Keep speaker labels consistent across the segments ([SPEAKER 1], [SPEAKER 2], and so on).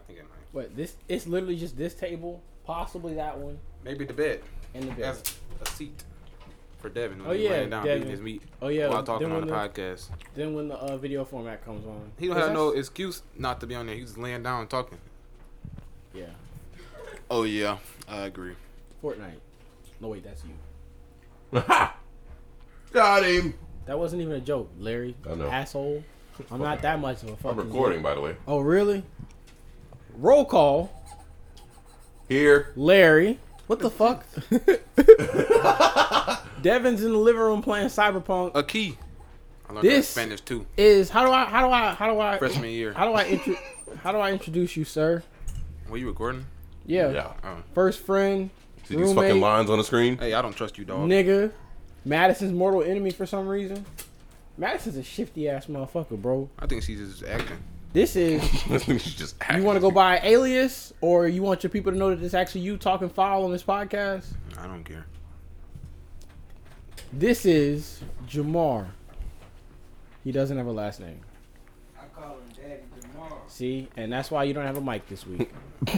[SPEAKER 1] think at night.
[SPEAKER 2] But this it's literally just this table, possibly that one,
[SPEAKER 1] Maybe the bed
[SPEAKER 2] and the bed.
[SPEAKER 1] as a seat for Devin when
[SPEAKER 2] Oh,
[SPEAKER 1] he
[SPEAKER 2] yeah,
[SPEAKER 1] laying down eating
[SPEAKER 2] Devin.
[SPEAKER 1] his meat
[SPEAKER 2] oh yeah,
[SPEAKER 1] while talking
[SPEAKER 2] then
[SPEAKER 1] on
[SPEAKER 2] when
[SPEAKER 1] the
[SPEAKER 2] the,
[SPEAKER 1] podcast.
[SPEAKER 2] then when the uh, video format comes on,
[SPEAKER 1] He don't
[SPEAKER 2] Is
[SPEAKER 1] have
[SPEAKER 2] that-
[SPEAKER 1] no excuse not to be on there. He's laying down and talking.
[SPEAKER 2] Yeah,
[SPEAKER 1] Oh yeah, I agree.
[SPEAKER 2] Fortnite. No wait, that's you.
[SPEAKER 3] Got him.
[SPEAKER 2] That wasn't even a joke, Larry.
[SPEAKER 3] I know.
[SPEAKER 2] Asshole. I'm not that much of a
[SPEAKER 3] I'm
[SPEAKER 2] fucking.
[SPEAKER 3] recording, by the way.
[SPEAKER 2] Oh really? Roll call,
[SPEAKER 3] Here.
[SPEAKER 2] Larry. What the fuck? Devin's in the living room playing Cyberpunk.
[SPEAKER 1] A key. I learned
[SPEAKER 2] This-
[SPEAKER 1] this Spanish too.
[SPEAKER 2] Is how do I how do I how do I
[SPEAKER 1] Freshman year.
[SPEAKER 2] how do I intro, how do I introduce you, sir?
[SPEAKER 1] Were you recording?
[SPEAKER 2] Yeah.
[SPEAKER 3] Yeah.
[SPEAKER 1] Oh.
[SPEAKER 2] First friend,
[SPEAKER 3] See these fucking
[SPEAKER 2] Roommate.
[SPEAKER 3] lines on the screen?
[SPEAKER 1] Hey, I don't trust you, dog.
[SPEAKER 2] nigga, Madison's mortal enemy for some reason. Madison's a shifty ass motherfucker, bro.
[SPEAKER 1] I think she's just acting.
[SPEAKER 2] This is
[SPEAKER 3] This nigga's just
[SPEAKER 2] you want to go by alias or you want your people to know that it's actually you talking foul on this podcast.
[SPEAKER 1] I don't care.
[SPEAKER 2] This is Jamar. He doesn't have a last name.
[SPEAKER 4] I call him Daddy tomorrow.
[SPEAKER 2] See, and that's why you don't have a mic this week.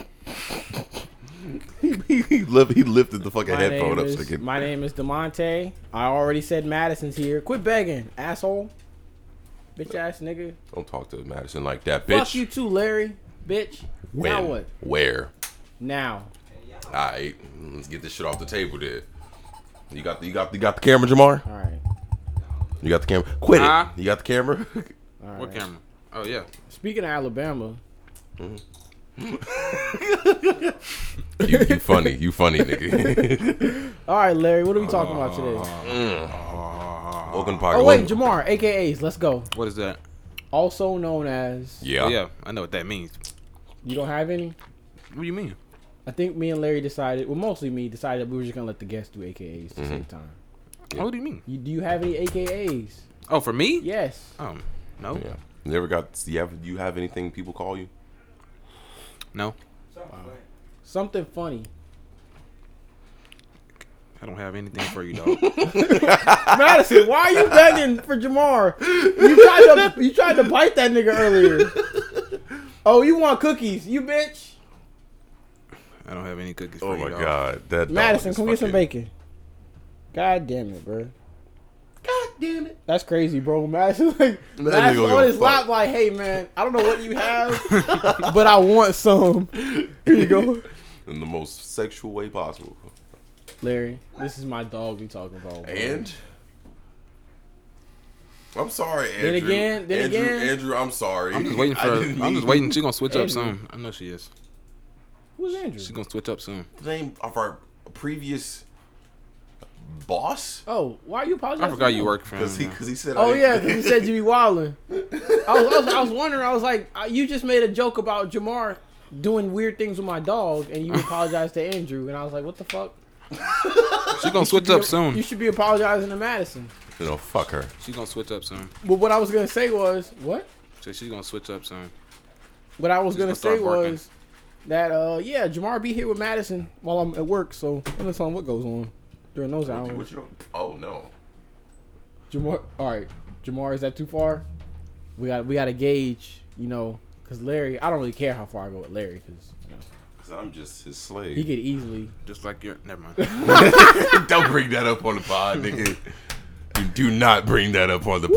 [SPEAKER 3] he, he, lift, he lifted the fucking
[SPEAKER 2] My
[SPEAKER 3] headphone
[SPEAKER 2] name,
[SPEAKER 3] up
[SPEAKER 2] is,
[SPEAKER 3] so he could.
[SPEAKER 2] my name is Demonte. I already said Madison's here. Quit begging, asshole. Bitch ass nigga.
[SPEAKER 3] Don't talk to Madison like that, bitch.
[SPEAKER 2] Fuck you too, Larry. Bitch.
[SPEAKER 3] when?
[SPEAKER 2] Now what?
[SPEAKER 3] Where?
[SPEAKER 2] Now.
[SPEAKER 3] All right, let's get this shit off the table, then. You got the you got the, you got the camera, Jamar.
[SPEAKER 2] All right.
[SPEAKER 3] You got the camera. Quit
[SPEAKER 1] Huh?
[SPEAKER 3] it. You got the camera.
[SPEAKER 2] All right.
[SPEAKER 1] What camera? Oh yeah.
[SPEAKER 2] Speaking of Alabama,
[SPEAKER 3] you, you funny. You funny, nigga.
[SPEAKER 2] all right, Larry, what are we talking
[SPEAKER 3] Uh,
[SPEAKER 2] about today?
[SPEAKER 1] Uh-huh.
[SPEAKER 3] Welcome to Pocket.
[SPEAKER 2] Oh wait,
[SPEAKER 3] Welcome-
[SPEAKER 2] Jamar, AKA's, let's go.
[SPEAKER 1] What is that?
[SPEAKER 2] Also known as
[SPEAKER 3] Yeah.
[SPEAKER 1] Oh, yeah, I know what that means.
[SPEAKER 2] you don't have any.
[SPEAKER 1] What do you mean?
[SPEAKER 2] I think me and Larry decided, well, mostly me decided we were just gonna let the guests do AKA's at the same
[SPEAKER 3] Mm-hmm.
[SPEAKER 2] time.
[SPEAKER 1] Oh, what do you mean?
[SPEAKER 2] You, do you have any AKA's?
[SPEAKER 1] Oh, for me?
[SPEAKER 2] Yes.
[SPEAKER 1] Um, no,
[SPEAKER 3] Yeah. Never got. You have you have anything people call you?
[SPEAKER 1] no,
[SPEAKER 4] Something like
[SPEAKER 2] Something funny.
[SPEAKER 1] I don't have anything for you, dog.
[SPEAKER 2] Madison, why are you begging for Jamar? You tried to you tried to bite that nigga earlier. Oh, you want cookies, you bitch.
[SPEAKER 1] I don't have any cookies.
[SPEAKER 3] Oh
[SPEAKER 1] for
[SPEAKER 3] my
[SPEAKER 1] you, dog.
[SPEAKER 3] god, that dog
[SPEAKER 2] Madison,
[SPEAKER 3] is
[SPEAKER 2] can we get some
[SPEAKER 3] fucking-
[SPEAKER 2] bacon? God damn it, bro. God damn it. That's crazy, bro. Madison like Madison
[SPEAKER 3] don't give
[SPEAKER 2] on
[SPEAKER 3] a
[SPEAKER 2] his
[SPEAKER 3] fuck.
[SPEAKER 2] lap like, hey man, I don't know what you have, but I want some. Here you go.
[SPEAKER 3] in the most sexual way possible.
[SPEAKER 2] Larry, this is my dog we talking about. bro.
[SPEAKER 3] And I'm sorry, Andrew.
[SPEAKER 2] Then again- then
[SPEAKER 3] Andrew,
[SPEAKER 2] again-
[SPEAKER 3] Andrew, I'm sorry.
[SPEAKER 1] I'm just waiting
[SPEAKER 3] I
[SPEAKER 1] for.
[SPEAKER 3] didn't
[SPEAKER 1] I'm just
[SPEAKER 3] mean-
[SPEAKER 1] waiting. She gonna switch up
[SPEAKER 2] Andrew.
[SPEAKER 1] soon. I know she is.
[SPEAKER 2] who's Andrew?
[SPEAKER 1] She gonna switch up soon.
[SPEAKER 3] The name of our previous boss
[SPEAKER 2] Oh, why are you apologizing?
[SPEAKER 1] I forgot
[SPEAKER 2] to
[SPEAKER 1] you
[SPEAKER 2] him?
[SPEAKER 1] work for him.
[SPEAKER 3] because he because he said. I
[SPEAKER 2] Oh
[SPEAKER 3] didn't-
[SPEAKER 2] yeah, 'cause you said you be wilding. I was, I was, I was wondering. I was like, uh, you just made a joke about Jamar doing weird things with my dog, and you apologized to Andrew, and I was like, what the fuck?
[SPEAKER 1] she gonna switch up soon.
[SPEAKER 2] You should be apologizing to Madison.
[SPEAKER 3] you know, fuck her.
[SPEAKER 1] She gonna switch up soon.
[SPEAKER 2] But what I was gonna say was what?
[SPEAKER 1] So she's gonna switch up soon.
[SPEAKER 2] What I was
[SPEAKER 1] Just
[SPEAKER 2] gonna
[SPEAKER 1] gonna start
[SPEAKER 2] say
[SPEAKER 1] barking.
[SPEAKER 2] was that uh yeah, Jamar be here with Madison while I'm at work, so I'm gonna tell him what goes on during those hours.
[SPEAKER 3] What you don't- oh no.
[SPEAKER 2] Jamar, all right, Jamar, is that too far? We got we got to gauge, you know, because Larry, I don't really care how far I go with Larry because you know,
[SPEAKER 3] 'Cause I'm just his
[SPEAKER 2] he
[SPEAKER 3] slave.
[SPEAKER 2] could easily
[SPEAKER 1] Just like you're. Never mind.
[SPEAKER 3] don't bring that up on the pod, nigga. You do not bring that up on the pod. The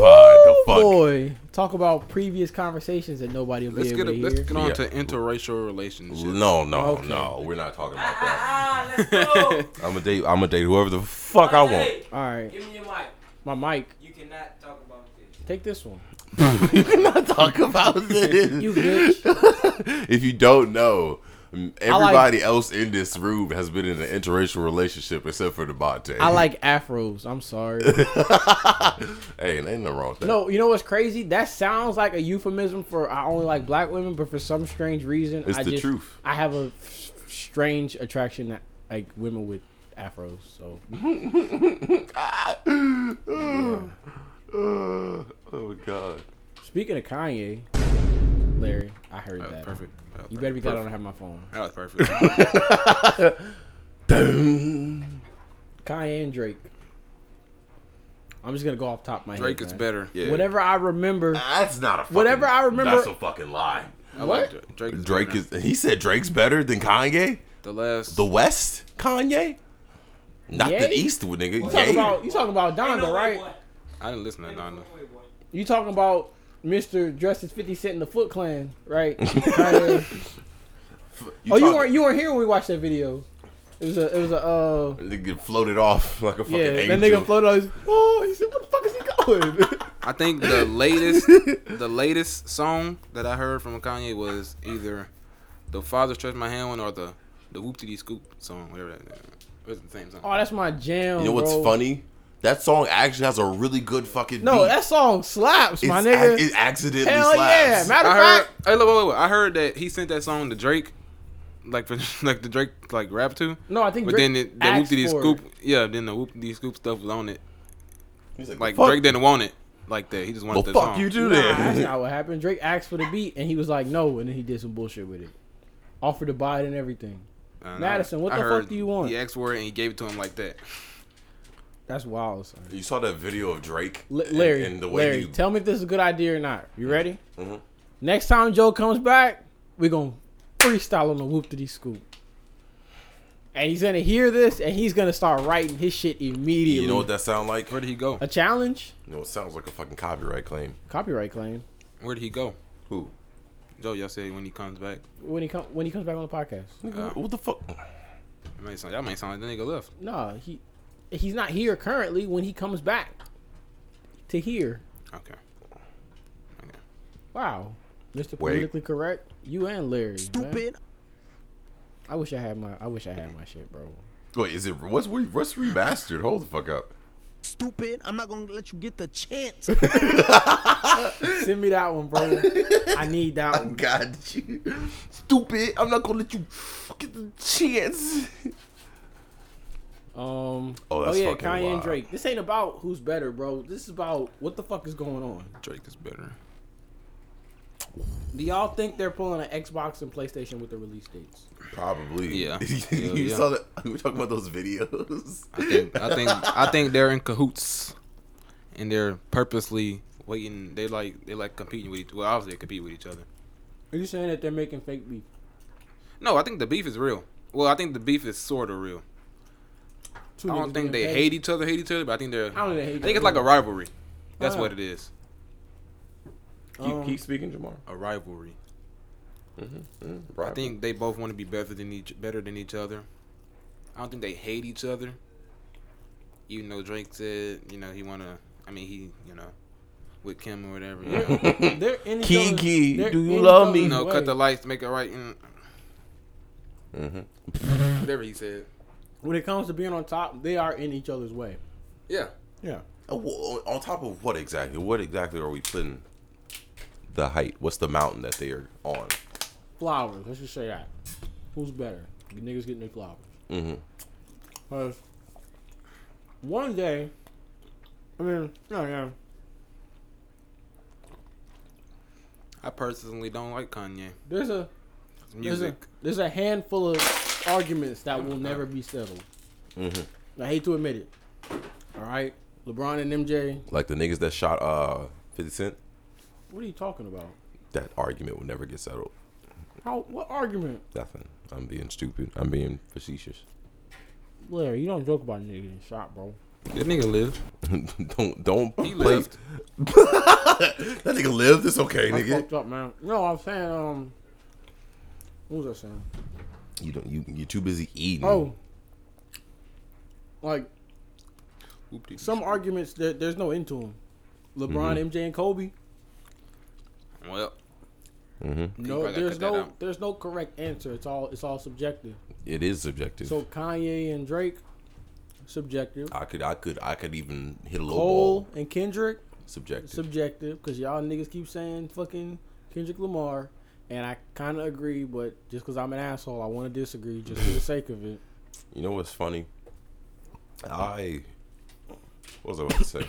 [SPEAKER 2] Ooh,
[SPEAKER 3] fuck.
[SPEAKER 2] Oh, boy talk about previous conversations that nobody will
[SPEAKER 1] Let's
[SPEAKER 2] be
[SPEAKER 1] get.
[SPEAKER 2] able
[SPEAKER 1] A,
[SPEAKER 2] to
[SPEAKER 1] let's
[SPEAKER 2] hear.
[SPEAKER 1] get on
[SPEAKER 3] Yeah.
[SPEAKER 1] to interracial relationships.
[SPEAKER 3] No, no,
[SPEAKER 2] Okay.
[SPEAKER 3] no. We're not talking about that.
[SPEAKER 4] Ah, let's go.
[SPEAKER 3] I'm gonna date. I'm gonna date whoever the fuck I want.
[SPEAKER 4] Hey,
[SPEAKER 2] All right,
[SPEAKER 4] give me your mic.
[SPEAKER 2] my mic,
[SPEAKER 4] You cannot talk about this.
[SPEAKER 2] take this one.
[SPEAKER 3] you cannot talk about this.
[SPEAKER 2] You bitch.
[SPEAKER 3] if you don't know, m-
[SPEAKER 2] like-
[SPEAKER 3] everybody else in this room has been in an interracial relationship except for Devontae.
[SPEAKER 2] I like afros. I'm sorry.
[SPEAKER 3] hey, there ain't no wrong with that.
[SPEAKER 2] No, you know what's crazy? That sounds like a euphemism for I only like black women, but for some strange reason,
[SPEAKER 3] It's
[SPEAKER 2] I
[SPEAKER 3] the
[SPEAKER 2] just,
[SPEAKER 3] truth.
[SPEAKER 2] I have a f- strange attraction that like women with afros. So
[SPEAKER 1] Mm-hmm.
[SPEAKER 3] Uh, oh God.
[SPEAKER 2] speaking of Kanye, Larry, I heard
[SPEAKER 1] That was
[SPEAKER 2] that.
[SPEAKER 1] perfect. That was
[SPEAKER 2] You better be glad I don't
[SPEAKER 1] perfect.
[SPEAKER 2] have my phone.
[SPEAKER 1] That was perfect.
[SPEAKER 2] Kanye and Drake. I'm just gonna go off top of my head.
[SPEAKER 1] Drake is
[SPEAKER 2] man.
[SPEAKER 1] better.
[SPEAKER 3] Yeah.
[SPEAKER 2] Whatever I remember,
[SPEAKER 3] That's not a. Fucking,
[SPEAKER 2] Whatever I remember-
[SPEAKER 3] That's a fucking lie.
[SPEAKER 1] I
[SPEAKER 2] What?
[SPEAKER 1] Like Drake.
[SPEAKER 3] Drake
[SPEAKER 1] better.
[SPEAKER 3] is. He said Drake's better than Kanye.
[SPEAKER 1] the last.
[SPEAKER 3] The West, Kanye. Not the
[SPEAKER 2] Yay?
[SPEAKER 3] East, nigga.
[SPEAKER 2] You
[SPEAKER 3] Yay.
[SPEAKER 2] talking about you talking about
[SPEAKER 4] Ain't
[SPEAKER 2] Donda,
[SPEAKER 4] no way,
[SPEAKER 2] right?
[SPEAKER 4] boy.
[SPEAKER 1] I didn't listen to Donna.
[SPEAKER 4] Wait, boy.
[SPEAKER 2] You talking about Mr. dressed as 50 Cent in the Foot Clan, right? Kanye. oh, you
[SPEAKER 3] talking-
[SPEAKER 2] weren't you weren't here when we watched that video. It was a it was a uh
[SPEAKER 3] Nigga floated off like a fucking
[SPEAKER 2] yeah
[SPEAKER 3] angel.
[SPEAKER 2] that nigga floated. out, he's, Oh, he said, what the fuck is he going?
[SPEAKER 1] I think the latest, the latest song that I heard from Kanye was either the Father Stretch My Hand one or the the Whoop Dee Scoop song, whatever that. It was the same song.
[SPEAKER 2] oh, that's my jam.
[SPEAKER 3] You know what's
[SPEAKER 2] bro.
[SPEAKER 3] funny? That song actually has a really good fucking.
[SPEAKER 2] No,
[SPEAKER 3] beat.
[SPEAKER 2] that song slaps, my
[SPEAKER 3] It's
[SPEAKER 2] nigga.
[SPEAKER 3] ac- it accidentally
[SPEAKER 2] Hell yeah,
[SPEAKER 3] slaps.
[SPEAKER 2] matter
[SPEAKER 1] I
[SPEAKER 2] of
[SPEAKER 1] heard.
[SPEAKER 2] fact.
[SPEAKER 1] Hey, look, wait, wait, wait. I heard that he sent that song to Drake, like for like the Drake like rap to.
[SPEAKER 2] No, I think.
[SPEAKER 1] But
[SPEAKER 2] Drake
[SPEAKER 1] then it, the Whoop
[SPEAKER 2] asked
[SPEAKER 1] Dee
[SPEAKER 2] for it.
[SPEAKER 1] Scoop, yeah, then the Whoop Dee Scoop stuff was on it.
[SPEAKER 3] He's
[SPEAKER 1] Like
[SPEAKER 3] fuck,
[SPEAKER 1] Drake didn't want it like that. He just wanted the
[SPEAKER 3] Well, fuck
[SPEAKER 1] song.
[SPEAKER 3] you too
[SPEAKER 2] Nah, that's
[SPEAKER 3] then.
[SPEAKER 2] not what happened. Drake asked for the beat and he was like, no, and then he did some bullshit with it. Offered to buy it and everything.
[SPEAKER 1] I don't know.
[SPEAKER 2] Madison, what
[SPEAKER 1] I
[SPEAKER 2] the fuck
[SPEAKER 1] heard
[SPEAKER 2] do you want?
[SPEAKER 1] He asked for it and he gave it to him like that.
[SPEAKER 2] That's wild, son.
[SPEAKER 3] You saw that video of Drake
[SPEAKER 2] L-
[SPEAKER 3] and-
[SPEAKER 2] Larry,
[SPEAKER 3] and, the way
[SPEAKER 2] Larry,
[SPEAKER 3] he
[SPEAKER 2] tell me if this is a good idea or not. You ready?
[SPEAKER 3] Mhm.
[SPEAKER 2] Next time Joe comes back, we're going to freestyle on the whoop to these scoop. And he's going to hear this and he's going to start writing his shit immediately.
[SPEAKER 3] You know what that sound like?
[SPEAKER 1] Where did he go?
[SPEAKER 2] a challenge?
[SPEAKER 3] You know, it sounds like a fucking copyright claim.
[SPEAKER 2] Copyright claim.
[SPEAKER 1] Where did he go?
[SPEAKER 3] Who?
[SPEAKER 1] Joe, y'all say when he comes back.
[SPEAKER 2] When he come when he comes back on the podcast.
[SPEAKER 1] Uh,
[SPEAKER 3] what the fuck?
[SPEAKER 1] it may sound, y'all may sound like the nigga left.
[SPEAKER 2] No, he he's not here currently when he comes back to here.
[SPEAKER 1] Okay. okay.
[SPEAKER 2] Wow. Mr.
[SPEAKER 3] Wait.
[SPEAKER 2] Politically correct, you and Larry. Stupid. I wish I had my I wish I had my shit, bro.
[SPEAKER 3] Wait, is it what's re- what's remastered? Hold the fuck up.
[SPEAKER 5] stupid. I'm not gonna let you get the chance.
[SPEAKER 2] Send me that one, bro. I need that one.
[SPEAKER 3] God, you stupid! I'm not gonna let you get the chance.
[SPEAKER 2] Um.
[SPEAKER 3] Oh,
[SPEAKER 2] Oh,
[SPEAKER 3] that's
[SPEAKER 2] yeah,
[SPEAKER 3] fucking
[SPEAKER 2] Kanye
[SPEAKER 3] wild.
[SPEAKER 2] and Drake. This ain't about who's better, bro. This is about what the fuck is going on.
[SPEAKER 1] Drake is better.
[SPEAKER 2] Do y'all think they're pulling an Xbox and PlayStation with the release dates?
[SPEAKER 3] Probably.
[SPEAKER 1] Yeah.
[SPEAKER 3] you
[SPEAKER 1] Yeah,
[SPEAKER 3] saw that? We were talking about those videos.
[SPEAKER 1] I think I think I think they're in cahoots, and they're purposely waiting. They like they like competing with each. Well, obviously they compete with each other.
[SPEAKER 2] Are you saying that they're making fake beef?
[SPEAKER 1] No, I think the beef is real. Well, I think the beef is sort of real.
[SPEAKER 2] Two
[SPEAKER 1] I don't
[SPEAKER 2] niggas
[SPEAKER 1] think
[SPEAKER 2] being
[SPEAKER 1] they
[SPEAKER 2] fake?
[SPEAKER 1] hate each other, hate each other, but I think they're.
[SPEAKER 2] I don't think they hate
[SPEAKER 1] I think
[SPEAKER 2] each
[SPEAKER 1] it's like a
[SPEAKER 2] other.
[SPEAKER 1] rivalry. That's
[SPEAKER 2] Ah.
[SPEAKER 1] what it is.
[SPEAKER 2] Um,
[SPEAKER 3] speaking, Jamar.
[SPEAKER 1] A rivalry.
[SPEAKER 3] Right.
[SPEAKER 1] I think they both want to be better than each better than each other. I don't think they hate each other. Even though Drake said, you know, he wanna. I mean, he, you know, with Kim or whatever. You know.
[SPEAKER 2] They're in each
[SPEAKER 3] Kiki,
[SPEAKER 2] other's- they're
[SPEAKER 3] do you
[SPEAKER 2] in each
[SPEAKER 3] love me?
[SPEAKER 1] you
[SPEAKER 2] other's
[SPEAKER 1] know,
[SPEAKER 2] way.
[SPEAKER 1] cut the lights, make it right. And
[SPEAKER 3] Mhm.
[SPEAKER 1] whatever he said.
[SPEAKER 2] When it comes to being on top, they are in each other's way.
[SPEAKER 1] Yeah.
[SPEAKER 2] Yeah.
[SPEAKER 3] Uh, wh- On top of what exactly? What exactly are we putting the height? What's the mountain that they are on?
[SPEAKER 2] Flowers. Let's just say that. Who's better? The niggas getting their flowers.
[SPEAKER 3] Mhm.
[SPEAKER 2] Mm-hmm. Cause one day, I mean, no, yeah.
[SPEAKER 1] I personally don't like Kanye.
[SPEAKER 2] There's a
[SPEAKER 1] His
[SPEAKER 2] there's a
[SPEAKER 1] music.
[SPEAKER 2] there's a handful of arguments that will never be settled. I hate to admit it. All right, LeBron and MJ.
[SPEAKER 3] Like the niggas that shot uh 50 Cent.
[SPEAKER 2] What are you talking about?
[SPEAKER 3] That argument will never get settled.
[SPEAKER 2] How? What argument?
[SPEAKER 3] Nothing. I'm being stupid. I'm being facetious.
[SPEAKER 2] Larry, you don't joke about niggas getting shot, bro.
[SPEAKER 1] That nigga live.
[SPEAKER 3] don't don't
[SPEAKER 1] He
[SPEAKER 3] play.
[SPEAKER 1] lived.
[SPEAKER 3] That nigga lived. It's okay,
[SPEAKER 2] I
[SPEAKER 3] nigga.
[SPEAKER 2] fucked up, man. No, I'm saying um. What was I saying?
[SPEAKER 3] You don't. You you're too busy
[SPEAKER 1] Mm.
[SPEAKER 3] eating.
[SPEAKER 2] Oh, like
[SPEAKER 1] Whoop-dee-doo.
[SPEAKER 2] some arguments there, there's no end to them. LeBron,
[SPEAKER 1] Mm-hmm.
[SPEAKER 2] MJ, and Kobe.
[SPEAKER 1] Well,
[SPEAKER 3] Mm-hmm.
[SPEAKER 1] You
[SPEAKER 2] No,
[SPEAKER 1] probably gotta
[SPEAKER 2] there's
[SPEAKER 1] cut that
[SPEAKER 2] no
[SPEAKER 1] out.
[SPEAKER 2] there's no correct answer. It's all it's all subjective.
[SPEAKER 3] it is subjective.
[SPEAKER 2] So Kanye and Drake, subjective.
[SPEAKER 3] I could I could I could even hit a little
[SPEAKER 2] Cole
[SPEAKER 3] ball.
[SPEAKER 2] and Kendrick,
[SPEAKER 3] Subjective.
[SPEAKER 2] subjective, because y'all niggas keep saying fucking Kendrick Lamar, and I kind of agree, but just because I'm an asshole, I want to disagree just for the sake of it.
[SPEAKER 3] you know what's funny? I what was I about to say?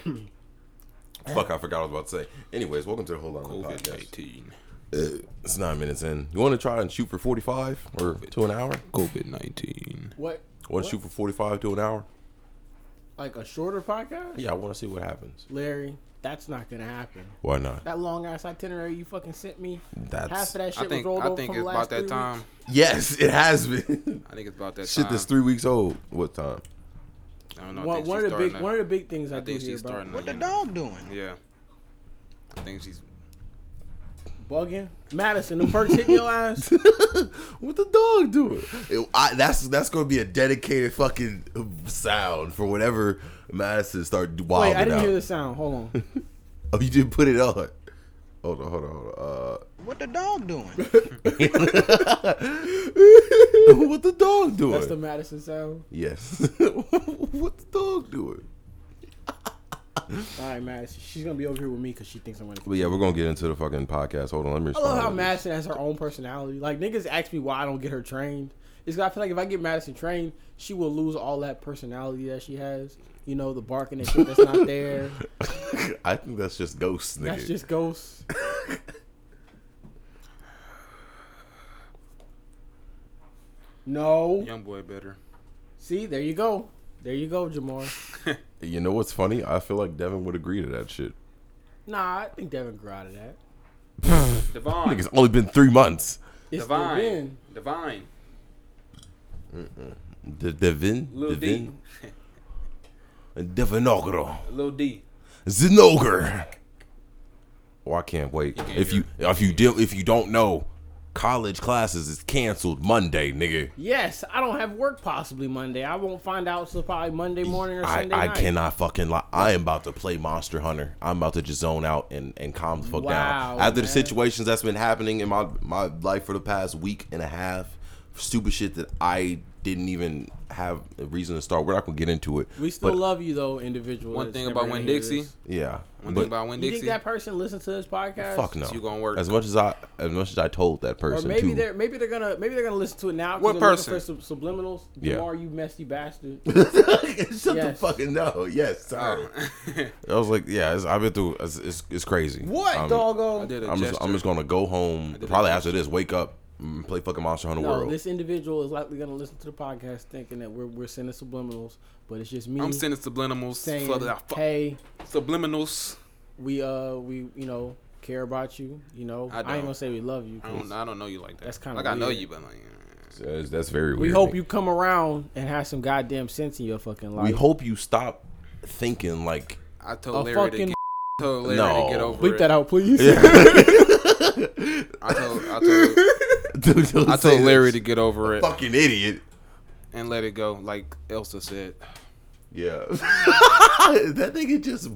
[SPEAKER 3] Fuck, I forgot what I was about to say. Anyways, welcome to the Hold On to the
[SPEAKER 1] COVID
[SPEAKER 3] Podcast.
[SPEAKER 1] 19.
[SPEAKER 3] Uh, it's nine minutes in. You want to try and shoot for forty five or to an hour?
[SPEAKER 1] COVID 19.
[SPEAKER 2] What?
[SPEAKER 3] Want to shoot for forty five to an hour?
[SPEAKER 2] Like a shorter podcast?
[SPEAKER 3] Yeah, I want to see what happens.
[SPEAKER 2] Larry, That's not gonna happen.
[SPEAKER 3] Why not?
[SPEAKER 2] That long ass itinerary you fucking sent me. half
[SPEAKER 3] That's
[SPEAKER 2] of that shit
[SPEAKER 1] I think
[SPEAKER 2] was rolled
[SPEAKER 1] I
[SPEAKER 2] over
[SPEAKER 1] think
[SPEAKER 2] from
[SPEAKER 1] it's
[SPEAKER 2] the
[SPEAKER 1] about
[SPEAKER 2] last
[SPEAKER 1] that time.
[SPEAKER 3] yes, it has been.
[SPEAKER 1] I think it's about that
[SPEAKER 3] Shit,
[SPEAKER 1] time.
[SPEAKER 3] that's three weeks old. What time?
[SPEAKER 1] I don't know. I
[SPEAKER 2] One,
[SPEAKER 1] think
[SPEAKER 2] one
[SPEAKER 1] she's
[SPEAKER 2] of the big
[SPEAKER 1] starting to-
[SPEAKER 2] one of the big things I,
[SPEAKER 1] I
[SPEAKER 2] do
[SPEAKER 1] think
[SPEAKER 2] here,
[SPEAKER 1] she's
[SPEAKER 2] bro.
[SPEAKER 1] starting. to,
[SPEAKER 5] What the
[SPEAKER 1] you know,
[SPEAKER 5] dog doing?
[SPEAKER 1] Yeah. I think she's.
[SPEAKER 2] Bugging Madison, the perks hitting your ass.
[SPEAKER 3] what the dog doing? It- I- that's that's gonna be a dedicated fucking sound for whenever Madison start
[SPEAKER 2] Wait,
[SPEAKER 3] wilding
[SPEAKER 2] I didn't
[SPEAKER 3] out.
[SPEAKER 2] hear the sound. Hold on.
[SPEAKER 3] Oh, you didn't put it on. Hold on, hold on, hold on. Uh,
[SPEAKER 5] What the dog doing?
[SPEAKER 3] what the dog doing?
[SPEAKER 2] That's the Madison sound.
[SPEAKER 3] yes. what the dog doing?
[SPEAKER 2] All right, Madison. She's gonna be over here with me because she thinks I'm gonna.
[SPEAKER 3] But yeah, we're gonna get into the fucking podcast. Hold on, let me.
[SPEAKER 2] I
[SPEAKER 3] Respond
[SPEAKER 2] love how
[SPEAKER 3] to this.
[SPEAKER 2] Madison has her own personality. Like niggas ask me why I don't get her trained. It's 'cause I feel like if I get Madison trained, she will lose all that personality that she has. You know, the barking and shit that's not there.
[SPEAKER 3] I think that's just ghosts, nigga.
[SPEAKER 2] That's just ghosts. no.
[SPEAKER 1] Young boy better.
[SPEAKER 2] See, there you go. There you go, Jamar.
[SPEAKER 3] You know what's funny? I feel like Devin would agree to that shit.
[SPEAKER 2] Nah, I think Devin grew out of that.
[SPEAKER 3] I think
[SPEAKER 1] Devon.
[SPEAKER 3] it's only been three months.
[SPEAKER 2] It's Divine. the
[SPEAKER 1] Divine.
[SPEAKER 2] win.
[SPEAKER 1] Divine.
[SPEAKER 3] De- Devin,
[SPEAKER 1] Lil D.
[SPEAKER 3] Devin, Devinogro,
[SPEAKER 1] Lil D.
[SPEAKER 3] Zinogre. Oh, I can't wait.
[SPEAKER 1] can't
[SPEAKER 3] if
[SPEAKER 1] hear
[SPEAKER 3] you if you deal if you don't know, college classes is canceled Monday, nigga.
[SPEAKER 2] Yes, I don't have work possibly Monday. I won't find out until probably Monday morning or
[SPEAKER 3] I,
[SPEAKER 2] Sunday
[SPEAKER 3] I
[SPEAKER 2] night.
[SPEAKER 3] cannot fucking lie. I am about to play Monster Hunter. I'm about to just zone out and, and calm the fuck
[SPEAKER 2] Wow,
[SPEAKER 3] down. After the
[SPEAKER 2] man.
[SPEAKER 3] situations that's been happening in my my life for the past week and a half, stupid shit that I didn't even have a reason to start. We're not gonna get into it.
[SPEAKER 2] We still
[SPEAKER 3] but,
[SPEAKER 2] love you though, individual.
[SPEAKER 1] One
[SPEAKER 2] that's
[SPEAKER 1] thing
[SPEAKER 2] never
[SPEAKER 1] about
[SPEAKER 2] gonna
[SPEAKER 1] Win
[SPEAKER 2] hear
[SPEAKER 1] Dixie.
[SPEAKER 2] this.
[SPEAKER 3] Yeah.
[SPEAKER 1] One
[SPEAKER 3] but
[SPEAKER 1] thing about Win
[SPEAKER 2] You think
[SPEAKER 1] Dixie.
[SPEAKER 2] that person listens to this podcast?
[SPEAKER 3] fuck no.
[SPEAKER 1] You gonna work.
[SPEAKER 3] As much as I as much as I told that
[SPEAKER 2] Or
[SPEAKER 3] person
[SPEAKER 2] maybe
[SPEAKER 3] too.
[SPEAKER 2] they're maybe they're gonna maybe they're gonna listen to it now. 'cause
[SPEAKER 1] What
[SPEAKER 2] they're looking
[SPEAKER 1] person?
[SPEAKER 2] For sub- subliminals.
[SPEAKER 3] Yeah.
[SPEAKER 2] Jamar, you messy bastard.
[SPEAKER 3] Shut the
[SPEAKER 2] Yes.
[SPEAKER 3] fucking no. Yes, sorry. I was like, yeah, it's, I've been through. It's, it's, it's crazy.
[SPEAKER 2] what
[SPEAKER 3] I'm-
[SPEAKER 2] doggo?
[SPEAKER 1] I did a
[SPEAKER 3] I'm just,
[SPEAKER 1] gesture.
[SPEAKER 3] I'm just gonna go home
[SPEAKER 1] did a
[SPEAKER 3] probably
[SPEAKER 1] gesture.
[SPEAKER 3] after this. Wake up, and play fucking Monster Hunter
[SPEAKER 2] no,
[SPEAKER 3] World.
[SPEAKER 2] this individual is likely gonna listen to the podcast thinking that we're we're sending subliminals, but it's just me
[SPEAKER 1] I'm sending subliminals.
[SPEAKER 2] saying,
[SPEAKER 1] flooded out. Fuck.
[SPEAKER 2] "Hey,
[SPEAKER 1] Subliminals.
[SPEAKER 2] we uh we you know care about you. You know,
[SPEAKER 1] I
[SPEAKER 2] I, ain't
[SPEAKER 1] don't.
[SPEAKER 2] gonna say we love you.
[SPEAKER 1] I
[SPEAKER 2] 'cause
[SPEAKER 1] don't, I don't know you like that.
[SPEAKER 2] That's kinda
[SPEAKER 1] like I know
[SPEAKER 2] weird.
[SPEAKER 1] you, but like.
[SPEAKER 3] That's, that's very weird.
[SPEAKER 2] we hope
[SPEAKER 3] Nick.
[SPEAKER 2] you come around and have some goddamn sense in your fucking life.
[SPEAKER 3] We hope you stop thinking like.
[SPEAKER 1] I
[SPEAKER 2] A
[SPEAKER 1] told Larry to
[SPEAKER 2] fucking
[SPEAKER 1] get. Told Larry
[SPEAKER 3] No.
[SPEAKER 1] to get over
[SPEAKER 2] Bleep
[SPEAKER 1] it.
[SPEAKER 2] that out, please.
[SPEAKER 1] I told I told
[SPEAKER 3] Dude, don't
[SPEAKER 1] I
[SPEAKER 3] say
[SPEAKER 1] told
[SPEAKER 3] that
[SPEAKER 1] Larry to
[SPEAKER 3] shit.
[SPEAKER 1] get over it
[SPEAKER 3] fucking idiot.
[SPEAKER 1] and let it go, like Elsa said.
[SPEAKER 3] Yeah. that nigga just.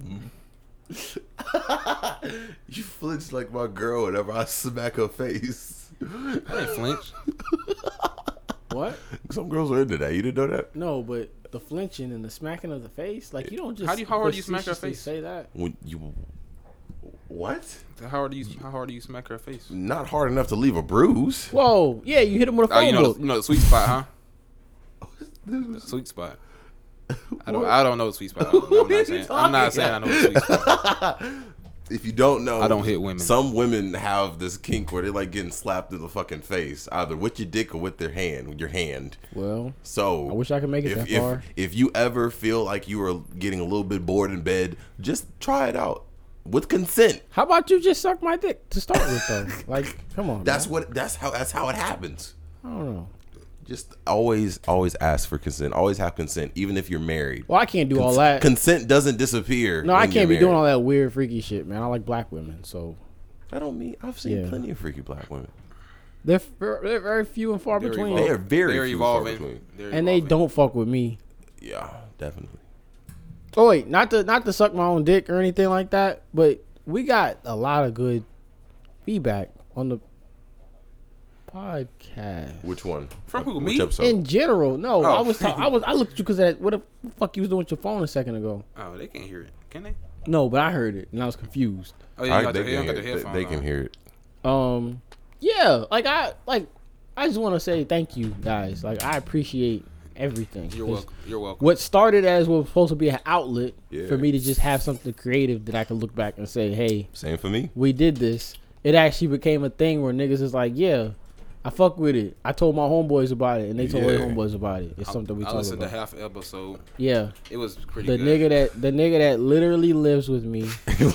[SPEAKER 3] you flinch like my girl whenever I smack her face.
[SPEAKER 1] I didn't flinch.
[SPEAKER 2] what?
[SPEAKER 3] Some girls are into that. You didn't know that?
[SPEAKER 2] No, but the flinching and the smacking of the face, like you don't just
[SPEAKER 1] How do you- how hard do you smack her
[SPEAKER 2] facetiously
[SPEAKER 1] face?
[SPEAKER 2] Say that.
[SPEAKER 3] When you. What?
[SPEAKER 1] How hard do you how hard do you smack her face?
[SPEAKER 3] Not hard enough to leave a bruise.
[SPEAKER 2] Whoa, yeah, you hit him with a
[SPEAKER 1] Oh,
[SPEAKER 2] phone
[SPEAKER 1] you know,
[SPEAKER 2] book.
[SPEAKER 1] you know the sweet spot, huh? The sweet spot. I don't. I don't know the sweet spot. I'm
[SPEAKER 3] What are you
[SPEAKER 1] not saying. I'm not
[SPEAKER 3] talking
[SPEAKER 1] saying I know the sweet spot.
[SPEAKER 3] If you don't know,
[SPEAKER 1] I don't hit women.
[SPEAKER 3] Some women have this kink where they like getting slapped in the fucking face, either with your dick or with their hand, with your hand.
[SPEAKER 2] Well,
[SPEAKER 3] So
[SPEAKER 2] I wish I could make it
[SPEAKER 3] if,
[SPEAKER 2] that
[SPEAKER 3] if,
[SPEAKER 2] far.
[SPEAKER 3] If you ever feel like you are getting a little bit bored in bed, just try it out with consent.
[SPEAKER 2] how about you just suck my dick to start with though? Like, come on.
[SPEAKER 3] That's
[SPEAKER 2] That's
[SPEAKER 3] what. That's how. That's how it happens.
[SPEAKER 2] I don't know.
[SPEAKER 3] Just always, always ask for consent. Always have consent, even if you're married.
[SPEAKER 2] Well, I can't do all that.
[SPEAKER 3] Consent doesn't disappear.
[SPEAKER 2] no, I can't be doing all that weird, freaky shit, man. I like black women, so
[SPEAKER 3] I don't mean. I've seen
[SPEAKER 2] Yeah.
[SPEAKER 3] plenty of freaky black women.
[SPEAKER 2] they're, f- they're very few and far between,
[SPEAKER 3] They are very
[SPEAKER 1] They're
[SPEAKER 3] few and far
[SPEAKER 1] evolving.
[SPEAKER 3] between.
[SPEAKER 1] They're
[SPEAKER 2] and they
[SPEAKER 1] evolving.
[SPEAKER 2] don't fuck with me.
[SPEAKER 3] Yeah, definitely.
[SPEAKER 2] Oh wait, not to not to suck my own dick or anything like that, but we got a lot of good feedback on the podcast
[SPEAKER 3] Which one?
[SPEAKER 1] From who,
[SPEAKER 3] Which
[SPEAKER 1] me?
[SPEAKER 3] episode?
[SPEAKER 2] in general. No, I
[SPEAKER 1] Oh.
[SPEAKER 2] was talk- I was I looked at you because that what the fuck you was doing with your phone a second ago.
[SPEAKER 1] Oh, they can't hear it, can they?
[SPEAKER 2] No, but I heard it and I was confused.
[SPEAKER 1] Oh, yeah,
[SPEAKER 3] I-
[SPEAKER 1] you got
[SPEAKER 3] they,
[SPEAKER 1] your, you
[SPEAKER 3] can
[SPEAKER 1] got
[SPEAKER 3] hear,
[SPEAKER 1] your
[SPEAKER 3] it. They-
[SPEAKER 1] headphones.
[SPEAKER 3] they can
[SPEAKER 1] on.
[SPEAKER 3] hear it.
[SPEAKER 2] Um, yeah, like I like I just want to say thank you guys. Like I appreciate everything.
[SPEAKER 1] You're
[SPEAKER 2] 'Cause
[SPEAKER 1] welcome. You're welcome.
[SPEAKER 2] What started as was supposed to be an outlet
[SPEAKER 3] Yeah.
[SPEAKER 2] for me to just have something creative that I could look back and say, hey.
[SPEAKER 3] Same for me.
[SPEAKER 2] we did this, it actually became a thing where niggas is like, yeah, I fuck with it. I told my homeboys about it, and they told
[SPEAKER 3] Yeah.
[SPEAKER 2] their homeboys about it. It's something we
[SPEAKER 1] I
[SPEAKER 2] talked
[SPEAKER 1] listened
[SPEAKER 2] about.
[SPEAKER 1] to half an episode.
[SPEAKER 2] yeah,
[SPEAKER 1] It was pretty
[SPEAKER 2] the
[SPEAKER 1] good.
[SPEAKER 2] nigga that the nigga that literally lives with me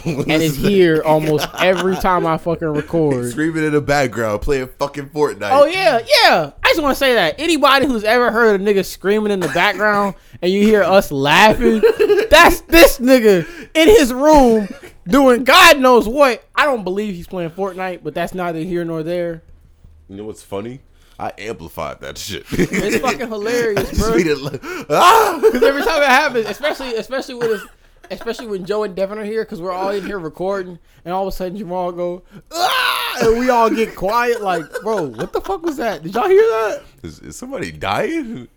[SPEAKER 2] and is here almost every time I fucking record.
[SPEAKER 3] Screaming in the background, playing fucking Fortnite.
[SPEAKER 2] Oh yeah, yeah. I just want to say that anybody who's ever heard a nigga screaming in the background and you hear us laughing, that's this nigga in his room doing God knows what. I don't believe he's playing Fortnite, but that's neither here nor there.
[SPEAKER 3] You know what's funny? I amplified that shit.
[SPEAKER 2] It's fucking hilarious, bro.
[SPEAKER 3] Sweet and lo- ah!
[SPEAKER 2] Because every time it happens, especially especially when it's, especially when Joe and Devin are here, because we're all in here recording, and all of a sudden Jamal go, ah, and we all get quiet. Like, bro, what the fuck was that? Did y'all hear that?
[SPEAKER 3] Is, is somebody dying?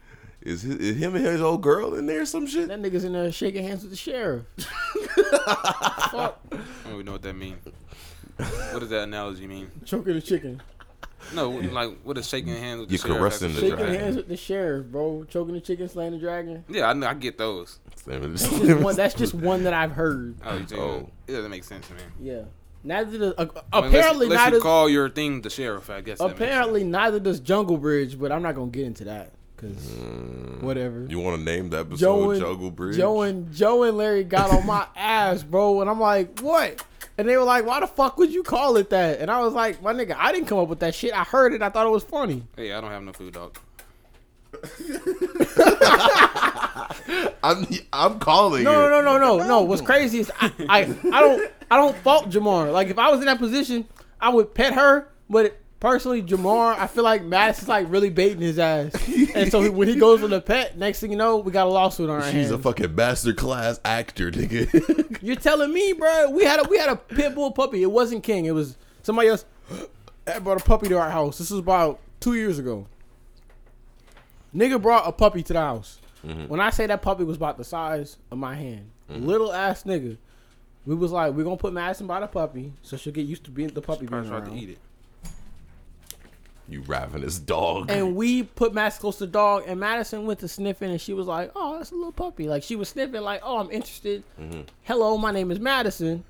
[SPEAKER 3] Is, hi- is him and his old girl in there? or Some shit.
[SPEAKER 2] That nigga's in there shaking hands with the sheriff. fuck,
[SPEAKER 1] I don't even know what that means. what does that analogy mean?
[SPEAKER 2] choking the chicken,
[SPEAKER 1] No, like what is shaking hands with the
[SPEAKER 3] You're
[SPEAKER 1] sheriff
[SPEAKER 3] caressing
[SPEAKER 1] after-
[SPEAKER 3] the
[SPEAKER 2] shaking
[SPEAKER 3] dragon.
[SPEAKER 2] hands with the sheriff, bro, choking the chicken, slaying the dragon.
[SPEAKER 1] Yeah, I, know, I get those.
[SPEAKER 2] Just one- that's just one that I've heard.
[SPEAKER 1] Oh, you do.
[SPEAKER 3] Oh.
[SPEAKER 1] It doesn't make sense to me.
[SPEAKER 2] Yeah. Neither does, uh,
[SPEAKER 1] I mean, unless-
[SPEAKER 2] apparently
[SPEAKER 1] unless,
[SPEAKER 2] neither
[SPEAKER 1] you call your thing the sheriff. I guess. that makes
[SPEAKER 2] apparently neither does Jungle Bridge, but I'm not gonna get into that because
[SPEAKER 1] Mm.
[SPEAKER 2] whatever.
[SPEAKER 3] You want to name the episode
[SPEAKER 2] Joe and,
[SPEAKER 3] Jungle Bridge?
[SPEAKER 2] Joe and Joe and Larry got on my ass, bro, and I'm like, what? And they were like, why the fuck would you call it that? And I was like, my nigga, I didn't come up with that shit. I heard it. I thought it was funny.
[SPEAKER 1] sense. Hey, I don't have no food, dog.
[SPEAKER 3] I'm I'm calling
[SPEAKER 2] No,
[SPEAKER 3] it.
[SPEAKER 2] no, no, no, no, no. What's crazy is I, I, I don't, I don't fault Jamar. Like if I was in that position, I would pet her. But personally, Jamar, I feel like Madison's like really baiting his ass. And so when he goes for the pet, next thing you know, we got a lawsuit on our hands.
[SPEAKER 3] She's a fucking master class actor, nigga.
[SPEAKER 2] You're telling me, bro? We had a we had a pit bull puppy. It wasn't King. It was somebody else. That brought a puppy to our house. This was about two years ago. Nigga brought a puppy to the house. When I say that puppy was about the size of my hand, little ass nigga. We was like, we're gonna put Madison by the puppy, so she'll get used to being the puppy
[SPEAKER 1] I
[SPEAKER 2] being
[SPEAKER 1] tried to eat
[SPEAKER 2] around.
[SPEAKER 1] it.
[SPEAKER 3] you ravenous dog.
[SPEAKER 2] And we put Madison close to the dog, and Madison went to sniffing, and she was like, "Oh, that's a little puppy." Like she was sniffing, like, "Oh, I'm interested." Hello, my name is Madison.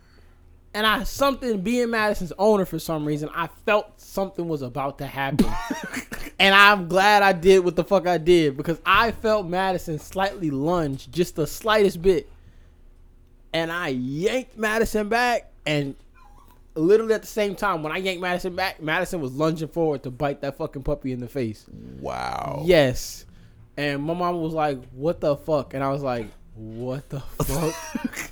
[SPEAKER 2] and I something being Madison's owner for some reason, I felt something was about to happen. and I'm glad I did what the fuck I did because I felt Madison slightly lunge, just the slightest bit. And I yanked Madison back and literally at the same time when I yanked Madison back, Madison was lunging forward to bite that fucking puppy in the face.
[SPEAKER 1] Oh.
[SPEAKER 3] wow.
[SPEAKER 2] Yes. And my mom was like, "What the fuck?" And I was like, "What the fuck?"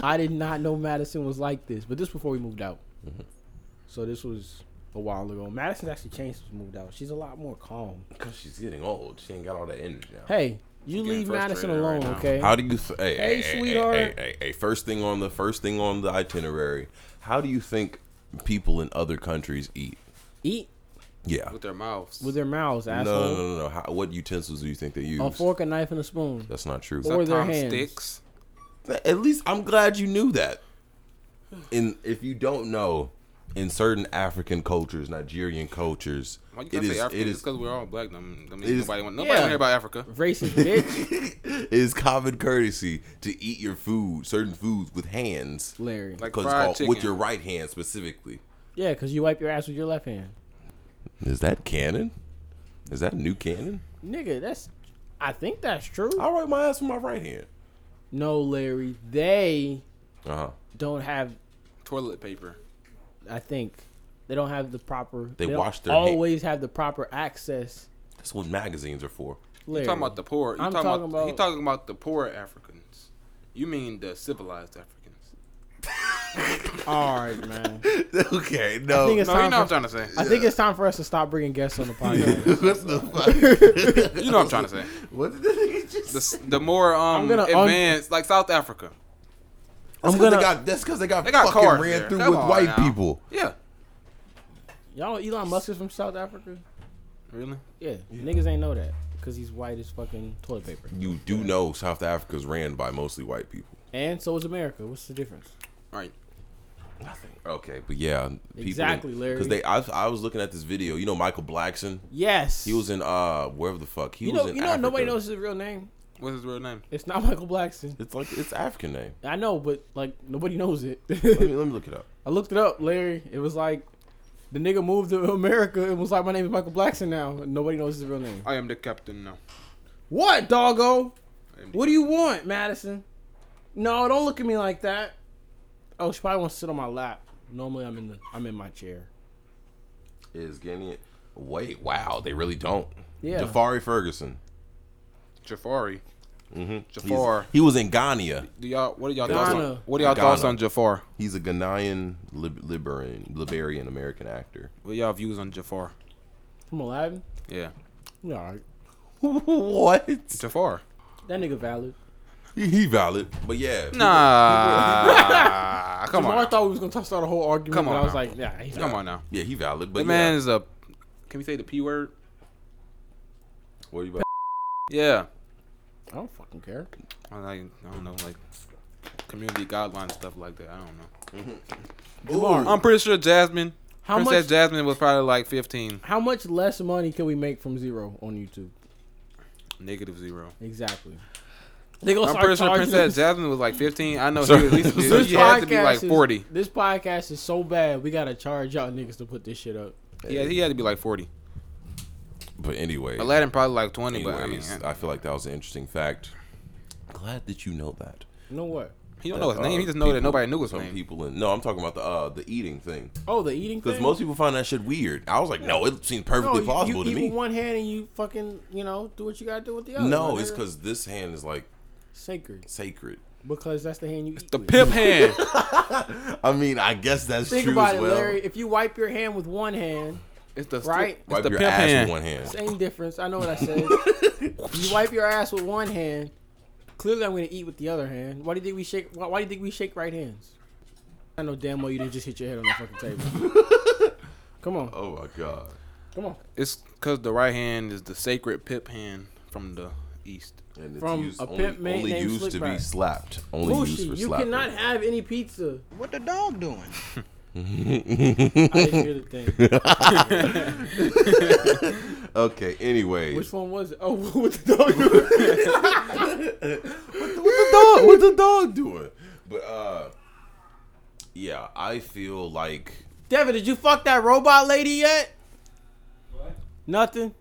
[SPEAKER 2] I did not know Madison was like this, but this before we moved out.
[SPEAKER 1] Mm-hmm.
[SPEAKER 2] So this was a while ago. Madison's actually changed since we moved out. She's a lot more calm.
[SPEAKER 3] Because she's getting old. She ain't got all that energy now.
[SPEAKER 2] Hey, you
[SPEAKER 1] getting
[SPEAKER 2] leave Madison
[SPEAKER 1] frustrated right
[SPEAKER 2] alone,
[SPEAKER 1] now.
[SPEAKER 2] okay?
[SPEAKER 3] How do you? f- Hey, hey, hey,
[SPEAKER 2] sweetheart.
[SPEAKER 3] Hey, hey, hey, first thing on the first thing on the itinerary. How do you think people in other countries eat?
[SPEAKER 2] Eat
[SPEAKER 3] Yeah.
[SPEAKER 1] With their mouths.
[SPEAKER 2] with their mouths,
[SPEAKER 3] No,
[SPEAKER 2] asshole.
[SPEAKER 3] no, no, no. no. How, what utensils do you think they use?
[SPEAKER 2] A fork, a knife, and a spoon.
[SPEAKER 3] That's not true.
[SPEAKER 2] Or their hands.
[SPEAKER 1] sticks.
[SPEAKER 3] At least I'm glad you knew that. And if you don't know, in certain African cultures, Nigerian cultures,
[SPEAKER 1] Why you
[SPEAKER 3] it
[SPEAKER 1] gotta say
[SPEAKER 3] is
[SPEAKER 1] Africa?
[SPEAKER 3] it
[SPEAKER 1] Just
[SPEAKER 3] is
[SPEAKER 1] because we're all black. Don't, don't
[SPEAKER 3] it
[SPEAKER 1] mean
[SPEAKER 3] is-
[SPEAKER 1] nobody want nobody
[SPEAKER 2] Yeah.
[SPEAKER 1] wanna hear about Africa.
[SPEAKER 2] Racist bitch,
[SPEAKER 3] it is common courtesy to eat your food, certain foods, with hands,
[SPEAKER 2] Larry.
[SPEAKER 1] Like
[SPEAKER 3] because
[SPEAKER 1] fried chicken.
[SPEAKER 3] with your right hand specifically.
[SPEAKER 2] Yeah, because you wipe your ass with your left hand,
[SPEAKER 3] Is that canon? Is that new canon?
[SPEAKER 2] nigga. That's. I think that's true.
[SPEAKER 3] I wipe my ass with my right hand.
[SPEAKER 2] No, Larry. They
[SPEAKER 3] Uh huh.
[SPEAKER 2] don't have
[SPEAKER 1] toilet paper.
[SPEAKER 2] I think they don't have the proper.
[SPEAKER 3] They
[SPEAKER 2] don't
[SPEAKER 3] wash their hand-
[SPEAKER 2] always have the proper access.
[SPEAKER 3] That's what magazines are for.
[SPEAKER 1] You
[SPEAKER 2] Larry.
[SPEAKER 1] talking about the poor? You
[SPEAKER 2] I'm
[SPEAKER 1] talking,
[SPEAKER 2] talking
[SPEAKER 1] about, he
[SPEAKER 2] about-
[SPEAKER 1] talking about the poor Africans. You mean the civilized Africans?
[SPEAKER 2] All right, man.
[SPEAKER 3] okay, no.
[SPEAKER 2] I
[SPEAKER 1] No,
[SPEAKER 2] think it's
[SPEAKER 1] you know what
[SPEAKER 2] time for-
[SPEAKER 1] I'm trying to say.
[SPEAKER 2] I think it's time for us to stop bringing guests on the podcast.
[SPEAKER 3] what the fuck?
[SPEAKER 1] You know what I'm trying to say.
[SPEAKER 3] What did you just
[SPEAKER 1] The, s- the more um
[SPEAKER 2] gonna un-
[SPEAKER 1] advanced, like South Africa.
[SPEAKER 3] That's
[SPEAKER 2] I'm
[SPEAKER 3] because
[SPEAKER 2] gonna-
[SPEAKER 3] they got. That's because they got,
[SPEAKER 1] They got
[SPEAKER 3] fucking
[SPEAKER 1] cars
[SPEAKER 3] ran
[SPEAKER 1] there.
[SPEAKER 3] through
[SPEAKER 1] Come
[SPEAKER 3] with
[SPEAKER 1] on
[SPEAKER 3] white
[SPEAKER 1] now.
[SPEAKER 3] people.
[SPEAKER 1] Yeah.
[SPEAKER 2] Y'all know Elon Musk is from South Africa.
[SPEAKER 1] Really?
[SPEAKER 2] Yeah, niggas ain't know that because he's white as fucking toilet paper.
[SPEAKER 3] You do know South Africa's ran by mostly white people.
[SPEAKER 2] And so is America. What's the difference?
[SPEAKER 1] All right.
[SPEAKER 3] Okay, but yeah,
[SPEAKER 2] Exactly, Larry.
[SPEAKER 3] Because they, I, I was looking at this video. You know Michael Blackson.
[SPEAKER 2] Yes.
[SPEAKER 3] He was in uh wherever the fuck he
[SPEAKER 2] You
[SPEAKER 3] was
[SPEAKER 2] know.
[SPEAKER 3] in.
[SPEAKER 2] You know.
[SPEAKER 3] Africa.
[SPEAKER 2] Nobody knows his real name.
[SPEAKER 1] What's his real name?
[SPEAKER 2] It's not Michael Blackson.
[SPEAKER 3] It's like it's African name.
[SPEAKER 2] I know, but like nobody knows it.
[SPEAKER 3] Let me, let me look it up.
[SPEAKER 2] I looked it up, Larry. It was like The nigga moved to America and was like, "My name is Michael Blackson now." and Nobody knows his real name.
[SPEAKER 1] I am the captain now.
[SPEAKER 2] What, doggo?
[SPEAKER 1] I am the
[SPEAKER 2] What do you want, Madison? No, don't look at me like that. Oh, she probably wants to sit on my lap. Normally, I'm in the I'm in my chair.
[SPEAKER 3] Is getting it. Wait, wow, they really don't.
[SPEAKER 2] Yeah.
[SPEAKER 3] Jafari Ferguson.
[SPEAKER 1] Jafari.
[SPEAKER 3] Mm-hmm.
[SPEAKER 1] Jafar.
[SPEAKER 3] He was in Ghana.
[SPEAKER 1] Do y'all? What are y'all thoughts on?
[SPEAKER 2] Ghana.
[SPEAKER 1] What are y'all thoughts
[SPEAKER 3] Ghana.
[SPEAKER 1] on Jafar?
[SPEAKER 3] He's a Ghanaian, lib- Liberian, Liberian American actor.
[SPEAKER 1] What y'all views on Jafar?
[SPEAKER 2] From Aladdin.
[SPEAKER 1] Yeah,
[SPEAKER 2] Yeah, all right.
[SPEAKER 3] what?
[SPEAKER 1] Jafar.
[SPEAKER 2] That nigga valid.
[SPEAKER 3] He, he valid, but yeah. he-
[SPEAKER 1] Nah, come
[SPEAKER 2] Jamar
[SPEAKER 1] on,
[SPEAKER 2] thought we was gonna start a whole argument,
[SPEAKER 1] Come
[SPEAKER 2] but
[SPEAKER 1] on
[SPEAKER 2] I was
[SPEAKER 1] now.
[SPEAKER 2] like, "Yeah, he's
[SPEAKER 1] come on now.
[SPEAKER 3] Yeah, he valid, but
[SPEAKER 1] The
[SPEAKER 3] yeah.
[SPEAKER 1] man is a. Can we say the p word?
[SPEAKER 3] What you about?
[SPEAKER 1] Yeah.
[SPEAKER 2] I don't fucking care."
[SPEAKER 1] I like I don't know like community guidelines stuff like that. I don't know.
[SPEAKER 2] Jamar,
[SPEAKER 1] I'm pretty sure Jasmine,
[SPEAKER 2] How
[SPEAKER 1] Princess
[SPEAKER 2] much-
[SPEAKER 1] Jasmine was probably like 15,
[SPEAKER 2] how much less money can we make from zero on YouTube?
[SPEAKER 1] negative zero.
[SPEAKER 2] Exactly. They gonna
[SPEAKER 1] I'm
[SPEAKER 2] start
[SPEAKER 1] pretty sure
[SPEAKER 2] charging
[SPEAKER 1] Princess
[SPEAKER 2] us-
[SPEAKER 1] Jasmine was like 15. I know he
[SPEAKER 3] Sorry.
[SPEAKER 1] at least
[SPEAKER 3] This
[SPEAKER 1] he had to be like
[SPEAKER 2] podcast is-
[SPEAKER 1] 40.
[SPEAKER 2] this podcast is so bad, we gotta charge y'all niggas to put this shit up.
[SPEAKER 1] Yeah, he had to be like 40.
[SPEAKER 3] But anyway,
[SPEAKER 1] Aladdin probably like 20, but I mean,
[SPEAKER 3] anyways, I feel like that was an interesting fact. Glad that you know that.
[SPEAKER 2] You know what?
[SPEAKER 1] he don't know his
[SPEAKER 3] Uh,
[SPEAKER 1] name. He just know that
[SPEAKER 3] people-
[SPEAKER 1] nobody knew his
[SPEAKER 3] some
[SPEAKER 1] name.
[SPEAKER 3] people in. No, I'm talking about the uh the eating thing
[SPEAKER 2] Oh, the eating
[SPEAKER 3] because
[SPEAKER 2] thing.
[SPEAKER 3] most people find that shit weird. I was like, no, it seems
[SPEAKER 2] no,
[SPEAKER 3] perfectly
[SPEAKER 2] you,
[SPEAKER 3] plausible
[SPEAKER 2] you
[SPEAKER 3] to
[SPEAKER 2] eat
[SPEAKER 3] me.
[SPEAKER 2] with one hand and you fucking you know do what you gotta do with the other.
[SPEAKER 3] no,
[SPEAKER 2] my
[SPEAKER 3] it's
[SPEAKER 2] nigga.
[SPEAKER 3] because this hand is like
[SPEAKER 2] sacred
[SPEAKER 3] sacred.
[SPEAKER 2] because that's the hand you eat
[SPEAKER 1] The
[SPEAKER 2] with.
[SPEAKER 1] pimp hand.
[SPEAKER 3] I mean, I guess that's
[SPEAKER 2] Think
[SPEAKER 3] true
[SPEAKER 2] about
[SPEAKER 3] as
[SPEAKER 2] it,
[SPEAKER 3] well.
[SPEAKER 2] Larry. If you wipe your hand with one hand,
[SPEAKER 1] It's the
[SPEAKER 2] Right?
[SPEAKER 1] It's
[SPEAKER 3] Wipe
[SPEAKER 1] the
[SPEAKER 3] your
[SPEAKER 1] pimp
[SPEAKER 3] ass
[SPEAKER 1] hand.
[SPEAKER 3] with one hand.
[SPEAKER 2] same difference. I know what I said. you wipe your ass with one hand. Clearly, I'm gonna eat with the other hand. Why do you think we shake? Why, why do you think we shake right hands? I know damn well you didn't just hit your head on the fucking table. Come on,
[SPEAKER 3] Oh my god.
[SPEAKER 2] come on.
[SPEAKER 1] It's because the right hand is the sacred pimp hand from the east.
[SPEAKER 3] And it's
[SPEAKER 2] From
[SPEAKER 3] used
[SPEAKER 2] a
[SPEAKER 3] only,
[SPEAKER 2] pimp man
[SPEAKER 3] only
[SPEAKER 2] named
[SPEAKER 3] used to be
[SPEAKER 2] Slickback.
[SPEAKER 3] slapped. Only used for
[SPEAKER 2] Bushi, you
[SPEAKER 3] slapping.
[SPEAKER 2] cannot have any pizza.
[SPEAKER 5] What the dog doing?
[SPEAKER 2] I didn't hear the thing.
[SPEAKER 3] okay. Anyways,
[SPEAKER 2] Which one was it? Oh, with the dog.
[SPEAKER 3] dog? What's the dog doing? But uh, yeah, I feel like
[SPEAKER 2] Devin, did you fuck that robot lady yet?
[SPEAKER 4] What?
[SPEAKER 2] Nothing.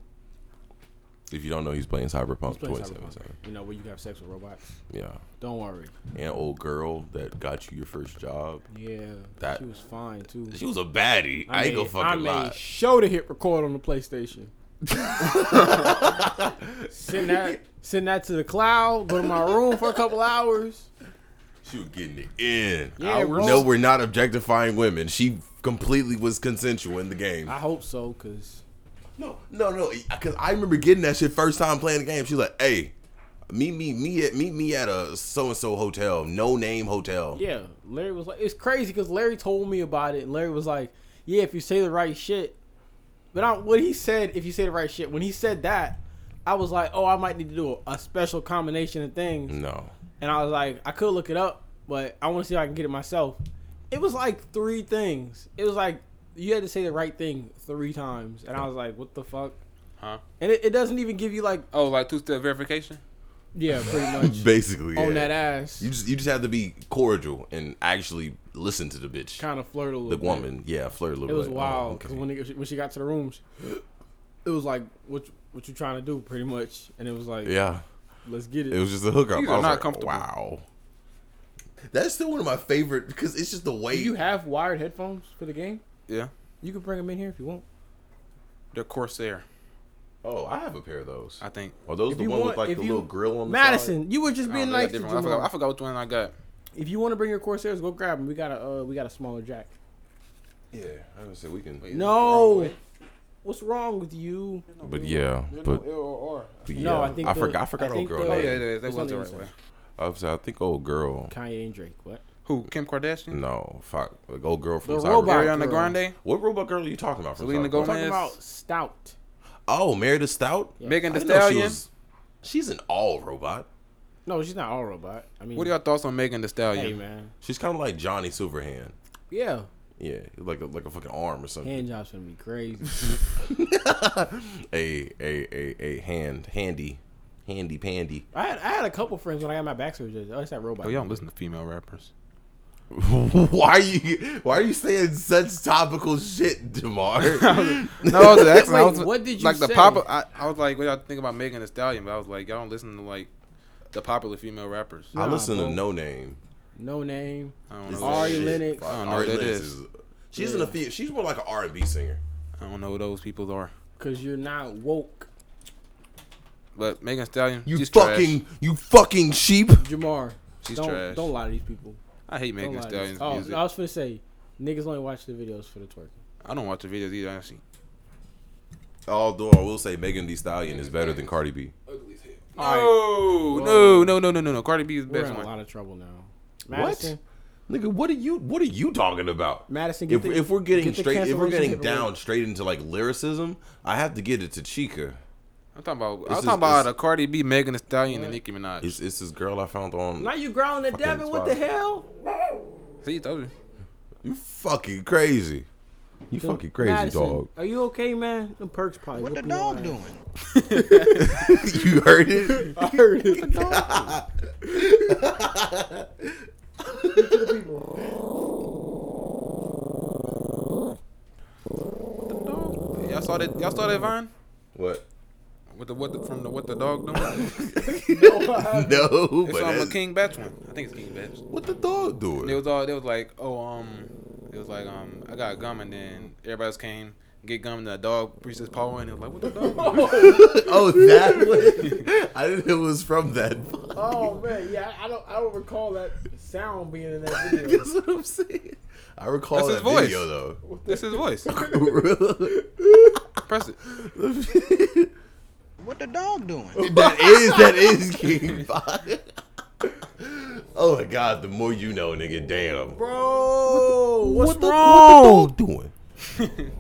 [SPEAKER 3] if you don't know, he's playing Cyberpunk
[SPEAKER 2] playing
[SPEAKER 3] twenty seven
[SPEAKER 2] Cyberpunk.
[SPEAKER 3] seven.
[SPEAKER 2] You know where you have sex with robots.
[SPEAKER 3] Yeah,
[SPEAKER 2] Don't worry.
[SPEAKER 3] and old girl that got you your first job.
[SPEAKER 2] Yeah,
[SPEAKER 3] That-
[SPEAKER 2] she was fine too.
[SPEAKER 3] She was a baddie. I, ain't gonna
[SPEAKER 2] made- I
[SPEAKER 3] fucking
[SPEAKER 2] made
[SPEAKER 3] lie.
[SPEAKER 2] Show to hit record on the PlayStation. send that, send that to the cloud. Go to my room for a couple hours.
[SPEAKER 3] She was getting it in.
[SPEAKER 2] Yeah,
[SPEAKER 3] I-
[SPEAKER 2] bro.
[SPEAKER 3] no, we're not objectifying women. She completely was consensual in the game.
[SPEAKER 2] I hope so, cause
[SPEAKER 3] No, no, no. Because I remember getting that shit first time playing the game. She's like, "Hey, meet me, me at meet me at a so and so hotel, no name hotel."
[SPEAKER 2] yeah, Larry was like, it's crazy because Larry told me about it, and Larry was like, yeah, if you say the right shit. But I, what he said, if you say the right shit, when he said that, I was like, oh, I might need to do a, a special combination of things.
[SPEAKER 3] No.
[SPEAKER 2] and I was like, I could look it up, but I want to see if I can get it myself. It was like three things. It was like you had to say the right thing three times, and I was like, what the fuck?
[SPEAKER 1] Huh?
[SPEAKER 2] And it, it doesn't even give you like,
[SPEAKER 1] Oh, like two step verification?
[SPEAKER 2] yeah, pretty much
[SPEAKER 3] Basically,
[SPEAKER 2] on
[SPEAKER 3] yeah.
[SPEAKER 2] that ass,
[SPEAKER 3] You just you just have to be cordial and actually listen to the bitch,
[SPEAKER 2] kind of flirt a little.
[SPEAKER 3] the
[SPEAKER 2] bit.
[SPEAKER 3] woman. Yeah, flirt a little.
[SPEAKER 2] It was
[SPEAKER 3] bit.
[SPEAKER 2] wild
[SPEAKER 3] Oh,
[SPEAKER 2] because
[SPEAKER 3] okay.
[SPEAKER 2] when it, when she got to the rooms, it was like, what you- what you trying to do, pretty much, and it was like,
[SPEAKER 3] yeah,
[SPEAKER 2] let's get it.
[SPEAKER 3] it was just a hookup.
[SPEAKER 1] These
[SPEAKER 3] I
[SPEAKER 1] are
[SPEAKER 3] was
[SPEAKER 1] not
[SPEAKER 3] like,
[SPEAKER 1] comfortable.
[SPEAKER 3] Wow. That's still one of my favorite because it's just the way
[SPEAKER 2] Do you have wired headphones for the game?
[SPEAKER 1] Yeah.
[SPEAKER 2] You can bring them in here if you want.
[SPEAKER 1] The Corsair,
[SPEAKER 3] Oh, I have a pair of those.
[SPEAKER 1] I think.
[SPEAKER 3] Are those
[SPEAKER 2] If
[SPEAKER 3] the
[SPEAKER 2] you
[SPEAKER 3] one
[SPEAKER 2] want-
[SPEAKER 3] with like the
[SPEAKER 2] if you-
[SPEAKER 3] little grill on the
[SPEAKER 2] Madison, you would just
[SPEAKER 1] I,
[SPEAKER 2] be
[SPEAKER 1] don't know,
[SPEAKER 2] nice
[SPEAKER 1] that
[SPEAKER 2] to
[SPEAKER 1] different one. I, forgot, I
[SPEAKER 2] Jamal.
[SPEAKER 1] forgot which one I got.
[SPEAKER 2] If you want to bring your Corsairs, go grab them. We got a uh, we got a smaller jack.
[SPEAKER 3] side? Yeah, I would say we can.
[SPEAKER 1] Wait,
[SPEAKER 2] No, what's wrong with you?
[SPEAKER 3] But yeah, but yeah.
[SPEAKER 2] No, I think
[SPEAKER 3] I
[SPEAKER 2] the-
[SPEAKER 3] forgot. I
[SPEAKER 2] I
[SPEAKER 3] forgot old
[SPEAKER 2] think
[SPEAKER 3] girl.
[SPEAKER 2] the-
[SPEAKER 1] Oh,
[SPEAKER 3] name.
[SPEAKER 1] yeah, yeah, yeah, that was
[SPEAKER 2] It's
[SPEAKER 1] the
[SPEAKER 2] not
[SPEAKER 1] right
[SPEAKER 2] even
[SPEAKER 1] way.
[SPEAKER 3] I, was, I think old girl.
[SPEAKER 2] Kanye and Drake. What?
[SPEAKER 1] Who? Kim Kardashian?
[SPEAKER 3] No, fuck, like old girl from
[SPEAKER 2] The
[SPEAKER 3] Cyber-
[SPEAKER 2] robot.
[SPEAKER 1] Ariana
[SPEAKER 2] girl.
[SPEAKER 1] Grande?
[SPEAKER 3] What robot girl are you talking about? From
[SPEAKER 1] Selena
[SPEAKER 3] Cyberpunk?
[SPEAKER 1] Gomez?
[SPEAKER 2] Talking
[SPEAKER 1] Yes.
[SPEAKER 2] about stout.
[SPEAKER 3] Oh, Mary the Stout.
[SPEAKER 1] Megan Thee
[SPEAKER 3] I didn't know she
[SPEAKER 1] Stallion?
[SPEAKER 3] was- she's an all robot.
[SPEAKER 2] No, she's not all robot. I mean,
[SPEAKER 1] What are your thoughts on Megan Thee
[SPEAKER 2] Hey
[SPEAKER 1] Stallion?
[SPEAKER 2] man,
[SPEAKER 3] She's kind of like Johnny Silverhand.
[SPEAKER 2] yeah,
[SPEAKER 3] Yeah, like a, like a fucking arm or something.
[SPEAKER 2] hand jobs gonna be crazy.
[SPEAKER 3] A a a a hand handy, handy pandy.
[SPEAKER 2] I had I had a couple friends when I got my back surgery. Oh, it's that robot.
[SPEAKER 1] Oh, y'all don't listen to female rappers.
[SPEAKER 3] why are you Why are you saying such topical shit, Demar?
[SPEAKER 1] No, I was asking. I
[SPEAKER 2] Wait,
[SPEAKER 1] was,
[SPEAKER 2] what did you
[SPEAKER 1] like the
[SPEAKER 2] say?
[SPEAKER 1] pop? I, I was like, what y'all think about Megan Thee Stallion? But I was like, y'all don't listen to like the popular female rappers.
[SPEAKER 3] I listen
[SPEAKER 2] bro.
[SPEAKER 3] to No Name.
[SPEAKER 2] No name.
[SPEAKER 1] I don't know.
[SPEAKER 3] This
[SPEAKER 1] who
[SPEAKER 2] Ari
[SPEAKER 1] that
[SPEAKER 3] shit.
[SPEAKER 1] is.
[SPEAKER 2] Lennox.
[SPEAKER 1] I don't know
[SPEAKER 3] Ari
[SPEAKER 1] who that
[SPEAKER 3] Lennox
[SPEAKER 1] is.
[SPEAKER 3] is. She's an affi- She's more like an R and B singer.
[SPEAKER 1] I don't know who those people are.
[SPEAKER 2] Cause you're not woke,
[SPEAKER 1] But Megan Thee Stallion,
[SPEAKER 3] You
[SPEAKER 1] she's
[SPEAKER 3] fucking,
[SPEAKER 1] Trash.
[SPEAKER 3] you fucking sheep.
[SPEAKER 2] Jamar.
[SPEAKER 1] She's
[SPEAKER 2] don't
[SPEAKER 1] trash.
[SPEAKER 2] don't lie to these people.
[SPEAKER 1] I hate
[SPEAKER 2] Don't
[SPEAKER 1] Megan
[SPEAKER 2] lie
[SPEAKER 1] Thee
[SPEAKER 2] to these-
[SPEAKER 1] Stallion's
[SPEAKER 2] Oh,
[SPEAKER 1] music.
[SPEAKER 2] I was gonna say, niggas only watch the videos for the twerking.
[SPEAKER 1] I don't watch the videos either. Actually,
[SPEAKER 3] Although I will say Megan Thee Stallion is better than Cardi B.
[SPEAKER 1] no, no, no, no, no, no. Cardi B is the
[SPEAKER 2] We're
[SPEAKER 1] best
[SPEAKER 2] in a
[SPEAKER 1] one.
[SPEAKER 2] lot of trouble now.
[SPEAKER 3] What?
[SPEAKER 2] Madison,
[SPEAKER 3] Nigga, what are you what are you talking about?
[SPEAKER 2] Madison, get
[SPEAKER 3] If,
[SPEAKER 2] the-
[SPEAKER 3] if we're getting
[SPEAKER 2] get the
[SPEAKER 3] straight if we're
[SPEAKER 2] cancellation
[SPEAKER 3] getting
[SPEAKER 2] paperwork.
[SPEAKER 3] down straight into like lyricism, I have to get it to Chica.
[SPEAKER 1] I'm talking about.
[SPEAKER 3] This
[SPEAKER 1] I'm
[SPEAKER 3] is-
[SPEAKER 1] talking about
[SPEAKER 3] this-
[SPEAKER 1] a Cardi B, Megan Thee Stallion, and Nicki Minaj.
[SPEAKER 3] It's, it's this girl I found on
[SPEAKER 2] Now you growling at
[SPEAKER 3] Fucking
[SPEAKER 2] Devin. What the
[SPEAKER 3] spot.
[SPEAKER 2] hell?
[SPEAKER 1] See, told you.
[SPEAKER 3] You fucking crazy. You fucking crazy
[SPEAKER 2] Madison,
[SPEAKER 3] dog.
[SPEAKER 2] Are you okay, man? The perks probably.
[SPEAKER 5] What the
[SPEAKER 2] whooping your
[SPEAKER 5] dog
[SPEAKER 2] ass.
[SPEAKER 5] doing?
[SPEAKER 3] you heard it?
[SPEAKER 2] I heard it. What the dog
[SPEAKER 1] Y'all saw that? Y'all saw that Vine?
[SPEAKER 3] What?
[SPEAKER 1] With the what the, from the what the dog doing?
[SPEAKER 3] No, but
[SPEAKER 1] It's on the
[SPEAKER 3] that's-
[SPEAKER 1] King Batch one. I think it's King Batch.
[SPEAKER 3] what the dog
[SPEAKER 1] It
[SPEAKER 3] doing?
[SPEAKER 1] was all. It was like, oh, um, it was like, um, I got gum, and then everybody else came get gum, and the dog reached his paw, in, and it was like, what the dog? doing?
[SPEAKER 3] oh, that one? I didn't know it was from that.
[SPEAKER 2] Oh man, yeah, I don't, I don't recall that sound being in that video.
[SPEAKER 3] That's what I'm saying. I recall
[SPEAKER 1] That's his
[SPEAKER 3] that
[SPEAKER 1] voice.
[SPEAKER 3] video though.
[SPEAKER 1] That's his voice. Press it.
[SPEAKER 3] that
[SPEAKER 5] What the dog doing?
[SPEAKER 3] is that is King Bobby. oh my god, the more you know, nigga, damn.
[SPEAKER 2] Bro, what's
[SPEAKER 3] the,
[SPEAKER 2] wrong?
[SPEAKER 3] the dog doing?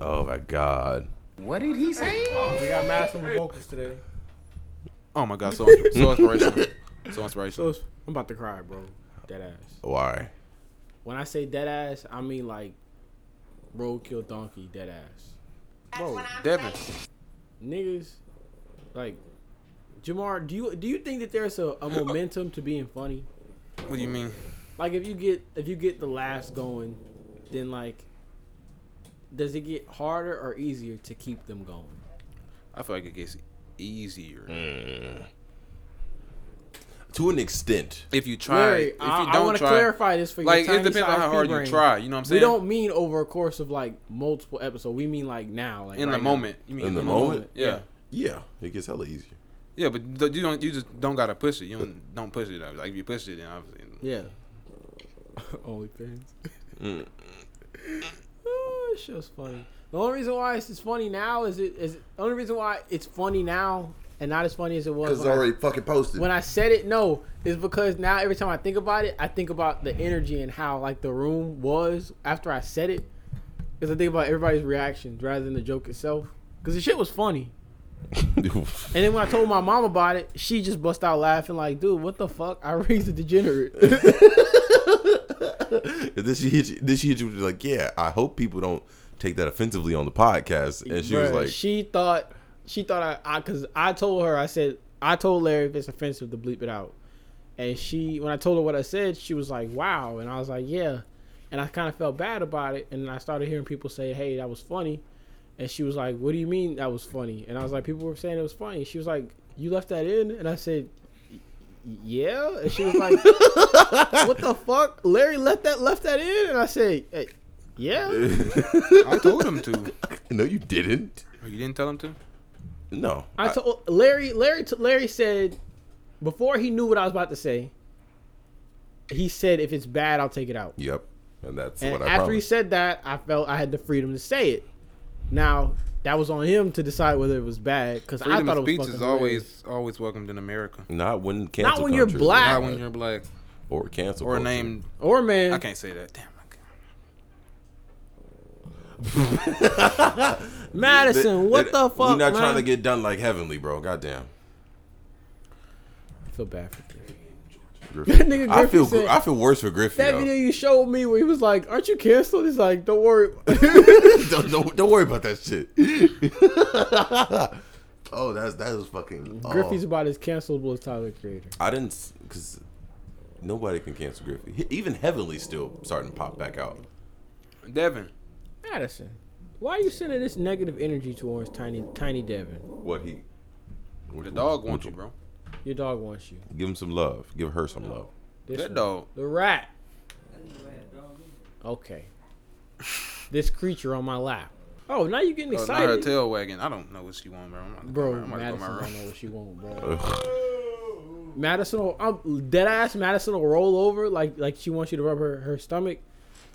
[SPEAKER 3] oh my god.
[SPEAKER 2] Oh, we got Madison with vocals today.
[SPEAKER 1] Oh my god, so so inspirational. So
[SPEAKER 2] So
[SPEAKER 1] inspirational.
[SPEAKER 2] it's, I'm about to cry, bro. Dead ass.
[SPEAKER 3] Why?
[SPEAKER 2] When I say dead ass, I mean like roadkill donkey dead ass.
[SPEAKER 1] Whoa, Devin.
[SPEAKER 2] Niggas, like Jamar, do you do you think that there's a, a momentum to being funny?
[SPEAKER 1] What do you mean?
[SPEAKER 2] Like if you get if you get the laughs going, then like does it get harder or easier to keep them going?
[SPEAKER 1] I feel like it gets easier
[SPEAKER 3] Mm. To an extent.
[SPEAKER 1] if you try.
[SPEAKER 2] Larry,
[SPEAKER 1] if you don't
[SPEAKER 2] I, want to
[SPEAKER 1] try,
[SPEAKER 2] clarify this for you.
[SPEAKER 1] like it depends on how hard you try. You know what I'm
[SPEAKER 2] We
[SPEAKER 1] saying?
[SPEAKER 2] don't mean over a course of like multiple episodes. We mean like now, like
[SPEAKER 1] in the
[SPEAKER 2] right now.
[SPEAKER 1] moment. You mean
[SPEAKER 3] In the
[SPEAKER 1] in
[SPEAKER 3] moment?
[SPEAKER 1] Yeah.
[SPEAKER 3] Yeah, it gets hella easier.
[SPEAKER 1] Yeah, but th- you don't. You just don't gotta push it. You don't, don't push it. Like if you push it, then obviously.
[SPEAKER 2] Yeah. OnlyFans. oh, this show's funny. The only reason why it's, it's funny now is it is the only reason why it's funny now and not as funny as it was
[SPEAKER 3] Because it's
[SPEAKER 2] when I,
[SPEAKER 3] already fucking posted.
[SPEAKER 2] when I said it. No, is because now every time I think about it, I think about the energy and how like the room was after I said it. Because I think about everybody's reactions rather than the joke itself. Because the shit was funny. And then when I told my mom about it, she just bust out laughing like, "Dude, what the fuck? I raised a degenerate."
[SPEAKER 3] And then she hit you, then she hit you with like, yeah, I hope people don't take that offensively on the podcast. And she was
[SPEAKER 2] Bruh,
[SPEAKER 3] like,
[SPEAKER 2] she thought, she thought I, I, cause I told her, I said, I told Larry if it's offensive to bleep it out, and she, when I told her what I said, she was like, wow, and I was like, yeah, and I kind of felt bad about it, and I started hearing people say, hey, that was funny, and she was like, what do you mean that was funny? And I was like, people were saying it was funny. She was like, you left that in, and I said. "Y- Yeah, and she was like, "What the fuck?" Larry left that left that in, and I said, "Eh, "Yeah."
[SPEAKER 1] I told him to.
[SPEAKER 3] no, you didn't.
[SPEAKER 1] Oh, You didn't tell him to.
[SPEAKER 3] No.
[SPEAKER 2] I told Larry. Larry. T- Larry said before he knew what I was about to say. He said, "If it's bad, I'll take it out."
[SPEAKER 3] Yep. And that's
[SPEAKER 2] and
[SPEAKER 3] what I
[SPEAKER 2] after he
[SPEAKER 3] promised.
[SPEAKER 2] said that, I felt I had the freedom to say it. Now that was on him to decide whether it was bad because I
[SPEAKER 1] Freedom
[SPEAKER 2] thought it
[SPEAKER 1] of
[SPEAKER 2] was
[SPEAKER 1] speech
[SPEAKER 2] fucking
[SPEAKER 1] is
[SPEAKER 2] hilarious.
[SPEAKER 1] always always welcomed in America.
[SPEAKER 3] Not when cancel
[SPEAKER 2] Not when you're
[SPEAKER 3] culture.
[SPEAKER 2] black.
[SPEAKER 1] Not when you're black
[SPEAKER 3] or cancel
[SPEAKER 1] or
[SPEAKER 3] culture.
[SPEAKER 1] named.
[SPEAKER 2] or man.
[SPEAKER 1] I can't say that. Damn. I can't.
[SPEAKER 2] Madison, what
[SPEAKER 3] It-
[SPEAKER 2] the fuck,
[SPEAKER 3] We're not
[SPEAKER 2] man?
[SPEAKER 3] trying to get done like heavenly, bro. Goddamn.
[SPEAKER 2] I feel bad for you.
[SPEAKER 3] Griffin.
[SPEAKER 2] Nigga
[SPEAKER 3] I
[SPEAKER 2] Griffin
[SPEAKER 3] feel
[SPEAKER 2] said-
[SPEAKER 3] I feel worse for Griffin.
[SPEAKER 2] That
[SPEAKER 3] yo.
[SPEAKER 2] video you showed me where he was like, "Aren't you canceled?" He's like, "Don't worry."
[SPEAKER 3] Oh. don't, don't, don't worry about that shit. oh, that's that is fucking. oh.
[SPEAKER 2] Griffey's about as cancelable as Tyler the Creator.
[SPEAKER 3] I didn't because Nobody can cancel Griffey. He- Even Heavenly's still starting to pop back out.
[SPEAKER 1] Devin.
[SPEAKER 2] Madison, why are you sending this negative energy towards Tiny Tiny Devin?
[SPEAKER 3] What he? What
[SPEAKER 1] The dog wants you, bro.
[SPEAKER 2] Your dog wants you.
[SPEAKER 3] Give him some love. Give her some love.
[SPEAKER 2] This
[SPEAKER 1] That
[SPEAKER 2] one.
[SPEAKER 1] dog.
[SPEAKER 2] The rat.
[SPEAKER 4] dog either.
[SPEAKER 2] Okay. this creature on my lap. Oh, now you're getting
[SPEAKER 1] Oh, not her
[SPEAKER 2] excited.
[SPEAKER 1] tail wagging. I don't know what she want, bro. I'm about to go-
[SPEAKER 2] Bro,
[SPEAKER 1] I'm about to go
[SPEAKER 2] Madison
[SPEAKER 1] my
[SPEAKER 2] don't know
[SPEAKER 1] room.
[SPEAKER 2] what she want, bro.
[SPEAKER 3] Ugh.
[SPEAKER 2] Madison, will, I'm dead ass. Madison will roll over like like she wants you to rub her, her stomach.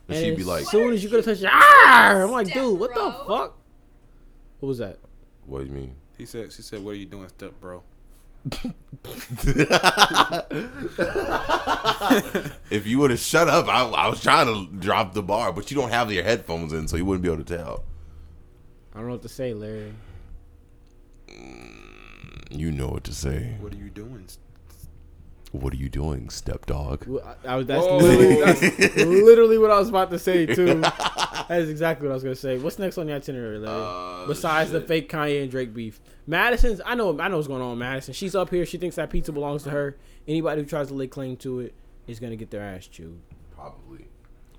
[SPEAKER 3] And
[SPEAKER 2] And
[SPEAKER 3] she'd be
[SPEAKER 2] as
[SPEAKER 3] like,
[SPEAKER 2] soon as you go to touch it, ah! I'm like,
[SPEAKER 6] Step
[SPEAKER 2] dude, what the
[SPEAKER 6] bro."
[SPEAKER 2] fuck? What was that?
[SPEAKER 3] "What do you mean?"
[SPEAKER 1] He said, she said, what are you doing, step bro?
[SPEAKER 3] If you would have shut up, I, I was trying to drop the bar, but you don't have your headphones in, so you wouldn't be able to tell.
[SPEAKER 2] I don't know what to say, Larry.
[SPEAKER 3] You know what to say.
[SPEAKER 1] What are you doing?
[SPEAKER 3] What are you doing, stepdog?
[SPEAKER 2] Well, I, I was, that's,
[SPEAKER 1] Whoa.
[SPEAKER 2] literally, that's literally what I was about to say too. That's exactly what I was gonna say. What's next on the itinerary, Larry?
[SPEAKER 3] Uh,
[SPEAKER 2] Besides the
[SPEAKER 3] shit.
[SPEAKER 2] fake Kanye and Drake beef, Madison's. I know. I know what's going on. with Madison. She's up here. She thinks that pizza belongs to her. Anybody who tries to lay claim to it is gonna get their ass chewed.
[SPEAKER 3] Probably.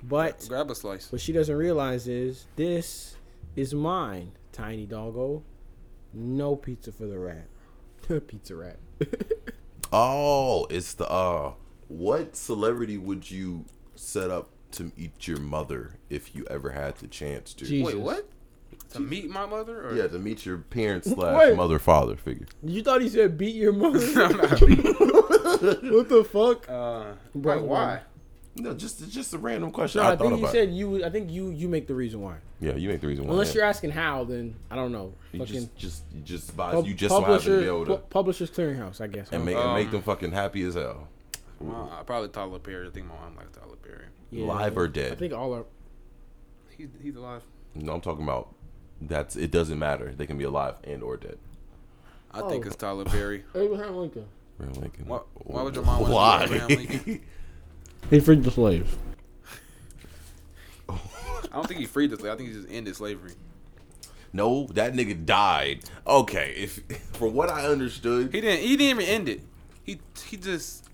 [SPEAKER 2] But
[SPEAKER 1] Grab a slice.
[SPEAKER 2] what she doesn't realize is this is mine, tiny doggo. No pizza for the rat. pizza rat.
[SPEAKER 3] Oh, it's the uh what celebrity would you set up to eat your mother if you ever had the chance to?
[SPEAKER 2] Gee.
[SPEAKER 1] Wait,
[SPEAKER 2] Jesus.
[SPEAKER 1] what? To meet my mother? Or?
[SPEAKER 3] Yeah, to meet your parents slash
[SPEAKER 2] Wait.
[SPEAKER 3] mother father figure.
[SPEAKER 2] You thought he said beat your mother?
[SPEAKER 1] I'm not meeting.
[SPEAKER 2] what the fuck?
[SPEAKER 1] Uh,
[SPEAKER 2] Bro,
[SPEAKER 1] wait, why?
[SPEAKER 3] No, just it's just a random question.
[SPEAKER 2] No,
[SPEAKER 3] I,
[SPEAKER 2] I,
[SPEAKER 3] thought
[SPEAKER 2] think you
[SPEAKER 3] about.
[SPEAKER 2] E said
[SPEAKER 3] it.
[SPEAKER 2] you. I think you. You make the reason why.
[SPEAKER 3] Yeah, you ain't the reason why.
[SPEAKER 2] Unless
[SPEAKER 3] yeah.
[SPEAKER 2] you're asking how, then I don't know.
[SPEAKER 3] you
[SPEAKER 2] fucking
[SPEAKER 3] just just you just buy,
[SPEAKER 2] pub-
[SPEAKER 3] you just so happen to
[SPEAKER 2] publisher,
[SPEAKER 3] be able to
[SPEAKER 2] pu- publishers clearinghouse, I guess.
[SPEAKER 3] and make and make them fucking happy as hell.
[SPEAKER 1] Uh, probably Tyler Perry. I think my mom likes Tyler Perry.
[SPEAKER 2] Yeah.
[SPEAKER 3] Live or
[SPEAKER 2] I
[SPEAKER 3] dead?
[SPEAKER 2] think all are.
[SPEAKER 1] He's, he's alive.
[SPEAKER 3] no, I'm talking about that's it doesn't matter. They can be alive and or dead.
[SPEAKER 1] I think
[SPEAKER 2] Oh.
[SPEAKER 1] it's Tyler Perry.
[SPEAKER 2] Abraham Lincoln.
[SPEAKER 3] Abraham Lincoln.
[SPEAKER 1] Why- why would your mom wanna do Abraham Lincoln?
[SPEAKER 2] He freed the slaves.
[SPEAKER 1] I don't think he freed us. I think he just ended slavery.
[SPEAKER 3] no, that nigga died. Okay, if for what I understood,
[SPEAKER 1] He didn't. He didn't even end it. He he just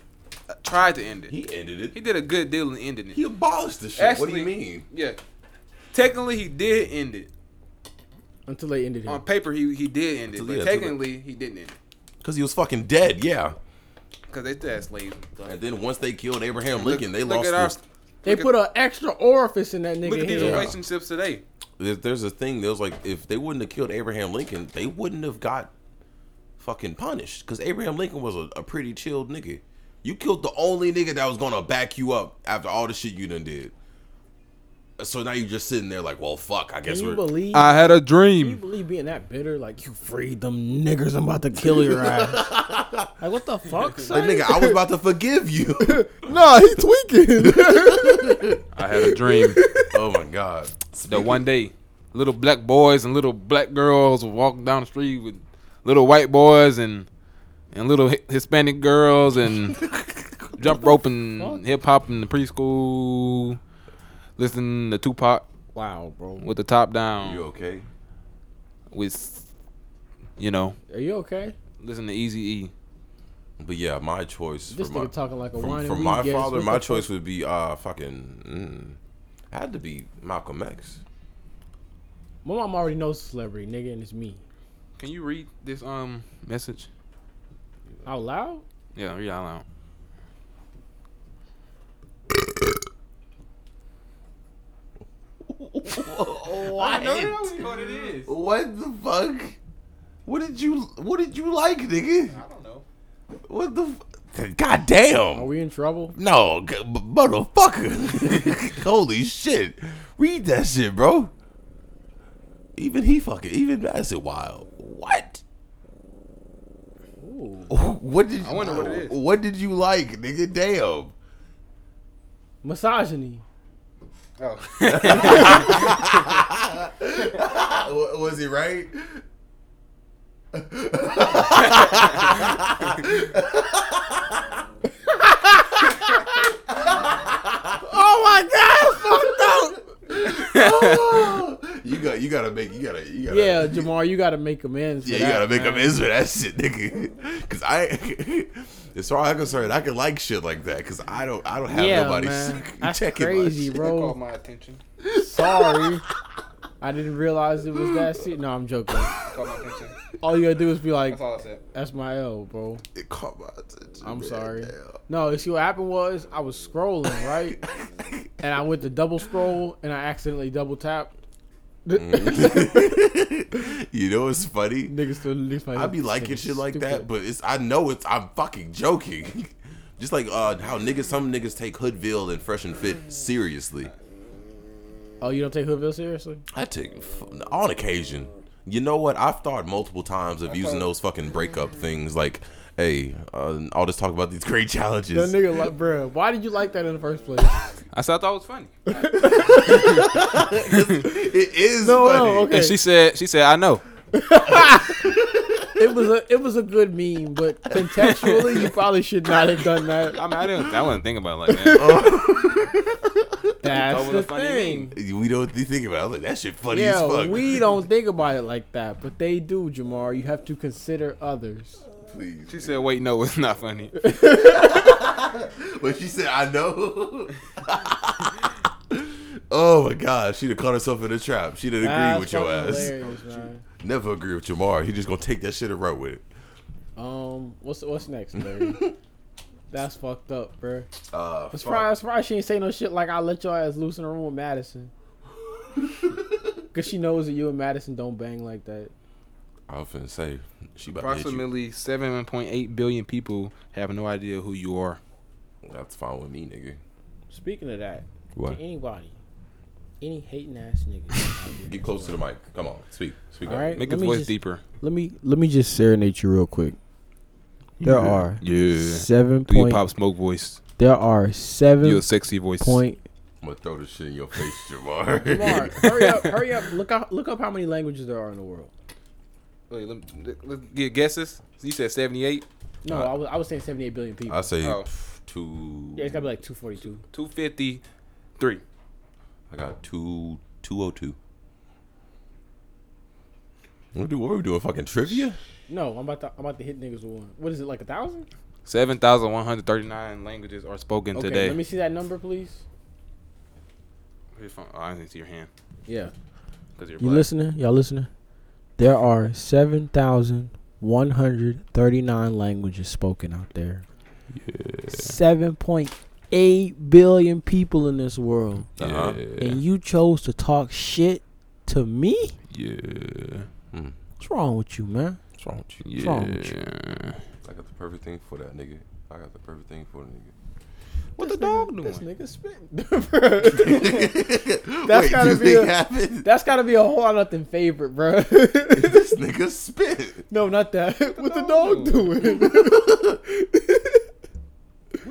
[SPEAKER 1] uh, tried to end it. He,
[SPEAKER 3] He ended it.
[SPEAKER 1] did a good deal in ending it.
[SPEAKER 3] He abolished the shit. what do you
[SPEAKER 1] Actually-
[SPEAKER 3] mean?
[SPEAKER 1] yeah. Technically, he did end it.
[SPEAKER 2] Until they ended
[SPEAKER 1] On
[SPEAKER 2] him.
[SPEAKER 1] paper, he he did end it,
[SPEAKER 3] Until-
[SPEAKER 1] but
[SPEAKER 3] yeah, until the-
[SPEAKER 1] technically, he didn't end it
[SPEAKER 3] Because he was fucking dead. Yeah.
[SPEAKER 1] because they still had slaves. Like,
[SPEAKER 3] And then once they killed Abraham
[SPEAKER 1] look-
[SPEAKER 3] Lincoln, they
[SPEAKER 1] look
[SPEAKER 3] lost.
[SPEAKER 1] at our-
[SPEAKER 3] this-
[SPEAKER 2] They
[SPEAKER 1] look at-
[SPEAKER 2] put an extra orifice in that
[SPEAKER 1] Look
[SPEAKER 2] nigga
[SPEAKER 1] at these
[SPEAKER 2] head.
[SPEAKER 1] relationships today.
[SPEAKER 3] there- there's a thing. There's like if they wouldn't have killed Abraham Lincoln, they wouldn't have got fucking punished. Because Abraham Lincoln was a, a pretty chilled nigga. You killed the only nigga that was gonna back you up after all the shit you done did. So now you're just sitting there like, well, fuck. I
[SPEAKER 2] Can
[SPEAKER 3] guess
[SPEAKER 2] you
[SPEAKER 3] we're.
[SPEAKER 2] believe?
[SPEAKER 1] had a
[SPEAKER 2] can you
[SPEAKER 1] dream.
[SPEAKER 2] believe being that bitter? Like you freed them niggers. I'm about to kill your ass. like what the fuck,
[SPEAKER 3] Like,
[SPEAKER 2] son?
[SPEAKER 3] nigga, I was about to forgive you.
[SPEAKER 2] nah, he tweaking.
[SPEAKER 1] I had a dream
[SPEAKER 3] oh my god.
[SPEAKER 1] that one day, little black boys and little black girls would walk down the street with little white boys and and little Hi- Hispanic girls and jump rope and hip hop in the preschool. Listen to Tupac
[SPEAKER 2] wow, bro.
[SPEAKER 1] with the top down.
[SPEAKER 3] You okay?
[SPEAKER 1] with you know
[SPEAKER 2] Are you okay?
[SPEAKER 1] listen to Easy E.
[SPEAKER 3] But yeah, my choice.
[SPEAKER 2] This
[SPEAKER 3] for my,
[SPEAKER 2] nigga talking like a
[SPEAKER 3] from,
[SPEAKER 2] wine and
[SPEAKER 3] from
[SPEAKER 2] weed
[SPEAKER 3] my
[SPEAKER 2] guest.
[SPEAKER 3] father,
[SPEAKER 2] What
[SPEAKER 3] my
[SPEAKER 2] the
[SPEAKER 3] choice would be uh fucking mm, had to be Malcolm X.
[SPEAKER 2] My mom already knows a celebrity, nigga, and it's me.
[SPEAKER 1] Can you read this um message?
[SPEAKER 2] Out loud?
[SPEAKER 1] Yeah, read out loud.
[SPEAKER 3] What?
[SPEAKER 4] what it is.
[SPEAKER 3] What the fuck? What did you What did you like, nigga?
[SPEAKER 4] I don't know.
[SPEAKER 3] What the? F- God
[SPEAKER 2] Are
[SPEAKER 3] damn!
[SPEAKER 2] we in trouble?
[SPEAKER 3] No, g- b- motherfucker! Holy shit! Read that shit, bro. Even he fucking even that's it wild. What?
[SPEAKER 2] Ooh.
[SPEAKER 3] What did
[SPEAKER 1] I wonder what it is.
[SPEAKER 3] What did you like, nigga? Damn.
[SPEAKER 2] Misogyny.
[SPEAKER 1] Oh,
[SPEAKER 3] Wa- Was he right?
[SPEAKER 2] Oh Oh my god,
[SPEAKER 3] you got you gotta make you gotta you gotta
[SPEAKER 2] Yeah, Jamar, you gotta make amends. For
[SPEAKER 3] yeah you
[SPEAKER 2] that,
[SPEAKER 3] gotta make
[SPEAKER 2] man.
[SPEAKER 3] amends for that shit, nigga. Cause I As far as I'm concerned, I can like shit like that because I don't, I don't have
[SPEAKER 2] Yeah,
[SPEAKER 3] nobody
[SPEAKER 2] man.
[SPEAKER 3] checking
[SPEAKER 2] That's
[SPEAKER 3] my
[SPEAKER 2] crazy,
[SPEAKER 3] shit.
[SPEAKER 1] That
[SPEAKER 2] bro.
[SPEAKER 1] caught my attention.
[SPEAKER 2] Sorry. I didn't realize it was that serious. No, I'm joking.
[SPEAKER 1] Caught my attention.
[SPEAKER 2] All you gotta do is be like,
[SPEAKER 1] That's all I said.
[SPEAKER 2] that's my L, bro.
[SPEAKER 3] It caught my attention.
[SPEAKER 2] I'm
[SPEAKER 3] man.
[SPEAKER 2] sorry.
[SPEAKER 3] Damn.
[SPEAKER 2] No, you see what happened was I was scrolling, right? and I went to double scroll and I accidentally double tapped.
[SPEAKER 3] Mm. you know what's funny?
[SPEAKER 2] Niggas still niggas like,
[SPEAKER 3] I be liking
[SPEAKER 2] "Nigga,
[SPEAKER 3] shit like that,
[SPEAKER 2] stupid."
[SPEAKER 3] but it's I know it's I'm fucking joking. Just like uh, how niggas, some niggas take Hoodville and Fresh and Fit seriously.
[SPEAKER 2] Oh, you don't take Hoodville seriously?
[SPEAKER 3] I take f- on occasion. You know what? I've thought multiple times of using those fucking breakup things. Like, hey, uh, I'll just talk about these great
[SPEAKER 2] That
[SPEAKER 3] challenges.
[SPEAKER 2] nigga like, bro, why did you like that in the first place?
[SPEAKER 1] I said I thought it was funny.
[SPEAKER 3] it is
[SPEAKER 2] No, no,
[SPEAKER 3] funny.
[SPEAKER 2] okay.
[SPEAKER 1] And she said, she said, I know.
[SPEAKER 2] It was a it was a good meme, but contextually, you probably should not have done that.
[SPEAKER 1] I mean, I didn't. I wasn't thinking about it like that.
[SPEAKER 2] That's
[SPEAKER 1] was
[SPEAKER 2] the
[SPEAKER 1] a funny
[SPEAKER 2] thing.
[SPEAKER 3] We know what they think about. it. I was like, that shit funny as
[SPEAKER 2] Yeah,
[SPEAKER 3] fuck.
[SPEAKER 2] we don't think about it like that, but they do, Jamar. You have to consider others.
[SPEAKER 1] She said, wait, no, it's not funny.
[SPEAKER 3] But she said, I know. oh my god, she'd have caught herself in a trap. She didn't agree
[SPEAKER 2] That's
[SPEAKER 3] with your
[SPEAKER 2] fucking
[SPEAKER 3] ass.
[SPEAKER 2] hilarious, man.
[SPEAKER 3] Never agree with Jamar. He just gonna take that shit and run with it.
[SPEAKER 2] Um, what's what's next, Larry? That's fucked up, bro.
[SPEAKER 3] Uh,
[SPEAKER 2] I'm
[SPEAKER 3] fuck.
[SPEAKER 2] surprised, surprised she ain't say no shit like I let your ass loose in the room with Madison. Cause she knows that you and Madison don't bang like that.
[SPEAKER 3] I was finna say she about to hit you.
[SPEAKER 1] Approximately 7.8 billion people have no idea who you are.
[SPEAKER 3] That's fine with me, nigga.
[SPEAKER 2] Speaking of that,
[SPEAKER 3] What?
[SPEAKER 2] to anybody, any hating ass niggas.
[SPEAKER 3] Get close to the mic. Come on, speak, speak.
[SPEAKER 2] All
[SPEAKER 3] up.
[SPEAKER 2] right,
[SPEAKER 1] Make
[SPEAKER 2] let
[SPEAKER 1] his
[SPEAKER 2] me
[SPEAKER 1] voice
[SPEAKER 2] just-
[SPEAKER 1] deeper.
[SPEAKER 2] Let me let me just serenade you real quick. There are
[SPEAKER 1] Yeah.
[SPEAKER 2] seven
[SPEAKER 1] Do your
[SPEAKER 2] point.
[SPEAKER 1] pop smoke voice.
[SPEAKER 2] There are
[SPEAKER 1] Do
[SPEAKER 2] seven
[SPEAKER 1] a sexy voice.
[SPEAKER 2] point.
[SPEAKER 3] I'm gonna throw this shit in your face, Jamar.
[SPEAKER 2] Jamar, hurry up! Hurry up! Look up! Look up how many languages there are in the world.
[SPEAKER 1] Wait, let me, let, us get guesses. You said 78,
[SPEAKER 2] No, I was I was saying seventy-eight billion people.
[SPEAKER 3] I say
[SPEAKER 1] Oh.
[SPEAKER 3] pff, two.
[SPEAKER 2] yeah, it's gotta be like two forty-two.
[SPEAKER 1] 253.
[SPEAKER 3] I got two two oh two. What do what are we doing? Fucking trivia?
[SPEAKER 2] No, I'm about to I'm about to hit niggas with one. What is it like a thousand?
[SPEAKER 1] 7,139 languages are spoken
[SPEAKER 2] Okay,
[SPEAKER 1] today.
[SPEAKER 2] let me see that number, please.
[SPEAKER 1] Your phone- oh, I didn't see your hand.
[SPEAKER 2] Yeah,
[SPEAKER 1] 'cause you're
[SPEAKER 2] you
[SPEAKER 1] black.
[SPEAKER 2] listening? Y'all listening? There are seven thousand one hundred thirty-nine languages spoken out there. Yeah. Seven point eight billion people in this world,
[SPEAKER 3] Uh-huh.
[SPEAKER 2] and you chose to talk shit to me.
[SPEAKER 1] Yeah.
[SPEAKER 2] What's wrong with you, man?
[SPEAKER 3] What's wrong with you?
[SPEAKER 2] What's wrong with you?
[SPEAKER 1] Yeah.
[SPEAKER 3] I got the perfect thing for that nigga. I got the perfect thing for the nigga.
[SPEAKER 1] What the dog
[SPEAKER 2] This
[SPEAKER 1] doing?
[SPEAKER 2] nigga spitting. That's gotta
[SPEAKER 3] this
[SPEAKER 2] be
[SPEAKER 3] thing
[SPEAKER 2] a-
[SPEAKER 3] happened.
[SPEAKER 2] That's gotta be a whole lot nothing favorite, bro.
[SPEAKER 3] this nigga spit.
[SPEAKER 2] no, not that. What the dog doing?
[SPEAKER 3] What,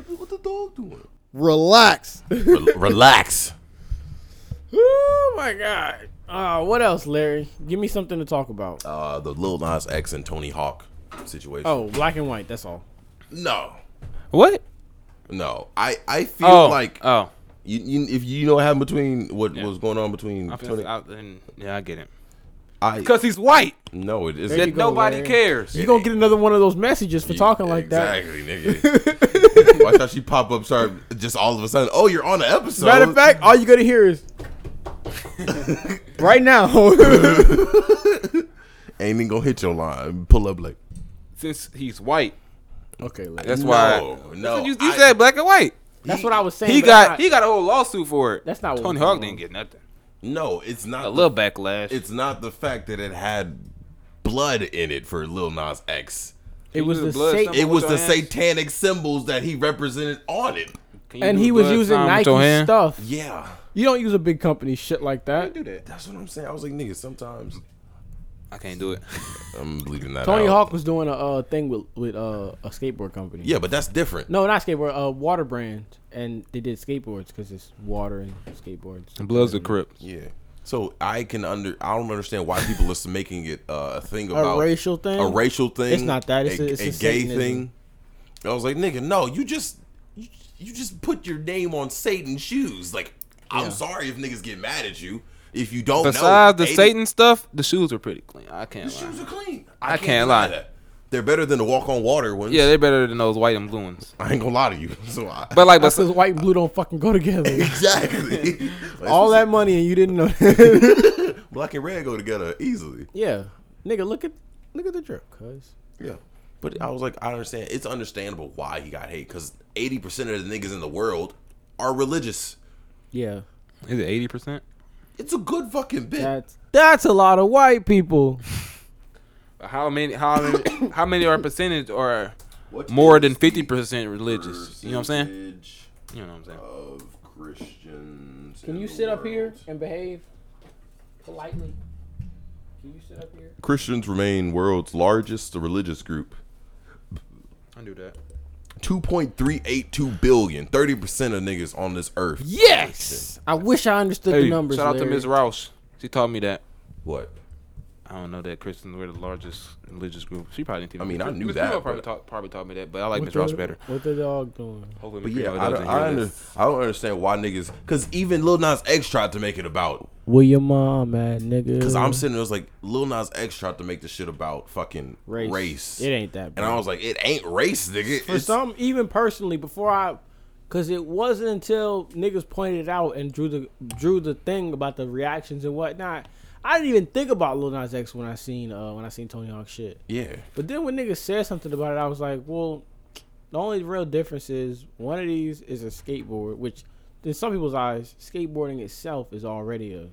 [SPEAKER 3] the- what the dog doing?
[SPEAKER 2] Relax.
[SPEAKER 3] relax.
[SPEAKER 2] Oh my god. Uh, what else, Larry? Give me something to talk about.
[SPEAKER 3] Uh, the Lil Nas X and Tony Hawk situation.
[SPEAKER 2] Oh, black and white. That's all.
[SPEAKER 3] no,
[SPEAKER 1] What?
[SPEAKER 3] no. I I feel
[SPEAKER 1] Oh,
[SPEAKER 3] like
[SPEAKER 2] uh,
[SPEAKER 1] oh.
[SPEAKER 3] you, you, if you know what happened between what
[SPEAKER 1] Yeah.
[SPEAKER 3] was going on between
[SPEAKER 1] I feel
[SPEAKER 3] Tony, I,
[SPEAKER 1] I, then- yeah, I get it. Because he's white.
[SPEAKER 3] no, it
[SPEAKER 2] There
[SPEAKER 3] isn't.
[SPEAKER 2] you
[SPEAKER 1] That
[SPEAKER 2] go,
[SPEAKER 1] nobody
[SPEAKER 2] Larry.
[SPEAKER 1] cares.
[SPEAKER 2] You gonna get another one of those messages for talking like that.
[SPEAKER 3] exactly, nigga. Watch how she pop up, start just all of a sudden. Oh, you're on the episode.
[SPEAKER 2] Matter of fact, all you gotta hear is right now.
[SPEAKER 3] ain't even gonna hit your line. Pull up like.
[SPEAKER 1] Since he's white,
[SPEAKER 2] okay, Larry.
[SPEAKER 1] that's
[SPEAKER 3] No,
[SPEAKER 1] why.
[SPEAKER 3] no,
[SPEAKER 1] you, you
[SPEAKER 3] I-
[SPEAKER 1] said black and white.
[SPEAKER 2] That's what I was saying.
[SPEAKER 1] He
[SPEAKER 2] but
[SPEAKER 1] got
[SPEAKER 2] not-
[SPEAKER 1] he got a whole lawsuit for it.
[SPEAKER 2] That's not what
[SPEAKER 1] Tony
[SPEAKER 2] was
[SPEAKER 1] Hawk
[SPEAKER 2] going on.
[SPEAKER 1] didn't get nothing.
[SPEAKER 3] No, it's not.
[SPEAKER 1] A little backlash.
[SPEAKER 3] It's not the fact that it had blood in it for Lil Nas X.
[SPEAKER 2] It was
[SPEAKER 1] He
[SPEAKER 2] the
[SPEAKER 1] was blood
[SPEAKER 2] same.
[SPEAKER 1] stomach.
[SPEAKER 3] It was the
[SPEAKER 1] With your hands?
[SPEAKER 3] satanic symbols that he represented on it.
[SPEAKER 1] Can you
[SPEAKER 2] And
[SPEAKER 1] do
[SPEAKER 2] he was
[SPEAKER 1] blood
[SPEAKER 2] using
[SPEAKER 1] sign with
[SPEAKER 2] Nike
[SPEAKER 1] your hand?
[SPEAKER 2] stuff.
[SPEAKER 3] Yeah,
[SPEAKER 2] You don't use a big company shit like that.
[SPEAKER 3] that's what I'm saying. I was like, nigga, sometimes
[SPEAKER 1] I can't do it.
[SPEAKER 3] I'm leaving that.
[SPEAKER 2] Tony
[SPEAKER 3] out.
[SPEAKER 2] Hawk was doing a uh, thing with with uh, a skateboard company.
[SPEAKER 3] Yeah, but that's different.
[SPEAKER 2] No, not skateboard. Uh, water brand, and they did skateboards because it's water and skateboards.
[SPEAKER 1] Bloods or Crips.
[SPEAKER 3] Yeah. So I can under I don't understand why people are making it uh, a thing
[SPEAKER 2] A
[SPEAKER 3] about
[SPEAKER 2] racial thing.
[SPEAKER 3] a racial thing.
[SPEAKER 2] It's not that. It's a- it's a
[SPEAKER 3] gay
[SPEAKER 2] Satanism.
[SPEAKER 3] thing. I was like, nigga, no, you just you, you just put your name on Satan's shoes. Like,
[SPEAKER 2] Yeah.
[SPEAKER 3] I'm sorry if niggas get mad at you if you don't know.
[SPEAKER 1] Besides the
[SPEAKER 3] eighty-
[SPEAKER 1] Satan stuff, the shoes were pretty clean. I can't
[SPEAKER 3] the shoes
[SPEAKER 1] lie.
[SPEAKER 3] are clean.
[SPEAKER 1] I can't lie.
[SPEAKER 3] that. They're better than the walk on water ones.
[SPEAKER 1] Yeah, they're better than those white and blue ones.
[SPEAKER 3] I ain't gonna lie to you. So I,
[SPEAKER 1] But like, but
[SPEAKER 2] That's because white and blue don't fucking go together.
[SPEAKER 3] exactly. Like,
[SPEAKER 2] All that money and you didn't know. that.
[SPEAKER 3] black and red go together easily.
[SPEAKER 2] yeah, nigga, look at look at the drip, cuz.
[SPEAKER 3] Yeah. But I was like, I understand. It's understandable why he got hate because eighty percent of the niggas in the world are religious.
[SPEAKER 2] Yeah,
[SPEAKER 1] is it eighty percent?
[SPEAKER 3] It's a good fucking bit.
[SPEAKER 2] that's that's a lot of white people.
[SPEAKER 1] How many? How many? how many are percentage or
[SPEAKER 3] What
[SPEAKER 1] more
[SPEAKER 3] is
[SPEAKER 1] than
[SPEAKER 3] the
[SPEAKER 1] fifty percent religious? You know what I'm saying?
[SPEAKER 3] percentage
[SPEAKER 1] You know what I'm saying?
[SPEAKER 3] Of Christians.
[SPEAKER 2] Can
[SPEAKER 3] in
[SPEAKER 2] you
[SPEAKER 3] the
[SPEAKER 2] sit up here
[SPEAKER 3] world?
[SPEAKER 2] and behave politely? Can you sit up here?
[SPEAKER 3] Christians remain world's largest religious group.
[SPEAKER 1] I do that.
[SPEAKER 3] 2.382 billion. 30% of niggas on this earth.
[SPEAKER 2] Yes. I wish I understood
[SPEAKER 1] Hey,
[SPEAKER 2] the numbers.
[SPEAKER 1] shout out to
[SPEAKER 2] Larry.
[SPEAKER 1] Ms. Rouse. She taught me that.
[SPEAKER 3] What?
[SPEAKER 1] I don't know that Christians were the largest religious group. She probably didn't.
[SPEAKER 3] I mean,
[SPEAKER 1] teach me.
[SPEAKER 3] I knew
[SPEAKER 1] Miss
[SPEAKER 3] that,
[SPEAKER 1] Primo Probably
[SPEAKER 3] but-
[SPEAKER 1] taught, probably taught me that, but I like
[SPEAKER 2] What
[SPEAKER 1] Miss Rouse
[SPEAKER 2] the-
[SPEAKER 1] better.
[SPEAKER 2] What the dog doing?
[SPEAKER 1] Hopefully,
[SPEAKER 3] But
[SPEAKER 1] Miss
[SPEAKER 3] yeah,
[SPEAKER 1] Primo
[SPEAKER 3] I
[SPEAKER 1] doesn't
[SPEAKER 3] don't,
[SPEAKER 1] hear
[SPEAKER 3] I,
[SPEAKER 1] this.
[SPEAKER 3] under, I don't understand why niggas. Because even Lil Nas X tried to make it about.
[SPEAKER 2] Where your mom at, nigga?
[SPEAKER 3] Because I'm sitting there, it's like, Lil Nas X tried to make the shit about fucking race.
[SPEAKER 2] It ain't that bad.
[SPEAKER 3] And I was like, it ain't race, nigga.
[SPEAKER 2] For
[SPEAKER 3] It's-
[SPEAKER 2] some, even personally, before I, because it wasn't until niggas pointed it out and drew the drew the thing about the reactions and whatnot. I didn't even think about Lil Nas X when I seen uh, when I seen Tony Hawk shit.
[SPEAKER 3] yeah.
[SPEAKER 2] But then when niggas said something about it, I was like, well, the only real difference is one of these is a skateboard, which in some people's eyes, skateboarding itself is already a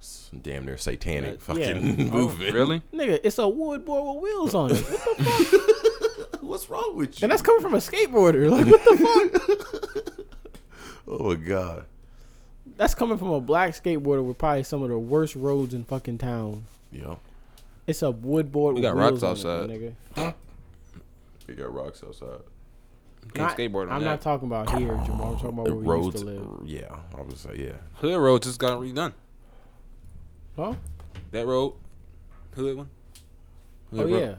[SPEAKER 3] It's damn near satanic
[SPEAKER 2] Uh, yeah.
[SPEAKER 3] fucking
[SPEAKER 2] Oh,
[SPEAKER 3] movement.
[SPEAKER 1] Really?
[SPEAKER 2] nigga. It's a wood board with wheels on it, What the-
[SPEAKER 3] What's wrong with you?
[SPEAKER 2] and that's coming from a skateboarder. Like, what the fuck?
[SPEAKER 3] oh, my God.
[SPEAKER 2] That's coming from a black skateboarder with probably some of the worst roads in fucking town.
[SPEAKER 3] Yeah.
[SPEAKER 2] It's a wood board.
[SPEAKER 1] We
[SPEAKER 2] with
[SPEAKER 1] got rocks
[SPEAKER 2] wheels on it, my
[SPEAKER 1] outside.
[SPEAKER 2] nigga.
[SPEAKER 3] They got rocks outside.
[SPEAKER 1] Can't
[SPEAKER 2] Not-
[SPEAKER 1] skateboard on
[SPEAKER 2] I'm
[SPEAKER 1] that.
[SPEAKER 2] not talking about here, Jamal. I'm talking about
[SPEAKER 3] The
[SPEAKER 2] where we
[SPEAKER 3] roads.
[SPEAKER 2] used to live.
[SPEAKER 3] Yeah. I was say, yeah.
[SPEAKER 1] Hood Road just got redone.
[SPEAKER 2] Huh?
[SPEAKER 1] That road, Hood one. Hood
[SPEAKER 2] Oh
[SPEAKER 1] road.
[SPEAKER 2] yeah.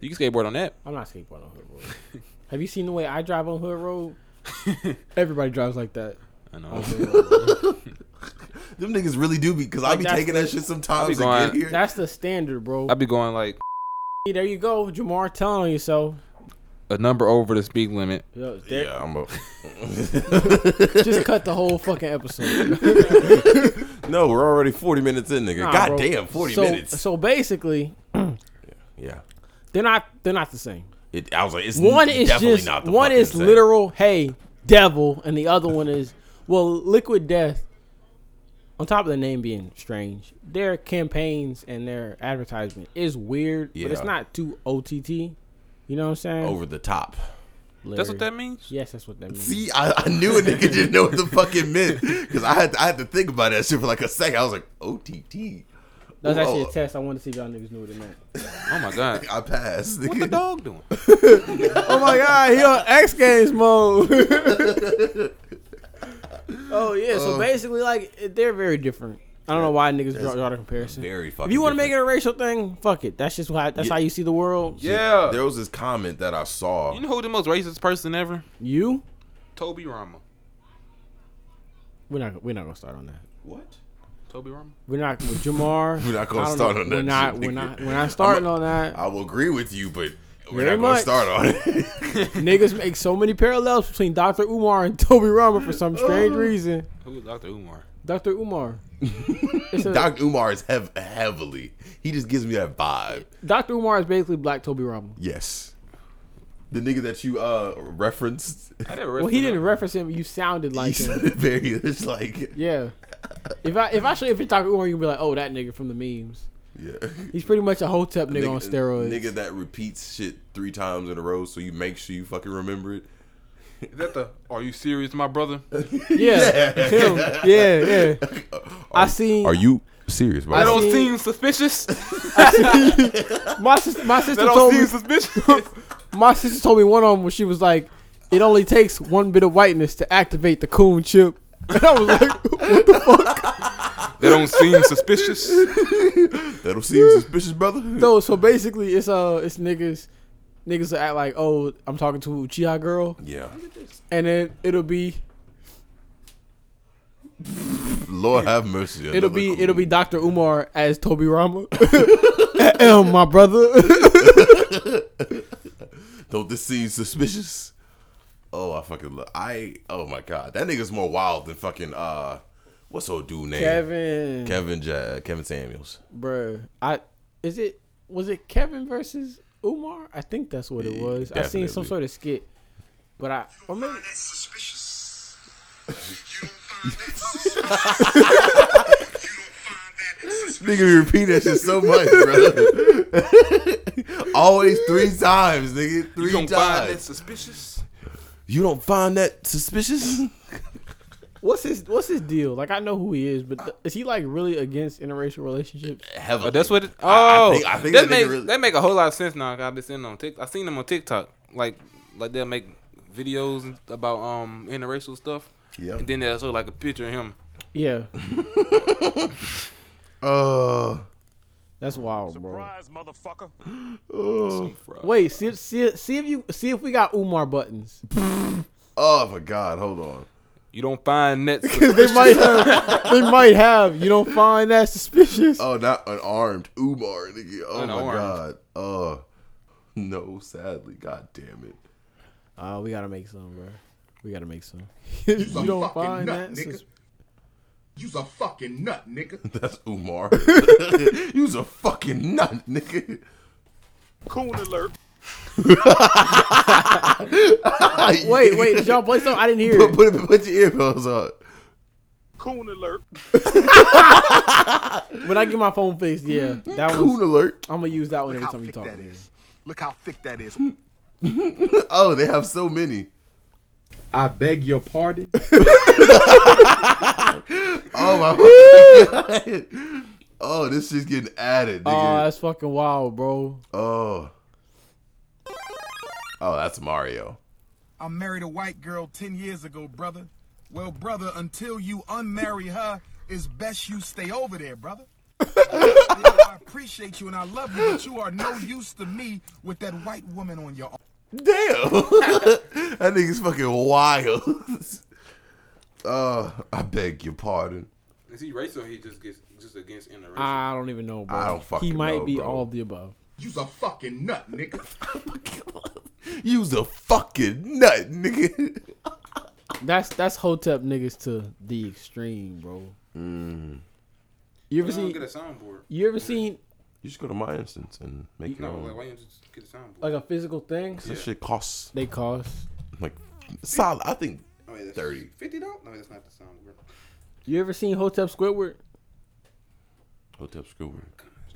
[SPEAKER 1] You can skateboard on that.
[SPEAKER 2] I'm not skateboarding on Hood Road. Have you seen the way I drive on Hood Road? Everybody drives like that.
[SPEAKER 1] I know.
[SPEAKER 2] That's
[SPEAKER 3] Them niggas really do be because I
[SPEAKER 2] Like,
[SPEAKER 3] be
[SPEAKER 2] that's
[SPEAKER 3] taking
[SPEAKER 2] the-
[SPEAKER 3] that shit
[SPEAKER 1] I be
[SPEAKER 3] sometimes
[SPEAKER 1] going-
[SPEAKER 3] and get here.
[SPEAKER 2] the standard, bro.
[SPEAKER 1] I'd be going like
[SPEAKER 2] Hey, there you go, Jamar. Telling on yourself.
[SPEAKER 1] a number over the speed limit.
[SPEAKER 2] Yo, there-
[SPEAKER 3] Yeah, I'm a.
[SPEAKER 2] Just cut the whole fucking episode.
[SPEAKER 3] no, we're already 40 minutes in, nigga.
[SPEAKER 2] Nah,
[SPEAKER 3] God
[SPEAKER 2] bro.
[SPEAKER 3] damn, 40
[SPEAKER 2] so,
[SPEAKER 3] minutes.
[SPEAKER 2] So basically,
[SPEAKER 3] Yeah.
[SPEAKER 2] they're not they're not the same.
[SPEAKER 3] It, I was like, it's
[SPEAKER 2] One
[SPEAKER 3] n-
[SPEAKER 2] is
[SPEAKER 3] definitely
[SPEAKER 2] just
[SPEAKER 3] not the
[SPEAKER 2] one
[SPEAKER 3] fucking
[SPEAKER 2] is
[SPEAKER 3] same.
[SPEAKER 2] literal, hey, devil, and the other one is well, liquid death. On top of the name being strange, their campaigns and their advertisement is weird, but it's
[SPEAKER 3] Yeah.
[SPEAKER 2] not too OTT. You know what I'm saying?
[SPEAKER 3] over the top.
[SPEAKER 1] That's what
[SPEAKER 2] Larry.
[SPEAKER 1] that means.
[SPEAKER 2] Yes, that's what that means.
[SPEAKER 3] See, I, I knew a nigga didn't know what the fucking meant because I had to, I had to think about that shit for like a second. I was like, OTT.
[SPEAKER 2] that was actually a
[SPEAKER 3] Whoa.
[SPEAKER 2] test. I wanted to see if y'all niggas knew what it meant.
[SPEAKER 1] Oh my god.
[SPEAKER 3] I passed.
[SPEAKER 1] What the dog doing?
[SPEAKER 2] oh my god, he on X Games mode. oh yeah, so basically, like it- they're very different. I don't know why niggas draw, draw the comparison.
[SPEAKER 3] Very fucking.
[SPEAKER 2] If you want to
[SPEAKER 3] different.
[SPEAKER 2] make it a racial thing, fuck it. That's just why. That's
[SPEAKER 3] Yeah.
[SPEAKER 2] how you see the world.
[SPEAKER 1] Yeah.
[SPEAKER 3] There was this comment that I saw.
[SPEAKER 1] You know who the most racist person ever?
[SPEAKER 2] You.
[SPEAKER 1] Toby Rama.
[SPEAKER 2] We're not. We're not gonna start on that.
[SPEAKER 3] what?
[SPEAKER 1] Toby Rama.
[SPEAKER 2] We're not with Jamar.
[SPEAKER 3] We're not gonna
[SPEAKER 2] I don't
[SPEAKER 3] start
[SPEAKER 2] know.
[SPEAKER 3] on that
[SPEAKER 2] We're not.
[SPEAKER 3] shit,
[SPEAKER 2] We're
[SPEAKER 3] nigga.
[SPEAKER 2] not. We're not starting
[SPEAKER 3] I'm
[SPEAKER 2] on that.
[SPEAKER 3] I will agree with you, but we're
[SPEAKER 2] Very
[SPEAKER 3] not going
[SPEAKER 2] much.
[SPEAKER 3] to start on it.
[SPEAKER 2] Niggas make so many parallels between Dr. Umar and Toby Rama for some
[SPEAKER 3] Uh.
[SPEAKER 2] strange reason.
[SPEAKER 1] Who was Dr. Umar?
[SPEAKER 2] Dr. Umar. It's a-
[SPEAKER 3] Doc Umar is hev- heavily. He just gives me that vibe.
[SPEAKER 2] Dr. Umar is basically Black Toby Rama.
[SPEAKER 3] Yes. The nigga that you uh referenced,
[SPEAKER 1] I never
[SPEAKER 2] Well, he didn't reference him. You sounded like
[SPEAKER 3] he's
[SPEAKER 2] him.
[SPEAKER 3] very it's like
[SPEAKER 2] Yeah. If I if I show you if you talk Umar, you'll be like, oh, that nigga from the memes.
[SPEAKER 3] yeah.
[SPEAKER 2] He's pretty much a hotep nigga, on steroids.
[SPEAKER 3] Nigga that repeats shit three times in a row, so you make sure you fucking remember it.
[SPEAKER 1] Is that the? Are you serious, my brother?
[SPEAKER 3] Uh,
[SPEAKER 2] Yeah,
[SPEAKER 3] Yeah.
[SPEAKER 2] him. Yeah, yeah. I seen.
[SPEAKER 3] you serious, bro?
[SPEAKER 1] That don't
[SPEAKER 2] see-
[SPEAKER 1] seem suspicious.
[SPEAKER 2] my sister. My sister
[SPEAKER 1] That don't
[SPEAKER 2] told me.
[SPEAKER 1] seem suspicious.
[SPEAKER 2] My sister told me one of them when she was like, "It only takes one bit of whiteness to activate the coon chip." And I was like,
[SPEAKER 1] that don't seem suspicious.
[SPEAKER 3] That'll seem suspicious, brother.
[SPEAKER 2] "No." So basically, it's uh, it's niggas. Niggas will act like, "Oh, I'm talking to a Uchiha girl,"
[SPEAKER 3] Yeah.
[SPEAKER 2] and then it'll be.
[SPEAKER 3] Lord have mercy.
[SPEAKER 2] It'll
[SPEAKER 3] another
[SPEAKER 2] be
[SPEAKER 3] cool.
[SPEAKER 2] it'll be Dr. Umar as Toby Rama. Em, my brother.
[SPEAKER 3] Don't this seem suspicious? Oh, I fucking love. I oh my god, that nigga's more wild than fucking uh, what's old dude name?
[SPEAKER 2] Kevin.
[SPEAKER 3] Kevin ja- Kevin Samuels.
[SPEAKER 2] Bruh. I is it was it Kevin versus Umar? I think that's what it
[SPEAKER 3] Yeah,
[SPEAKER 2] was. I seen some
[SPEAKER 3] definitely.
[SPEAKER 2] sort of skit. But I or maybe
[SPEAKER 6] That's suspicious. You don't find that suspicious. you don't find that suspicious.
[SPEAKER 3] Nigga be repeating that shit so much, bro. Always three times, nigga. Three
[SPEAKER 1] You gonna find that
[SPEAKER 3] times.
[SPEAKER 1] suspicious?
[SPEAKER 3] you don't find that suspicious?
[SPEAKER 2] what's his what's his deal? Like I know who he is, but th- is he like really against interracial relationships?
[SPEAKER 3] Heaven.
[SPEAKER 1] Oh, that's what. It,
[SPEAKER 3] I- I
[SPEAKER 1] oh,
[SPEAKER 3] think- I think
[SPEAKER 1] that,
[SPEAKER 3] that nigga
[SPEAKER 1] make
[SPEAKER 3] really-
[SPEAKER 1] that make a whole lot of sense now. 'cause I've been seeing on Tik. I seen them on TikTok. Like, like they'll make videos about um interracial stuff.
[SPEAKER 3] Yeah.
[SPEAKER 1] And then they'll show like a picture of him.
[SPEAKER 2] Yeah.
[SPEAKER 3] Uh,
[SPEAKER 2] That's wild, bro.
[SPEAKER 3] oh,
[SPEAKER 2] Wait, see, see, see if you see if we got Umar buttons.
[SPEAKER 3] oh my god, hold on.
[SPEAKER 1] You don't find that.
[SPEAKER 2] they might have. They might have. You don't find that suspicious.
[SPEAKER 3] Oh, not unarmed Umar, nigga. Oh my
[SPEAKER 1] Unarmed.
[SPEAKER 3] god. Uh, no, sadly, god damn it.
[SPEAKER 2] Uh, we gotta make some, bro. We gotta make some. you don't
[SPEAKER 7] fucking
[SPEAKER 2] find
[SPEAKER 7] nut,
[SPEAKER 2] that.
[SPEAKER 7] nigga.
[SPEAKER 2] Sus-
[SPEAKER 7] You's a fucking nut, nigga.
[SPEAKER 3] That's Umar. You's a fucking nut, nigga.
[SPEAKER 7] Coon alert.
[SPEAKER 2] wait, wait, did y'all play something? I didn't hear
[SPEAKER 3] Put,
[SPEAKER 2] it.
[SPEAKER 3] put, put your earphones on.
[SPEAKER 7] Coon alert.
[SPEAKER 2] When I get my phone fixed, yeah, that
[SPEAKER 3] Coon
[SPEAKER 2] was.
[SPEAKER 3] alert.
[SPEAKER 2] I'm gonna use that one every
[SPEAKER 7] How
[SPEAKER 2] time you
[SPEAKER 7] thick
[SPEAKER 2] talk.
[SPEAKER 7] that
[SPEAKER 2] to me.
[SPEAKER 7] is. Look how thick that is.
[SPEAKER 3] Oh, they have so many.
[SPEAKER 8] I beg your pardon.
[SPEAKER 3] Oh my god. Oh, this shit's getting added,
[SPEAKER 2] Oh,
[SPEAKER 3] nigga.
[SPEAKER 2] that's fucking wild, bro.
[SPEAKER 3] oh. Oh, that's Mario.
[SPEAKER 9] I married a white girl 10 years ago, brother. Well, brother, until you unmarry her, it's best you stay over there, brother. I appreciate you and I love you, but you are no use to me with that white woman on your arm.
[SPEAKER 3] Damn. that nigga's fucking wild. Oh, I beg your pardon.
[SPEAKER 1] Is he racist or he just gets just against interracial?
[SPEAKER 3] Ah,
[SPEAKER 2] I don't even know, bro.
[SPEAKER 3] I don't fucking
[SPEAKER 2] He might
[SPEAKER 3] know,
[SPEAKER 2] be
[SPEAKER 3] bro.
[SPEAKER 2] all of the above.
[SPEAKER 7] You's a fucking nut, nigga.
[SPEAKER 3] You's a fucking nut, nigga.
[SPEAKER 2] That's that's Hotep niggas to the extreme, bro.
[SPEAKER 8] Mm.
[SPEAKER 2] You ever
[SPEAKER 1] Why don't
[SPEAKER 2] seen?
[SPEAKER 1] get a soundboard.
[SPEAKER 2] You ever seen
[SPEAKER 3] You should go to my instance and make your
[SPEAKER 1] No,
[SPEAKER 3] own.
[SPEAKER 1] like why don't you just get a soundboard?
[SPEAKER 2] like a physical thing?
[SPEAKER 3] that shit costs
[SPEAKER 2] They cost.
[SPEAKER 3] like solid. I think
[SPEAKER 1] Oh, wait, that's
[SPEAKER 3] Thirty.
[SPEAKER 1] fifty dollars. No, that's not the soundboard.
[SPEAKER 2] You ever seen Hotep Squidward?
[SPEAKER 3] hotel Squidward.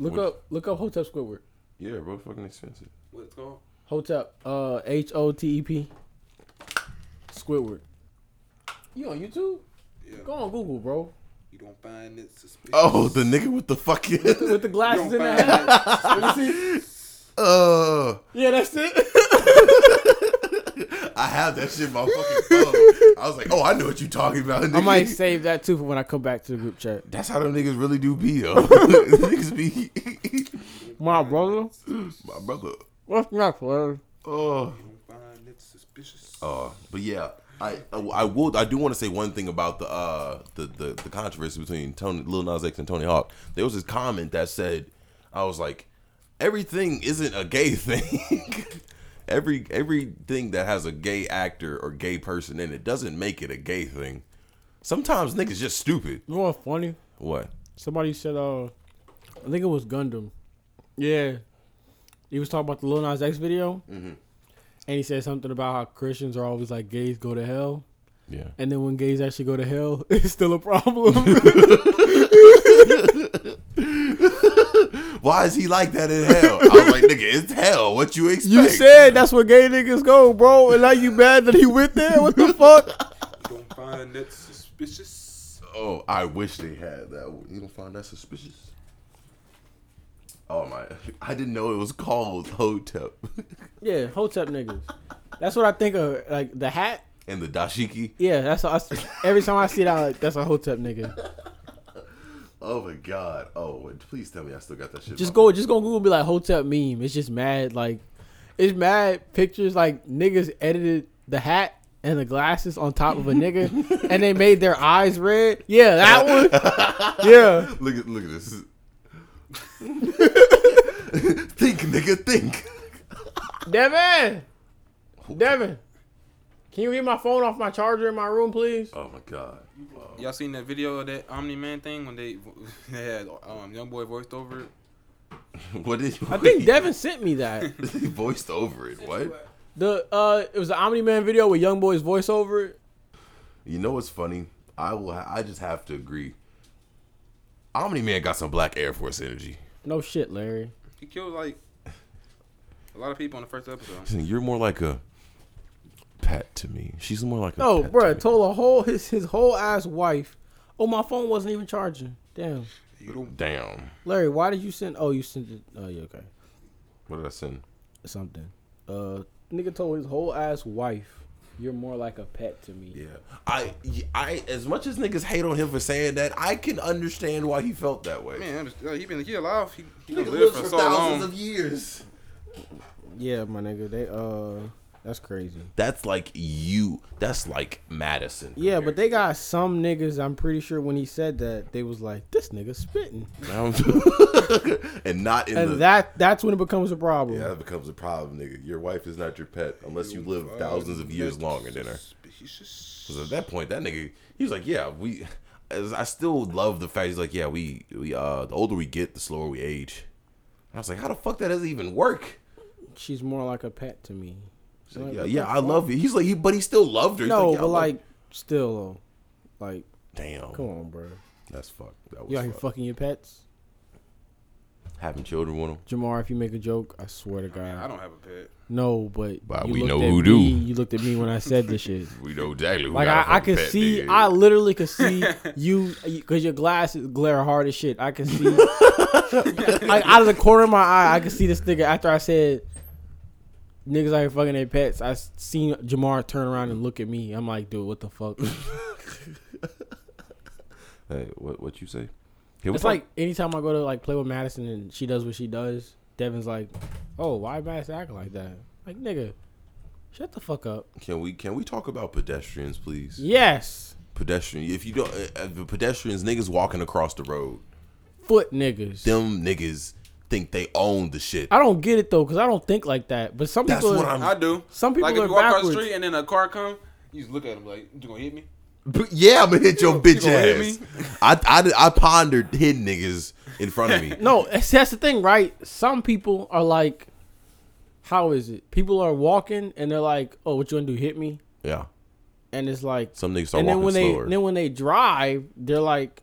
[SPEAKER 2] Look
[SPEAKER 3] What-
[SPEAKER 2] up, look up Hotep Squidward.
[SPEAKER 3] Yeah, bro, fucking expensive.
[SPEAKER 1] What it's called?
[SPEAKER 2] Hotep, uh, H O T E P, Squidward. You on YouTube?
[SPEAKER 1] Yeah.
[SPEAKER 2] Go on Google, bro.
[SPEAKER 1] You don't find that suspicious.
[SPEAKER 3] Oh, the nigga with the fucking
[SPEAKER 2] With the
[SPEAKER 1] You
[SPEAKER 2] glasses
[SPEAKER 1] don't
[SPEAKER 2] in the
[SPEAKER 1] find
[SPEAKER 2] head.
[SPEAKER 1] that
[SPEAKER 3] uh.
[SPEAKER 2] Yeah, that's it.
[SPEAKER 3] I have that shit in my fucking phone. I was like, oh, I know what you talking about. Nigga.
[SPEAKER 2] I might save that too for when I come back to the group chat.
[SPEAKER 3] That's how them niggas really do be though. niggas be
[SPEAKER 2] My brother,
[SPEAKER 3] my brother.
[SPEAKER 2] what's next, brother?
[SPEAKER 3] Oh.
[SPEAKER 1] you don't find that suspicious.
[SPEAKER 3] Oh, but yeah, I I will I do want to say one thing about the uh the the, the controversy between Tony Lil Nas X and Tony Hawk. There was this comment that said, I was like, everything isn't a gay thing. Every everything that has a gay actor or gay person in it doesn't make it a gay thing. Sometimes niggas just stupid.
[SPEAKER 2] You know what's funny?
[SPEAKER 3] What?
[SPEAKER 2] Somebody said, uh, I think it was Gundam. Yeah. He was talking about the Lil Nas X video. And he said something about how Christians are always like, gays go to hell.
[SPEAKER 3] Yeah.
[SPEAKER 2] And then when gays actually go to hell, it's still a problem.
[SPEAKER 3] Why is he like that in hell? I was like, nigga, it's hell. What you expect?
[SPEAKER 2] you said that's where gay niggas go, bro. And now you mad that he went there? What the fuck?
[SPEAKER 1] You don't find that suspicious.
[SPEAKER 3] Oh, I wish they had that. one. You don't find that suspicious? Oh my! I didn't know it was called Hotep
[SPEAKER 2] Yeah, Hotep niggas. That's what I think of. Like the hat.
[SPEAKER 3] and the dashiki.
[SPEAKER 2] Yeah, that's how I, s- every time I see that, I'm like, that's a Hotep nigga.
[SPEAKER 3] Oh my god! Oh, wait, please tell me I still got that shit.
[SPEAKER 2] Just
[SPEAKER 3] in my-
[SPEAKER 2] go, just go Google and be like Hotep meme. It's just mad, like, it's mad pictures like niggas edited the hat and the glasses on top of a nigga, and they made their eyes red. Yeah, that one. Yeah,
[SPEAKER 3] Look at look at this. think, nigga, think.
[SPEAKER 2] Devin, Devin, can you get my phone off my charger in my room, please?
[SPEAKER 3] Oh my god.
[SPEAKER 1] Y'all seen that video of that Omni Man thing when they they had um, young boy voiced over it?
[SPEAKER 3] What did you?
[SPEAKER 2] I think Devin sent me that.
[SPEAKER 3] he voiced over it. What?
[SPEAKER 2] The uh, it was the Omni Man video with Young Boy's voiceover. it.
[SPEAKER 3] You know what's funny? I will. Ha- I just have to agree. Omni Man got some Black Air Force energy.
[SPEAKER 2] No shit, Larry.
[SPEAKER 1] He killed like a lot of people in the first episode.
[SPEAKER 3] You're more like a pet to me. She's more like a
[SPEAKER 2] No,
[SPEAKER 3] pet
[SPEAKER 2] Oh, bruh,
[SPEAKER 3] to me.
[SPEAKER 2] told a whole his his whole ass wife. Oh, my phone wasn't even charging. Damn,
[SPEAKER 3] Damn.
[SPEAKER 2] Larry, why did you send? Oh, you sent it. Oh, yeah, okay.
[SPEAKER 3] What did I send?
[SPEAKER 2] Something. Uh, nigga told his whole ass wife, "You're more like a pet to me."
[SPEAKER 3] Yeah, I, I, as much as niggas hate on him for saying that, I can understand why he felt that way.
[SPEAKER 1] Man, that was- like, he been he alive. He, he lived
[SPEAKER 3] Nigga lives
[SPEAKER 1] for,
[SPEAKER 3] for
[SPEAKER 1] so
[SPEAKER 3] thousands
[SPEAKER 1] long.
[SPEAKER 3] of years.
[SPEAKER 2] Yeah, my nigga. They uh, that's crazy.
[SPEAKER 3] That's like you. That's like Madison.
[SPEAKER 2] Yeah, but they got some niggas. I'm pretty sure when he said that, they was like, "This nigga spitting,"
[SPEAKER 3] and not in the.
[SPEAKER 2] and that that's when it becomes a problem.
[SPEAKER 3] yeah, that becomes a problem, nigga. Your wife is not your pet unless you live thousands of years longer than her.
[SPEAKER 1] He's just-
[SPEAKER 3] Because at that point, that nigga, he was like, yeah, we. As I still love the fact he's like, yeah, we, we, uh, the older we get, the slower we age. And I was like, how the fuck that doesn't even work?
[SPEAKER 2] She's more like a pet to me.
[SPEAKER 3] He's like, yeah, yeah, I love you. He's like, he, but he still loved her. He's
[SPEAKER 2] No,
[SPEAKER 3] yeah, I
[SPEAKER 2] but
[SPEAKER 3] love-
[SPEAKER 2] like, still, though, like,
[SPEAKER 3] damn,
[SPEAKER 2] come on, bro.
[SPEAKER 3] that's fucked. That
[SPEAKER 2] You
[SPEAKER 3] was
[SPEAKER 2] out here
[SPEAKER 3] fucked.
[SPEAKER 2] fucking your pets,
[SPEAKER 3] having children with him.
[SPEAKER 2] Jamar. If you make a joke, I swear to God,
[SPEAKER 1] I don't have a pet.
[SPEAKER 2] no. But,
[SPEAKER 3] But
[SPEAKER 2] you
[SPEAKER 3] we
[SPEAKER 2] looked
[SPEAKER 3] know
[SPEAKER 2] at
[SPEAKER 3] who do.
[SPEAKER 2] me- You looked at me when I said this shit.
[SPEAKER 3] We know exactly. Who
[SPEAKER 2] Like
[SPEAKER 3] got a
[SPEAKER 2] I, I
[SPEAKER 3] fucking
[SPEAKER 2] could
[SPEAKER 3] pet,
[SPEAKER 2] see,
[SPEAKER 3] nigga.
[SPEAKER 2] I literally could see you because your glasses glare hard as shit. I could see, like out of the corner of my eye, I could see this nigga after I said, "Niggas out here fucking their pets." I s- seen Jamar turn around and look at me. I'm like, dude, what the fuck?
[SPEAKER 3] Hey, what what you say? Hey,
[SPEAKER 2] it's
[SPEAKER 3] what's
[SPEAKER 2] like anytime I go to like play with Madison and she does what she does, Devin's like, "Oh, why Madison acting like that?" Like, nigga, shut the fuck up.
[SPEAKER 3] up? can we can we talk about pedestrians, please?
[SPEAKER 2] Yes,
[SPEAKER 3] Pedestrian. If you don't, uh, uh, the pedestrians niggas walking across the road,
[SPEAKER 2] foot niggas.
[SPEAKER 3] them niggas think they own the shit.
[SPEAKER 2] I don't get it though, cause I don't think like that. But some
[SPEAKER 3] That's
[SPEAKER 2] people,
[SPEAKER 3] what I'm.
[SPEAKER 1] I do.
[SPEAKER 2] Some people
[SPEAKER 1] like if
[SPEAKER 2] are
[SPEAKER 1] you walk across the
[SPEAKER 2] backwards.
[SPEAKER 1] street and then a car come, you just look at him like, "You gonna hit me?"
[SPEAKER 3] But yeah, I'm gonna hit your bitch
[SPEAKER 1] gonna hit
[SPEAKER 3] ass. I, I I pondered hitting niggas in front of me.
[SPEAKER 2] No, that's, that's the thing, right? Some people are like, how is it? People are walking and they're like, oh, what you gonna do? Hit me?
[SPEAKER 3] Yeah,
[SPEAKER 2] And it's like,
[SPEAKER 3] some niggas start
[SPEAKER 2] and then
[SPEAKER 3] walking
[SPEAKER 2] when they
[SPEAKER 3] slower.
[SPEAKER 2] then when they drive, they're like,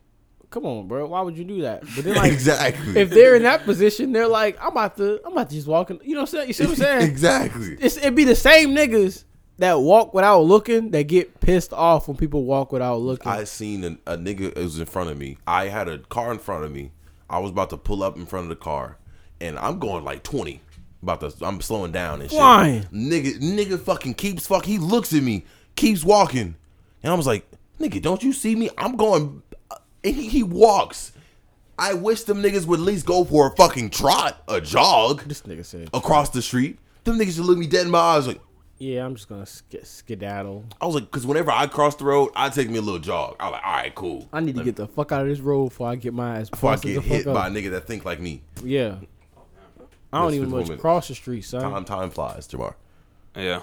[SPEAKER 2] come on, bro, why would you do that? But then like,
[SPEAKER 3] exactly.
[SPEAKER 2] if they're in that position, they're like, I'm about to, I'm about to just walk. In. You know what I'm saying? You see what I'm saying?
[SPEAKER 3] exactly.
[SPEAKER 2] It's, it'd be the same niggas that walk without looking that get pissed off when people walk without looking.
[SPEAKER 3] I seen a, a nigga it was in front of me. I had a car in front of me. I was about to pull up in front of the car, and I'm going like 20. About to, I'm slowing down and shit.
[SPEAKER 2] Flying.
[SPEAKER 3] Nigga, nigga, fucking keeps fuck. He looks at me, keeps walking, and I was like, nigga, don't you see me? I'm going. And he, he walks. I wish them niggas would at least go for a fucking trot, a jog
[SPEAKER 2] this nigga said,
[SPEAKER 3] across the street. Them niggas should look me dead in my eyes like.
[SPEAKER 2] yeah, I'm just gonna sk- skedaddle.
[SPEAKER 3] I was like, because whenever I cross the road, I take me a little jog. I was like, all right, cool.
[SPEAKER 2] I need to get the fuck out of this road before I get my ass
[SPEAKER 3] before I
[SPEAKER 2] busted the
[SPEAKER 3] get
[SPEAKER 2] fuck
[SPEAKER 3] hit
[SPEAKER 2] up.
[SPEAKER 3] by a nigga that think like me.
[SPEAKER 2] Yeah. I don't
[SPEAKER 3] That's
[SPEAKER 2] even
[SPEAKER 3] 54
[SPEAKER 2] much
[SPEAKER 3] minutes.
[SPEAKER 2] cross the street, son.
[SPEAKER 3] Time time flies, Jamar.
[SPEAKER 1] Yeah,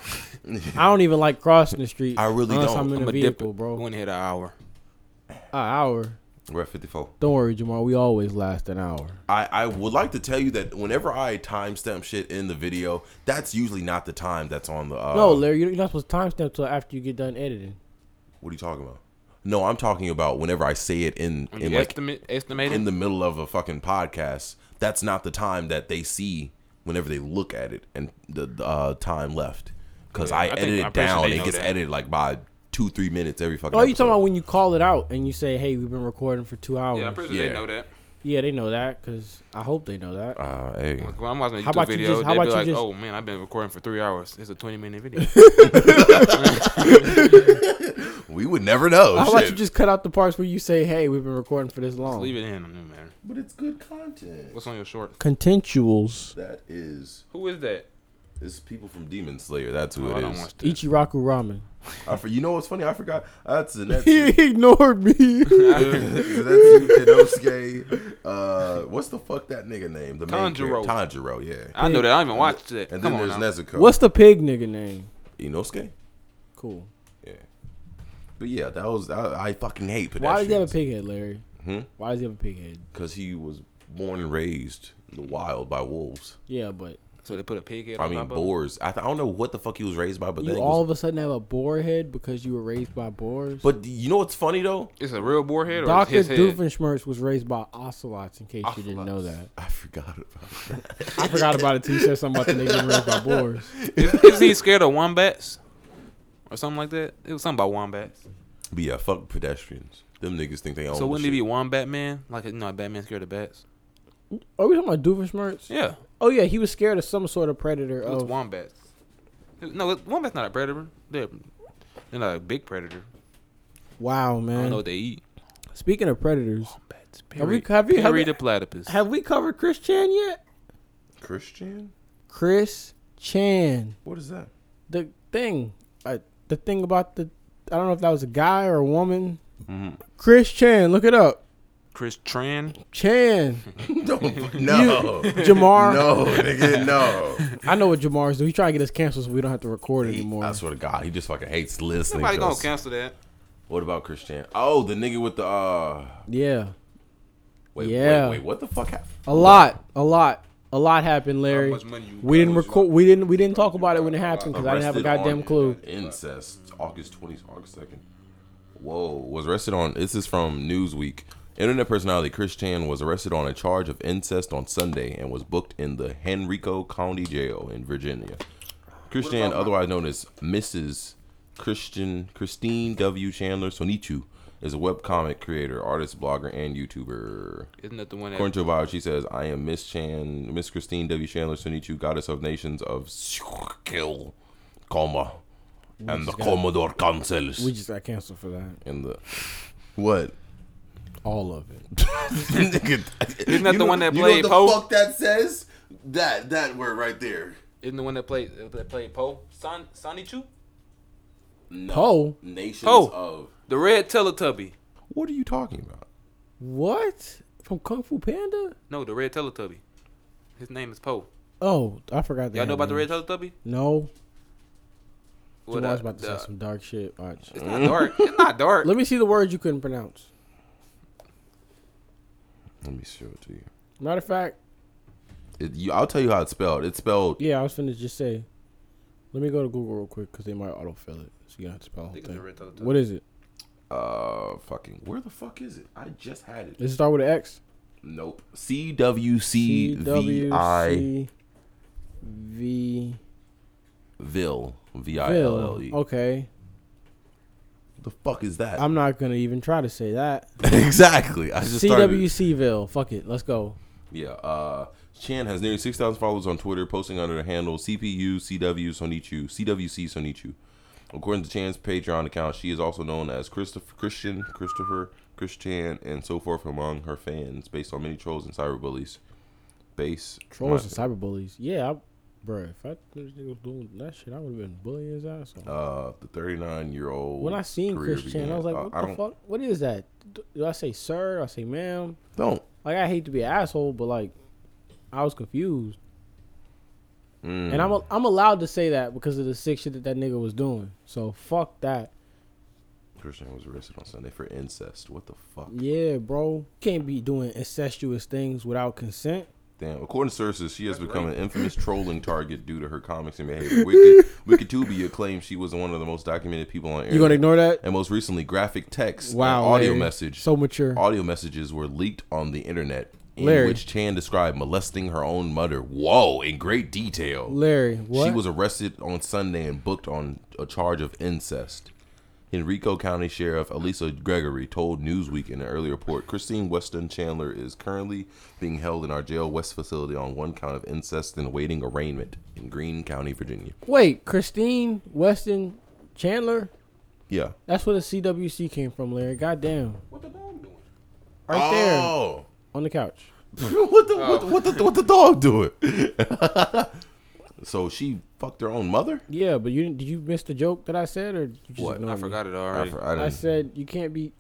[SPEAKER 2] I don't even like crossing the street.
[SPEAKER 3] I really
[SPEAKER 2] unless
[SPEAKER 3] don't.
[SPEAKER 2] I'm in
[SPEAKER 1] I'm
[SPEAKER 2] a
[SPEAKER 1] a
[SPEAKER 2] vehicle,
[SPEAKER 1] dip, bro.
[SPEAKER 2] bro.
[SPEAKER 1] One hit an hour.
[SPEAKER 2] An hour.
[SPEAKER 3] We're at 54.
[SPEAKER 2] Don't worry, Jamar. We always last an hour.
[SPEAKER 3] I, I would like to tell you that whenever I timestamp shit in the video, that's usually not the time that's on the. Uh,
[SPEAKER 2] No, Larry, you're not supposed to timestamp till after you get done editing.
[SPEAKER 3] What are you talking about? No, I'm talking about whenever I say it in
[SPEAKER 1] When
[SPEAKER 3] in
[SPEAKER 1] you
[SPEAKER 3] like
[SPEAKER 1] estimate, estimate
[SPEAKER 3] in
[SPEAKER 1] it.
[SPEAKER 3] the middle of a fucking podcast. That's not the time that they see whenever they look at it and the, the uh, time left because
[SPEAKER 1] Yeah,
[SPEAKER 3] I,
[SPEAKER 1] I think-
[SPEAKER 3] edit
[SPEAKER 1] I'm
[SPEAKER 3] it
[SPEAKER 1] pretty sure
[SPEAKER 3] down.
[SPEAKER 1] they
[SPEAKER 3] It
[SPEAKER 1] know
[SPEAKER 3] gets
[SPEAKER 1] that.
[SPEAKER 3] edited like by two three minutes every fucking.
[SPEAKER 2] Oh, you talking
[SPEAKER 3] episode.
[SPEAKER 2] about when you call it out and you say, "Hey, we've been recording for two hours."
[SPEAKER 1] Yeah,
[SPEAKER 2] Yeah,
[SPEAKER 1] I'm pretty sure
[SPEAKER 3] Yeah.
[SPEAKER 1] they know that.
[SPEAKER 2] they know that because I hope they know that.
[SPEAKER 3] Uh, hey.
[SPEAKER 1] Like, when I'm watching a
[SPEAKER 2] How
[SPEAKER 1] YouTube
[SPEAKER 2] about you
[SPEAKER 1] video,
[SPEAKER 2] just- how
[SPEAKER 1] they
[SPEAKER 2] about
[SPEAKER 1] be
[SPEAKER 2] you
[SPEAKER 1] like,
[SPEAKER 2] just-
[SPEAKER 1] "Oh man, I've been recording for three hours. It's a 20 minute video."
[SPEAKER 3] We would never know.
[SPEAKER 2] How about
[SPEAKER 3] Oh, shit.
[SPEAKER 2] you just cut out the parts where you say, "Hey, we've been recording for this long"?
[SPEAKER 1] Leave it in, it doesn't matter.
[SPEAKER 3] But it's good content.
[SPEAKER 1] What's on your short?
[SPEAKER 2] Contentuals.
[SPEAKER 3] That is
[SPEAKER 1] Who is that?
[SPEAKER 3] It's people from Demon Slayer. That's who
[SPEAKER 1] Oh, I
[SPEAKER 3] it
[SPEAKER 1] don't
[SPEAKER 3] is.
[SPEAKER 1] watch that.
[SPEAKER 2] Ichiraku Ramen.
[SPEAKER 3] I for, you know what's funny? I forgot. That's
[SPEAKER 2] He
[SPEAKER 3] Zenetsu.
[SPEAKER 2] ignored me.
[SPEAKER 3] Zenetsu Inosuke. Uh, what's the fuck that nigga name? The main
[SPEAKER 1] Tanjiro.
[SPEAKER 3] character. Tanjiro, yeah.
[SPEAKER 1] I know that. I don't even watched it.
[SPEAKER 3] And
[SPEAKER 1] Come
[SPEAKER 3] then
[SPEAKER 1] on
[SPEAKER 3] there's
[SPEAKER 1] now.
[SPEAKER 3] Nezuko.
[SPEAKER 2] What's the pig nigga name?
[SPEAKER 3] Inosuke?
[SPEAKER 2] Cool.
[SPEAKER 3] Yeah. But yeah, that was I, I fucking hate
[SPEAKER 2] Why does he have a
[SPEAKER 3] pedestrians
[SPEAKER 2] pig head, Larry?
[SPEAKER 3] Hmm?
[SPEAKER 2] Why does he have a pig head?
[SPEAKER 3] because he was born and raised in the wild by wolves.
[SPEAKER 2] Yeah, but
[SPEAKER 1] So they put a pig head.
[SPEAKER 3] I
[SPEAKER 1] on
[SPEAKER 3] mean
[SPEAKER 1] top of it?
[SPEAKER 3] boars. I, th- I don't know what the fuck he was raised by, but
[SPEAKER 2] you
[SPEAKER 3] then
[SPEAKER 2] all of a sudden have a boar head because you were raised by boars.
[SPEAKER 3] But you know what's funny though?
[SPEAKER 1] It's a real boar head or it's
[SPEAKER 2] Doctor
[SPEAKER 1] his head.
[SPEAKER 2] Doofenshmirtz was raised by ocelots. In case you didn't know that,
[SPEAKER 3] I forgot about that.
[SPEAKER 2] I forgot about it. He said something about the nigga being raised by boars.
[SPEAKER 1] Is- Isn't he scared of wombats or something like that? It was something about wombats.
[SPEAKER 3] but yeah, fuck pedestrians. Them niggas think they own.
[SPEAKER 1] so wouldn't
[SPEAKER 3] Oh, shit.
[SPEAKER 1] he be wombat man? Like you know, Batman scared of bats.
[SPEAKER 2] Are we talking about Doofenshmirtz?
[SPEAKER 1] Yeah,
[SPEAKER 2] Oh yeah, he was scared of some sort of predator.
[SPEAKER 1] it's
[SPEAKER 2] Of
[SPEAKER 1] wombats. No, it- wombat's not a predator. They're they're not a big predator.
[SPEAKER 2] wow,
[SPEAKER 1] I don't know
[SPEAKER 2] man.
[SPEAKER 1] what they eat.
[SPEAKER 2] Speaking of predators,
[SPEAKER 1] Bats.
[SPEAKER 2] Have we-
[SPEAKER 1] Perry,
[SPEAKER 2] have you- have
[SPEAKER 1] Perry
[SPEAKER 2] you-
[SPEAKER 1] the platypus.
[SPEAKER 2] have we covered Chris Chan yet?
[SPEAKER 3] Christian?
[SPEAKER 2] Chris Chan,
[SPEAKER 3] What is that?
[SPEAKER 2] the thing, uh, the thing about the, I don't know if that was a guy or a woman.
[SPEAKER 1] Mm-hmm.
[SPEAKER 2] Chris Chan, look it up.
[SPEAKER 1] Chris Tran.
[SPEAKER 2] Chan,
[SPEAKER 3] Don't, no,
[SPEAKER 2] Jamar.
[SPEAKER 3] no, nigga, no.
[SPEAKER 2] I know what Jamar's doing. He's trying to get us canceled so we don't have to record anymore.
[SPEAKER 3] I swear to God, he just fucking hates listening.
[SPEAKER 1] Somebody
[SPEAKER 3] to
[SPEAKER 1] gonna
[SPEAKER 3] us.
[SPEAKER 1] cancel that.
[SPEAKER 3] What about Christian? Oh, the nigga with the uh.
[SPEAKER 2] yeah.
[SPEAKER 3] Wait,
[SPEAKER 2] Yeah.
[SPEAKER 3] wait, wait. What the fuck happened?
[SPEAKER 2] A lot, a lot, a lot happened, Larry.
[SPEAKER 1] much money you
[SPEAKER 2] We didn't
[SPEAKER 1] got?
[SPEAKER 2] record. We didn't. We didn't talk about it when it happened because I didn't have a
[SPEAKER 3] Arrested
[SPEAKER 2] goddamn
[SPEAKER 3] on
[SPEAKER 2] clue.
[SPEAKER 3] Incest, August 20th, August 2nd. Whoa, was arrested on. This is from Newsweek. Internet personality Chris Chan was arrested on a charge of incest on Sunday and was booked in the Henrico County Jail in Virginia. Chris Chan, otherwise known as Mrs. Christian Christine W. Chandler Sonichu, is a webcomic creator, artist, blogger, and YouTuber.
[SPEAKER 1] Isn't that the one that?
[SPEAKER 3] According to her bio, she says, "I am Miss Chan, Miss Christine W. Chandler Sunichu, goddess of nations of kill, coma, and the Commodore councils."
[SPEAKER 2] We just got canceled for that.
[SPEAKER 3] and the what?
[SPEAKER 2] All of it.
[SPEAKER 3] Nigga,
[SPEAKER 1] Isn't that
[SPEAKER 3] you
[SPEAKER 1] the
[SPEAKER 3] know-
[SPEAKER 1] one that
[SPEAKER 3] you know what
[SPEAKER 1] played
[SPEAKER 3] the
[SPEAKER 1] Poe?
[SPEAKER 3] fuck that says? That that word right there.
[SPEAKER 1] Isn't the one that played that played Poe? Son Sonny Chu.
[SPEAKER 3] No.
[SPEAKER 2] Poe?
[SPEAKER 3] Nations
[SPEAKER 1] Poe.
[SPEAKER 3] of.
[SPEAKER 1] The red Teletubby.
[SPEAKER 3] What are you talking about?
[SPEAKER 2] What from Kung Fu Panda?
[SPEAKER 1] No, the red Teletubby. His name is Poe.
[SPEAKER 2] Oh, I forgot.
[SPEAKER 1] Y'all know about the red
[SPEAKER 2] name.
[SPEAKER 1] Teletubby?
[SPEAKER 2] No,
[SPEAKER 1] Well,
[SPEAKER 2] Jamar's
[SPEAKER 1] uh,
[SPEAKER 2] about to
[SPEAKER 1] the-
[SPEAKER 2] say some dark shit. Watch.
[SPEAKER 1] It's not dark. It's not dark.
[SPEAKER 2] Let me see the words you couldn't pronounce.
[SPEAKER 3] Let me show it to you.
[SPEAKER 2] Matter of fact,
[SPEAKER 3] It, you I'll tell you how it's spelled. It's spelled
[SPEAKER 2] yeah, I was finna just say. Let me go to Google real quick because they might autofill it, so you don't have to spell the whole
[SPEAKER 1] think it's
[SPEAKER 2] thing.
[SPEAKER 1] a red teletubby.
[SPEAKER 2] What is it?
[SPEAKER 3] uh fucking. Where the fuck is it? I just had it.
[SPEAKER 2] Does it start with an X?
[SPEAKER 3] Nope. C W C E V I E.
[SPEAKER 2] V
[SPEAKER 3] Vill. V I L L E.
[SPEAKER 2] Bill. Okay,
[SPEAKER 3] The fuck is that?
[SPEAKER 2] I'm not gonna even try to say that.
[SPEAKER 3] exactly. I just started.
[SPEAKER 2] CWCville. Fuck it, let's go.
[SPEAKER 3] Yeah. Uh, Chan has nearly 6,000 followers on Twitter, posting under the handle CPU CW Sonichu, CWC Sonichu. According to Chan's Patreon account, she is also known as Christopher, Christian, Christopher, Christian, and so forth among her fans, based on many trolls and cyberbullies. Base
[SPEAKER 2] Trolls
[SPEAKER 3] my-
[SPEAKER 2] and cyberbullies. Yeah, I, bruh. If I this nigga was doing that shit, I would have been bullying his ass off.
[SPEAKER 3] Uh, the 39 year old. Uh,
[SPEAKER 2] when I seen Chris Chan, I was like, "What the
[SPEAKER 3] don't,
[SPEAKER 2] fuck? What is that? Do- Do I say sir? Do I say ma'am?
[SPEAKER 3] Don't.
[SPEAKER 2] Like, I hate to be an asshole, but like, I was confused.
[SPEAKER 3] Mm.
[SPEAKER 2] And I'm a, I'm allowed to say that because of the sick shit that that nigga was doing. So fuck that.
[SPEAKER 3] Christian was arrested on Sunday for incest. What the fuck?
[SPEAKER 2] Yeah, bro. Can't be doing incestuous things without consent.
[SPEAKER 3] Damn. According to sources, she has become an infamous trolling target due to her comics and behavior. Wicked, Wikitubia claims she was one of the most documented people on.
[SPEAKER 2] You gonna ignore that?
[SPEAKER 3] And most recently, graphic text,
[SPEAKER 2] Wow.
[SPEAKER 3] wow, audio
[SPEAKER 2] Larry.
[SPEAKER 3] message,
[SPEAKER 2] So mature.
[SPEAKER 3] audio messages were leaked on the internet, in
[SPEAKER 2] Larry.
[SPEAKER 3] which Chan described molesting her own mother. Whoa, in great detail.
[SPEAKER 2] Larry, what?
[SPEAKER 3] She was arrested on Sunday and booked on a charge of incest. Henrico County Sheriff Elisa Gregory told Newsweek in an earlier report Christine Weston Chandler is currently being held in our jail west facility on one count of incest and awaiting arraignment in Greene County, Virginia.
[SPEAKER 2] Wait, Christine Weston Chandler?
[SPEAKER 3] Yeah.
[SPEAKER 2] That's where the CWC came from, Larry. Goddamn.
[SPEAKER 1] What the dog doing?
[SPEAKER 2] Right there
[SPEAKER 3] Oh.
[SPEAKER 2] on the couch.
[SPEAKER 3] what, the, what, the, what, the, what the dog doing? So she fucked her own mother.
[SPEAKER 2] Yeah, but you did you miss the joke that I said or did you just
[SPEAKER 3] What?
[SPEAKER 2] ignore
[SPEAKER 1] I
[SPEAKER 2] me?
[SPEAKER 1] forgot it
[SPEAKER 3] I,
[SPEAKER 1] already.
[SPEAKER 3] for- I
[SPEAKER 2] I
[SPEAKER 3] didn't.
[SPEAKER 2] said you can't be.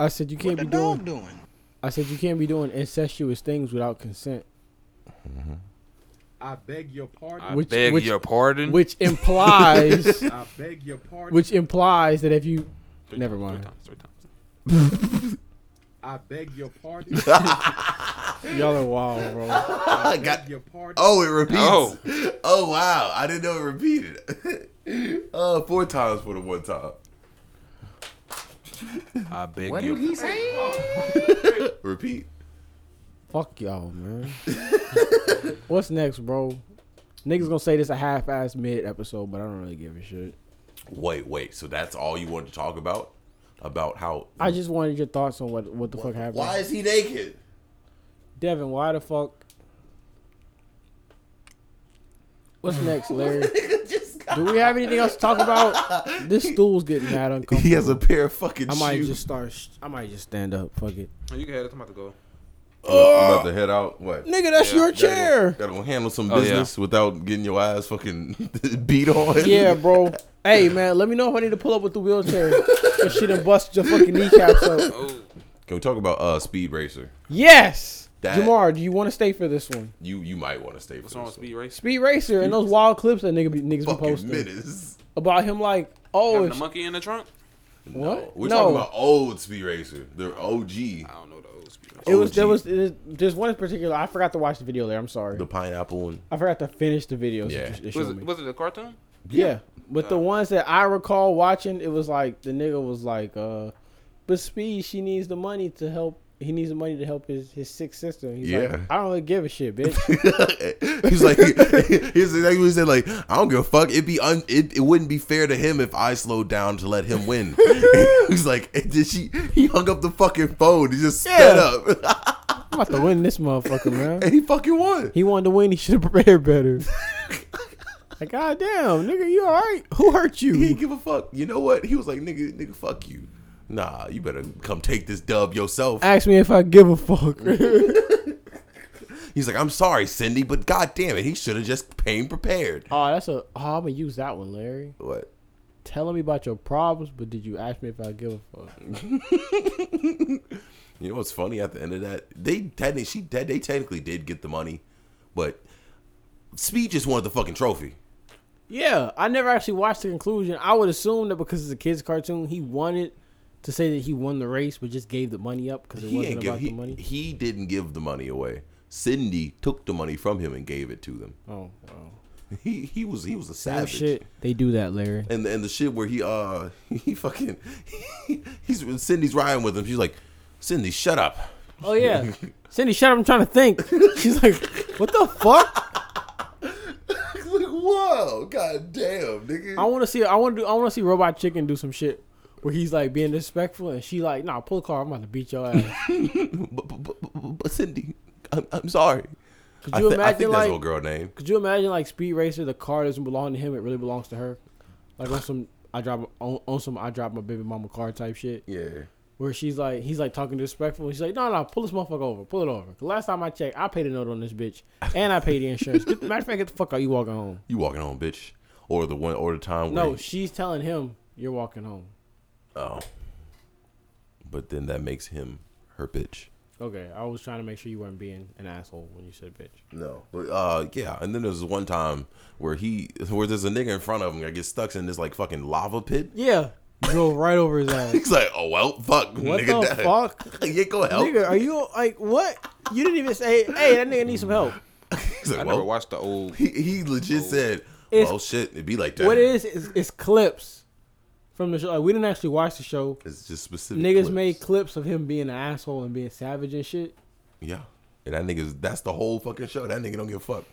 [SPEAKER 2] I said you can't
[SPEAKER 5] The
[SPEAKER 2] be doing.
[SPEAKER 5] dog doing?
[SPEAKER 2] I said you can't be doing incestuous things without consent,
[SPEAKER 1] Mm-hmm.
[SPEAKER 8] I beg your pardon.
[SPEAKER 1] I
[SPEAKER 2] which-
[SPEAKER 1] beg
[SPEAKER 2] which-
[SPEAKER 1] your pardon.
[SPEAKER 2] which implies,
[SPEAKER 8] I beg your pardon.
[SPEAKER 2] which implies that if you,
[SPEAKER 1] Three
[SPEAKER 2] never
[SPEAKER 1] times,
[SPEAKER 2] mind.
[SPEAKER 1] Three times, three times.
[SPEAKER 8] I beg your pardon.
[SPEAKER 2] y'all are wild, bro.
[SPEAKER 3] I
[SPEAKER 8] beg
[SPEAKER 3] got.
[SPEAKER 8] your pardon.
[SPEAKER 3] Oh, it repeats.
[SPEAKER 1] Oh.
[SPEAKER 3] Oh, wow! I didn't know it repeated. uh, four times for the one time.
[SPEAKER 1] I beg your pardon.
[SPEAKER 3] Repeat.
[SPEAKER 2] Fuck y'all, man. What's next, bro? Niggas gonna say this a half-ass mid episode, but I don't really give a shit.
[SPEAKER 3] Wait, wait. So that's all you wanted to talk about? About how?
[SPEAKER 2] I just wanted your thoughts on what what the fuck happened.
[SPEAKER 3] Why is he naked?
[SPEAKER 2] Devin, why the fuck? What's next, Larry? Do we have anything else to talk about? This stool's getting mad uncomfortable.
[SPEAKER 3] He has a pair of fucking
[SPEAKER 2] I might
[SPEAKER 3] shoes.
[SPEAKER 2] just start. sh- I might just stand up. Fuck it,
[SPEAKER 1] Oh, You can have it. I'm about to go.
[SPEAKER 3] I'm about to head out. What?
[SPEAKER 2] nigga. That's your chair.
[SPEAKER 3] Gotta go handle some
[SPEAKER 1] Oh, yeah.
[SPEAKER 3] business without getting your ass fucking beat on.
[SPEAKER 2] Yeah, bro. Hey, man. Let me know if I need to pull up with the wheelchair. Cause she done busted your fucking kneecaps up.
[SPEAKER 1] Oh,
[SPEAKER 3] Can we talk about uh Speed Racer?
[SPEAKER 2] Yes,
[SPEAKER 3] That-
[SPEAKER 2] Jamar. Do you want to stay for this one?
[SPEAKER 3] You you might want to stay for
[SPEAKER 1] what's wrong with
[SPEAKER 3] this
[SPEAKER 1] speed race?
[SPEAKER 2] Speed Racer and those wild clips that nigga be, niggas be
[SPEAKER 3] fucking
[SPEAKER 2] posting
[SPEAKER 3] minutes.
[SPEAKER 2] about him like, oh,
[SPEAKER 1] Having a
[SPEAKER 2] if-
[SPEAKER 1] monkey in the trunk?
[SPEAKER 2] what?
[SPEAKER 3] We're talking about old Speed Racer. They're OG.
[SPEAKER 1] I don't know the old speed race.
[SPEAKER 2] It was there
[SPEAKER 3] OG.
[SPEAKER 2] was there's one in particular. I forgot to watch the video there. I'm sorry.
[SPEAKER 3] The pineapple one.
[SPEAKER 2] I forgot to finish the video.
[SPEAKER 3] Yeah.
[SPEAKER 2] Yeah, so
[SPEAKER 1] Was it, Oh. was it a cartoon?
[SPEAKER 2] yeah. But the ones that I recall watching, it was like the nigga was like, uh, "But Speed, she needs the money to help. He needs the money to help his his sick sister." And He's
[SPEAKER 3] Yeah.
[SPEAKER 2] like, "I don't really give a shit, bitch."
[SPEAKER 3] He's like, he's exactly what he said. Like, I don't give a fuck. It'd be un, it, it wouldn't be fair to him if I slowed down to let him win. he's like, and did she? He hung up the fucking phone. He just sped
[SPEAKER 2] Yeah.
[SPEAKER 3] up,
[SPEAKER 2] I'm about to win this motherfucker, man.
[SPEAKER 3] and he fucking won.
[SPEAKER 2] He wanted to win. He should have prepared better. like, goddamn, nigga, you all right? Who hurt
[SPEAKER 3] He didn't
[SPEAKER 2] you?
[SPEAKER 3] give a fuck. You know what? He was like, nigga, nigga, fuck you. Nah, you better come take this dub yourself.
[SPEAKER 2] Ask me if I give a fuck.
[SPEAKER 3] He's like, I'm sorry, Cindy, but god damn it, he should have just came prepared.
[SPEAKER 2] oh, that's a. Oh, I'm gonna use that one, Larry.
[SPEAKER 3] What?
[SPEAKER 2] telling me about your problems, but did you ask me if I give a fuck?
[SPEAKER 3] You know what's funny? At the end of that, they technically she did- they technically did get the money, but Speed just wanted the fucking trophy.
[SPEAKER 2] Yeah, I never actually watched the conclusion. I would assume that because it's a kids' cartoon, he wanted to say that he won the race, but just gave the money up because it
[SPEAKER 3] He
[SPEAKER 2] wasn't
[SPEAKER 3] ain't
[SPEAKER 2] about
[SPEAKER 3] give, he,
[SPEAKER 2] the money.
[SPEAKER 3] he didn't give the money away. Cindy took the money from him and gave it to them.
[SPEAKER 2] Oh, wow.
[SPEAKER 3] He he was he was a
[SPEAKER 2] Oh,
[SPEAKER 3] savage.
[SPEAKER 2] shit, they do that, Larry.
[SPEAKER 3] and the, and the shit where he uh he fucking he's when Cindy's riding with him. She's like, Cindy, shut up.
[SPEAKER 2] Oh yeah, Cindy, shut up! I'm trying to think. She's like, "What the fuck?
[SPEAKER 3] He's like, whoa, god damn,
[SPEAKER 2] I
[SPEAKER 3] nigga.
[SPEAKER 2] want to see. I want to do. I want to see Robot Chicken do some shit." Where he's like being disrespectful, and she like, nah, pull a car. I'm about to beat your ass.
[SPEAKER 3] But, but, but, but- but Cindy, I'm, I'm sorry.
[SPEAKER 2] Could
[SPEAKER 3] I,
[SPEAKER 2] you
[SPEAKER 3] thi- I
[SPEAKER 2] imagine
[SPEAKER 3] think
[SPEAKER 2] like
[SPEAKER 3] that's old girl name.
[SPEAKER 2] Could you imagine like Speed Racer? The car doesn't belong to him; it really belongs to her. Like on some, I drop on, on some, I drop my baby mama car type shit.
[SPEAKER 3] Yeah.
[SPEAKER 2] Where she's like, he's like talking disrespectful. She's like, no, no, pull this motherfucker over, pull it over. 'Cause last time I checked, I paid a note on this bitch, and I paid the insurance. Get, matter of fact, get the fuck out. You walking home?
[SPEAKER 3] You walking home, bitch. Or the one or the time where
[SPEAKER 2] No, she's telling him you're walking home.
[SPEAKER 3] Oh. But then that makes him her bitch.
[SPEAKER 2] Okay, I was trying to make sure you weren't being an asshole when you said bitch.
[SPEAKER 3] No. But uh yeah, and then there's one time where he where there's a nigga in front of him that gets stuck in this like fucking lava pit.
[SPEAKER 2] Yeah, drove right over his ass.
[SPEAKER 3] He's like, Oh well fuck
[SPEAKER 2] What
[SPEAKER 3] nigga
[SPEAKER 2] the fuck?
[SPEAKER 3] he ain't gonna help.
[SPEAKER 2] Nigga, are you like what? You didn't even say, hey, that nigga needs some help.
[SPEAKER 3] He's like,
[SPEAKER 1] I
[SPEAKER 3] well,
[SPEAKER 1] never watched the old.
[SPEAKER 3] he, he legit said,
[SPEAKER 2] It's-
[SPEAKER 3] Well shit, it'd be like that.
[SPEAKER 2] What it is is it's clips from the show. Like we didn't actually watch the show.
[SPEAKER 3] It's just specific.
[SPEAKER 2] Niggas
[SPEAKER 3] clips.
[SPEAKER 2] made clips of him being an asshole and being savage and shit.
[SPEAKER 3] Yeah. And that nigga's that's the whole fucking show. That nigga don't give a fuck.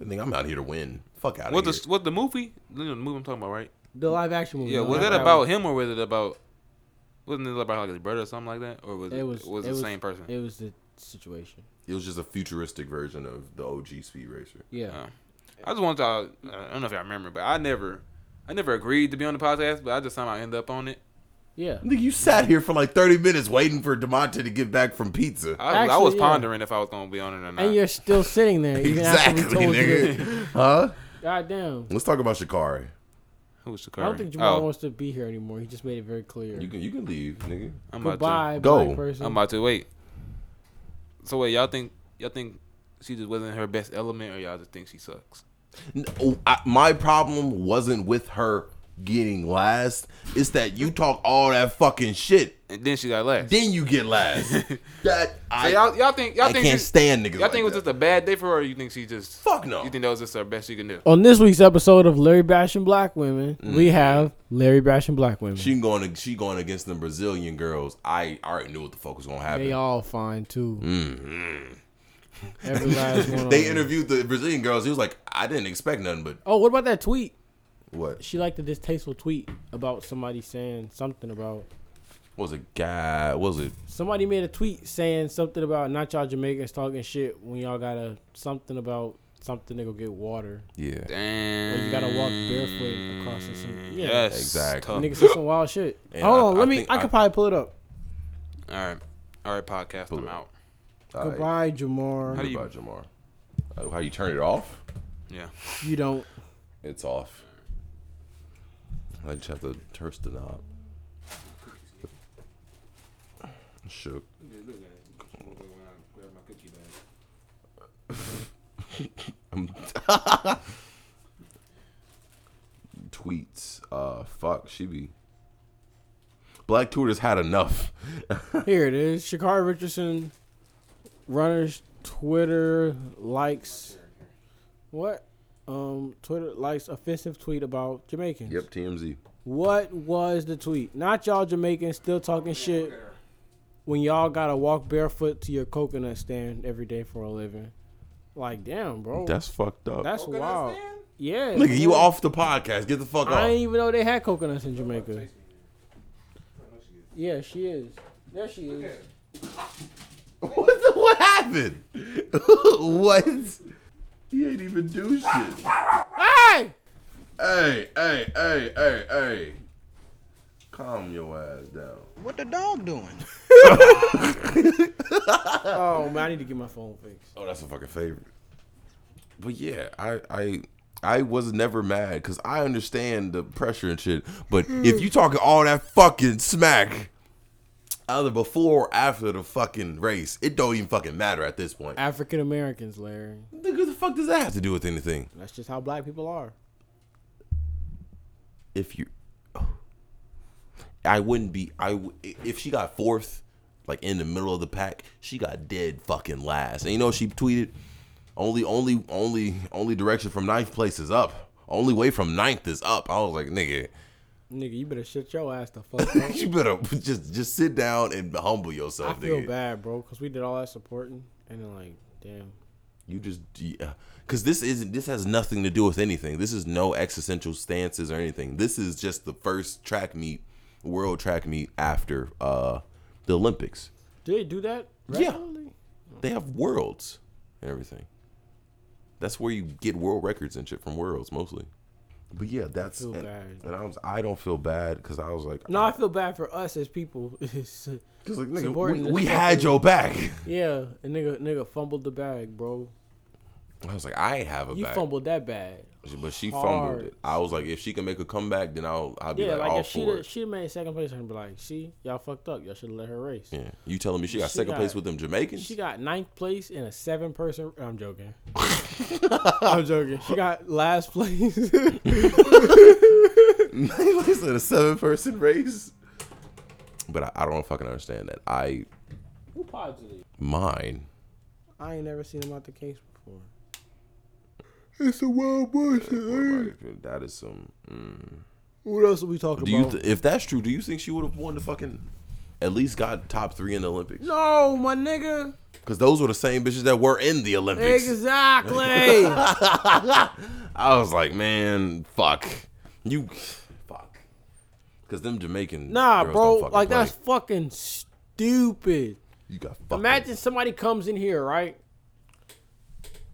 [SPEAKER 3] That nigga, I'm out here to win. Fuck out of
[SPEAKER 1] What
[SPEAKER 3] here.
[SPEAKER 1] the, what the movie? You know, the movie I'm talking about, right?
[SPEAKER 2] The live action movie.
[SPEAKER 1] Yeah,
[SPEAKER 2] no,
[SPEAKER 1] was
[SPEAKER 2] not
[SPEAKER 1] that
[SPEAKER 2] one.
[SPEAKER 1] about him or was it about wasn't it about like his brother or something like that? Or was it,
[SPEAKER 2] It was.
[SPEAKER 1] was
[SPEAKER 2] it
[SPEAKER 1] it the same person?
[SPEAKER 2] It was the situation.
[SPEAKER 3] It was just a futuristic version of the OG Speed Racer.
[SPEAKER 2] Yeah.
[SPEAKER 1] Uh, I just want y'all I don't know if y'all remember, but I never I never agreed to be on the podcast, but I just somehow end up on it.
[SPEAKER 2] yeah.
[SPEAKER 3] Nigga, you sat here for like 30 minutes waiting for DeMonte to get back from pizza.
[SPEAKER 1] I, I was
[SPEAKER 2] Actually, yeah.
[SPEAKER 1] pondering if I was gonna be on it or not.
[SPEAKER 2] And you're still sitting there even
[SPEAKER 3] exactly,
[SPEAKER 2] after we told you.
[SPEAKER 3] nigga. huh?
[SPEAKER 2] Goddamn.
[SPEAKER 3] Let's talk about Shikari.
[SPEAKER 1] Who's the Oh,
[SPEAKER 2] I
[SPEAKER 1] car?
[SPEAKER 2] don't think Jamal wants to be here anymore. He just made it very clear.
[SPEAKER 3] You can you can leave, nigga.
[SPEAKER 1] I'm about
[SPEAKER 2] Goodbye,
[SPEAKER 3] Go.
[SPEAKER 2] black person.
[SPEAKER 1] to. I'm about to wait. So wait, y'all think y'all think she just wasn't her best element, or y'all just think she sucks?
[SPEAKER 3] N- oh, I, my problem wasn't with her getting last. It's that you talk all that fucking shit,
[SPEAKER 1] And then she got last.
[SPEAKER 3] then you get last. that
[SPEAKER 1] so
[SPEAKER 3] I,
[SPEAKER 1] y'all, y'all think y'all
[SPEAKER 3] I
[SPEAKER 1] think
[SPEAKER 3] can't
[SPEAKER 1] she-
[SPEAKER 3] stand niggas.
[SPEAKER 1] Y'all
[SPEAKER 3] like
[SPEAKER 1] think it was
[SPEAKER 3] that.
[SPEAKER 1] just a bad day for her, or you think she just
[SPEAKER 3] Fuck no.
[SPEAKER 1] You think that was just her best she can do?
[SPEAKER 2] On this week's episode of Larry Bash and Black Women,
[SPEAKER 1] Mm.
[SPEAKER 2] we have Larry Bash and Black Women.
[SPEAKER 3] She going she going against them Brazilian girls. I already knew what the fuck was gonna happen.
[SPEAKER 2] they
[SPEAKER 3] They,
[SPEAKER 2] all fine too.
[SPEAKER 3] Mm-hmm.
[SPEAKER 2] Every last one. of them.
[SPEAKER 3] interviewed the Brazilian girls. He was like, I didn't expect nothing but
[SPEAKER 2] Oh, what about that tweet?
[SPEAKER 3] what?
[SPEAKER 2] She liked a distasteful tweet about somebody saying something about
[SPEAKER 3] What was it? guy? What was it?
[SPEAKER 2] somebody made a tweet saying something about not y'all Jamaicans talking shit when y'all got to something about something to go get water.
[SPEAKER 3] Yeah.
[SPEAKER 1] Damn. Mm,
[SPEAKER 2] Or you gotta walk barefoot across the sea. Yeah.
[SPEAKER 1] Yes,
[SPEAKER 3] Exactly.
[SPEAKER 1] tough.
[SPEAKER 2] Niggas said some wild shit.
[SPEAKER 3] Mm, Yeah,
[SPEAKER 2] Hold
[SPEAKER 3] I-
[SPEAKER 2] on,
[SPEAKER 3] I
[SPEAKER 2] let me.
[SPEAKER 3] think
[SPEAKER 2] I
[SPEAKER 3] I-
[SPEAKER 2] could probably pull it up.
[SPEAKER 1] All right, all right. Podcast, I'm out.
[SPEAKER 3] All right.
[SPEAKER 2] Goodbye, Jamar.
[SPEAKER 1] How do you-
[SPEAKER 3] Goodbye, Jamar. Uh, How you turn it off?
[SPEAKER 1] Yeah.
[SPEAKER 2] You don't.
[SPEAKER 3] It's off. I just have to turst the knob. Shook. I'm tweets. Uh, fuck. She be. Black tutors had enough.
[SPEAKER 2] Here it is. Shakari Richardson, runners Twitter likes. What? Um, Twitter likes offensive tweet about Jamaicans.
[SPEAKER 3] yep, TMZ.
[SPEAKER 2] What was the tweet? Not y'all Jamaicans still talking shit when y'all gotta walk barefoot to your coconut stand every day for a living. Like, damn, bro.
[SPEAKER 3] That's fucked up.
[SPEAKER 2] That's wild. Yeah.
[SPEAKER 3] Nigga, you
[SPEAKER 2] man.
[SPEAKER 3] off the podcast. Get the fuck
[SPEAKER 2] I
[SPEAKER 3] off.
[SPEAKER 2] didn't even know they had coconuts in Jamaica. Yeah, she is. There she is.
[SPEAKER 3] What, the, what happened? what? He ain't even do shit.
[SPEAKER 2] Hey!
[SPEAKER 3] Hey, hey, hey, hey, hey. Calm your ass down.
[SPEAKER 5] What the dog doing?
[SPEAKER 2] Oh man, I need to get my phone fixed.
[SPEAKER 3] Oh, that's a fucking favorite. But yeah, I I I was never mad because I understand the pressure and shit. But if you talking all that fucking smack, either before or after the fucking race, it don't even fucking matter at this point.
[SPEAKER 2] African Americans, Larry.
[SPEAKER 3] Nigga, what the fuck does that have to do with anything?
[SPEAKER 2] That's just how black people are.
[SPEAKER 3] if you I wouldn't be I w- if she got fourth like in the middle of the pack, she got dead fucking last. And you know what she tweeted only only only only direction from ninth place is up. Only way from ninth is up. I was like, nigga,
[SPEAKER 2] Nigga, you better shut your ass the fuck up.
[SPEAKER 3] you better just just sit down and humble
[SPEAKER 2] I
[SPEAKER 3] yourself,
[SPEAKER 2] feel
[SPEAKER 3] nigga.
[SPEAKER 2] bad, bro, because we did all that supporting and then like, damn.
[SPEAKER 3] You just yeah. cuz this isn't this has nothing to do with anything. This is no existential stances or anything. This is just the first track meet, world track meet after uh the Olympics.
[SPEAKER 2] Do they do that?
[SPEAKER 3] Yeah.
[SPEAKER 2] regularly?
[SPEAKER 3] They have worlds and everything. That's where you get world records and shit from worlds mostly. But yeah, that's
[SPEAKER 2] feel
[SPEAKER 3] and,
[SPEAKER 2] bad.
[SPEAKER 3] and I was I don't feel bad because I was like
[SPEAKER 2] No, I feel bad for us as people. It's-
[SPEAKER 3] 'cause like, nigga,
[SPEAKER 2] supporting
[SPEAKER 3] we,
[SPEAKER 2] this
[SPEAKER 3] we had your back.
[SPEAKER 2] yeah, a nigga, nigga fumbled the bag, bro.
[SPEAKER 3] I was like I ain't have a
[SPEAKER 2] You
[SPEAKER 3] back,
[SPEAKER 2] fumbled that bag.
[SPEAKER 3] but she
[SPEAKER 2] hard.
[SPEAKER 3] fumbled it. I was like if she can make a comeback, then I'll I'll be
[SPEAKER 2] Yeah,
[SPEAKER 3] like,
[SPEAKER 2] like,
[SPEAKER 3] all
[SPEAKER 2] if she
[SPEAKER 3] for it.
[SPEAKER 2] would she made second place, I'd be like, see, y'all fucked up. Y'all should have let her race.
[SPEAKER 3] Yeah, you telling me she got
[SPEAKER 2] She
[SPEAKER 3] second
[SPEAKER 2] got-
[SPEAKER 3] place with them Jamaicans?
[SPEAKER 2] She got ninth place in a seven person. I'm joking. I'm joking. She got last place.
[SPEAKER 3] It's a seven person race. But I, I don't fucking understand that. I
[SPEAKER 2] Who positive?
[SPEAKER 3] mine.
[SPEAKER 2] I ain't never seen him out the case before. eh?
[SPEAKER 3] That is some. Mm.
[SPEAKER 2] What else are we talking
[SPEAKER 3] Do you
[SPEAKER 2] about?
[SPEAKER 3] th- if that's true? Do you think she would have won the fucking? At least got top three in the Olympics
[SPEAKER 2] no, my nigga.
[SPEAKER 3] because those were the same bitches that were in the Olympics.
[SPEAKER 2] Exactly.
[SPEAKER 3] I was like, man, fuck you, fuck, because them Jamaican
[SPEAKER 2] nah,
[SPEAKER 3] girls
[SPEAKER 2] bro.
[SPEAKER 3] don't fucking
[SPEAKER 2] Like
[SPEAKER 3] play.
[SPEAKER 2] that's fucking stupid.
[SPEAKER 3] you got fucking
[SPEAKER 2] Imagine somebody comes in here, right?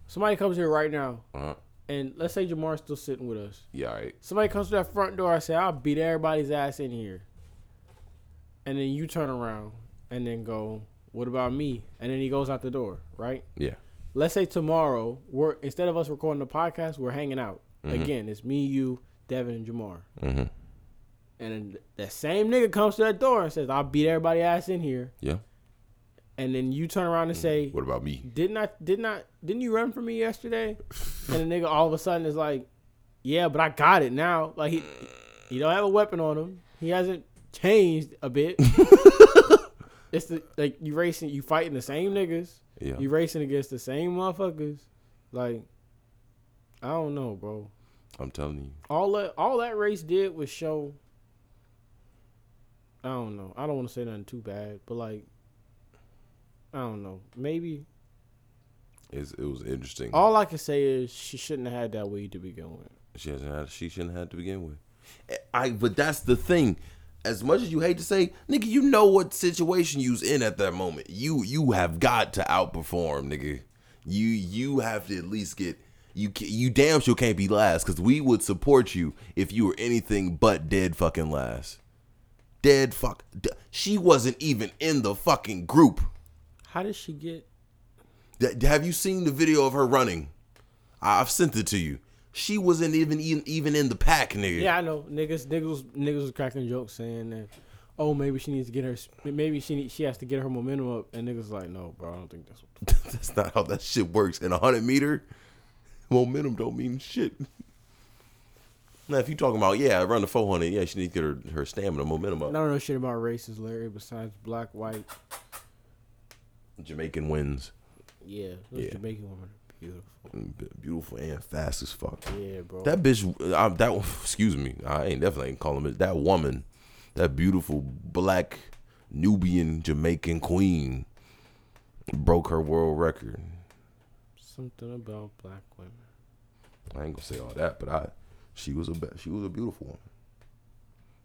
[SPEAKER 2] Somebody comes here right now,
[SPEAKER 3] Uh-huh.
[SPEAKER 2] and let's say Jamar's still sitting with us.
[SPEAKER 3] Yeah, all right.
[SPEAKER 2] Somebody comes to that front door. I say, I'll beat everybody's ass in here. And then you turn around and then go, What about me? And then he goes out the door, right?
[SPEAKER 3] Yeah,
[SPEAKER 2] Let's say tomorrow, we're instead of us recording the podcast, we're hanging out. Again, it's me, you, Devin, and Jamar.
[SPEAKER 3] Mm-hmm.
[SPEAKER 2] And then that same nigga comes to that door and says, "I'll beat everybody ass in here."
[SPEAKER 3] Yeah.
[SPEAKER 2] And then you turn around and say,
[SPEAKER 3] What about me?
[SPEAKER 2] didn't I did not didn't you run from me yesterday? And the nigga all of a sudden is like, Yeah, but I got it now. Like he he don't have a weapon on him. He hasn't changed a bit. it's the like you racing you fighting the same niggas.
[SPEAKER 3] Yeah.
[SPEAKER 2] You racing against the same motherfuckers. Like I don't know, bro.
[SPEAKER 3] I'm telling you.
[SPEAKER 2] All that all that race did was show I don't know. I don't want to say nothing too bad, but like I don't know. Maybe
[SPEAKER 3] It's, it was interesting.
[SPEAKER 2] All I can say is she shouldn't have had that weed to begin with.
[SPEAKER 3] She hasn't had. She shouldn't have to begin with. Eh, I. But that's the thing. As much as you hate to say, nigga, you know what situation you's in at that moment. You you have got to outperform, nigga. You you have to at least get. You ca- you damn sure can't be last because we would support you if you were anything but dead fucking last. Dead fuck. d- she wasn't even in the fucking group.
[SPEAKER 2] How did she get?
[SPEAKER 3] Th- Have you seen the video of her running? I- I've sent it to you. She wasn't even even, even in the pack, nigga.
[SPEAKER 2] Yeah, I know niggas. Niggas, was- niggas was cracking jokes saying that. Oh, maybe she needs to get her. Maybe she need, she has to get her momentum up. And niggas like, no, bro, I don't think that's. What
[SPEAKER 3] That's not how that shit works. In a hundred meter, momentum don't mean shit. Now, if you talking about yeah, run the four hundred, yeah, she needs to get her, her stamina, momentum
[SPEAKER 2] I
[SPEAKER 3] up.
[SPEAKER 2] don't know shit about races, Larry. Besides black, white,
[SPEAKER 3] Jamaican wins,
[SPEAKER 2] yeah, those
[SPEAKER 3] Yeah.
[SPEAKER 2] Jamaican women are beautiful.
[SPEAKER 3] B- beautiful and fast as fuck.
[SPEAKER 2] Yeah, bro.
[SPEAKER 3] That bitch, I, that excuse me, I ain't definitely ain't calling it that woman, that beautiful black Nubian Jamaican queen, broke her world record.
[SPEAKER 2] Something about black women.
[SPEAKER 3] I ain't gonna say all that, but I, she was a be- she was a beautiful woman.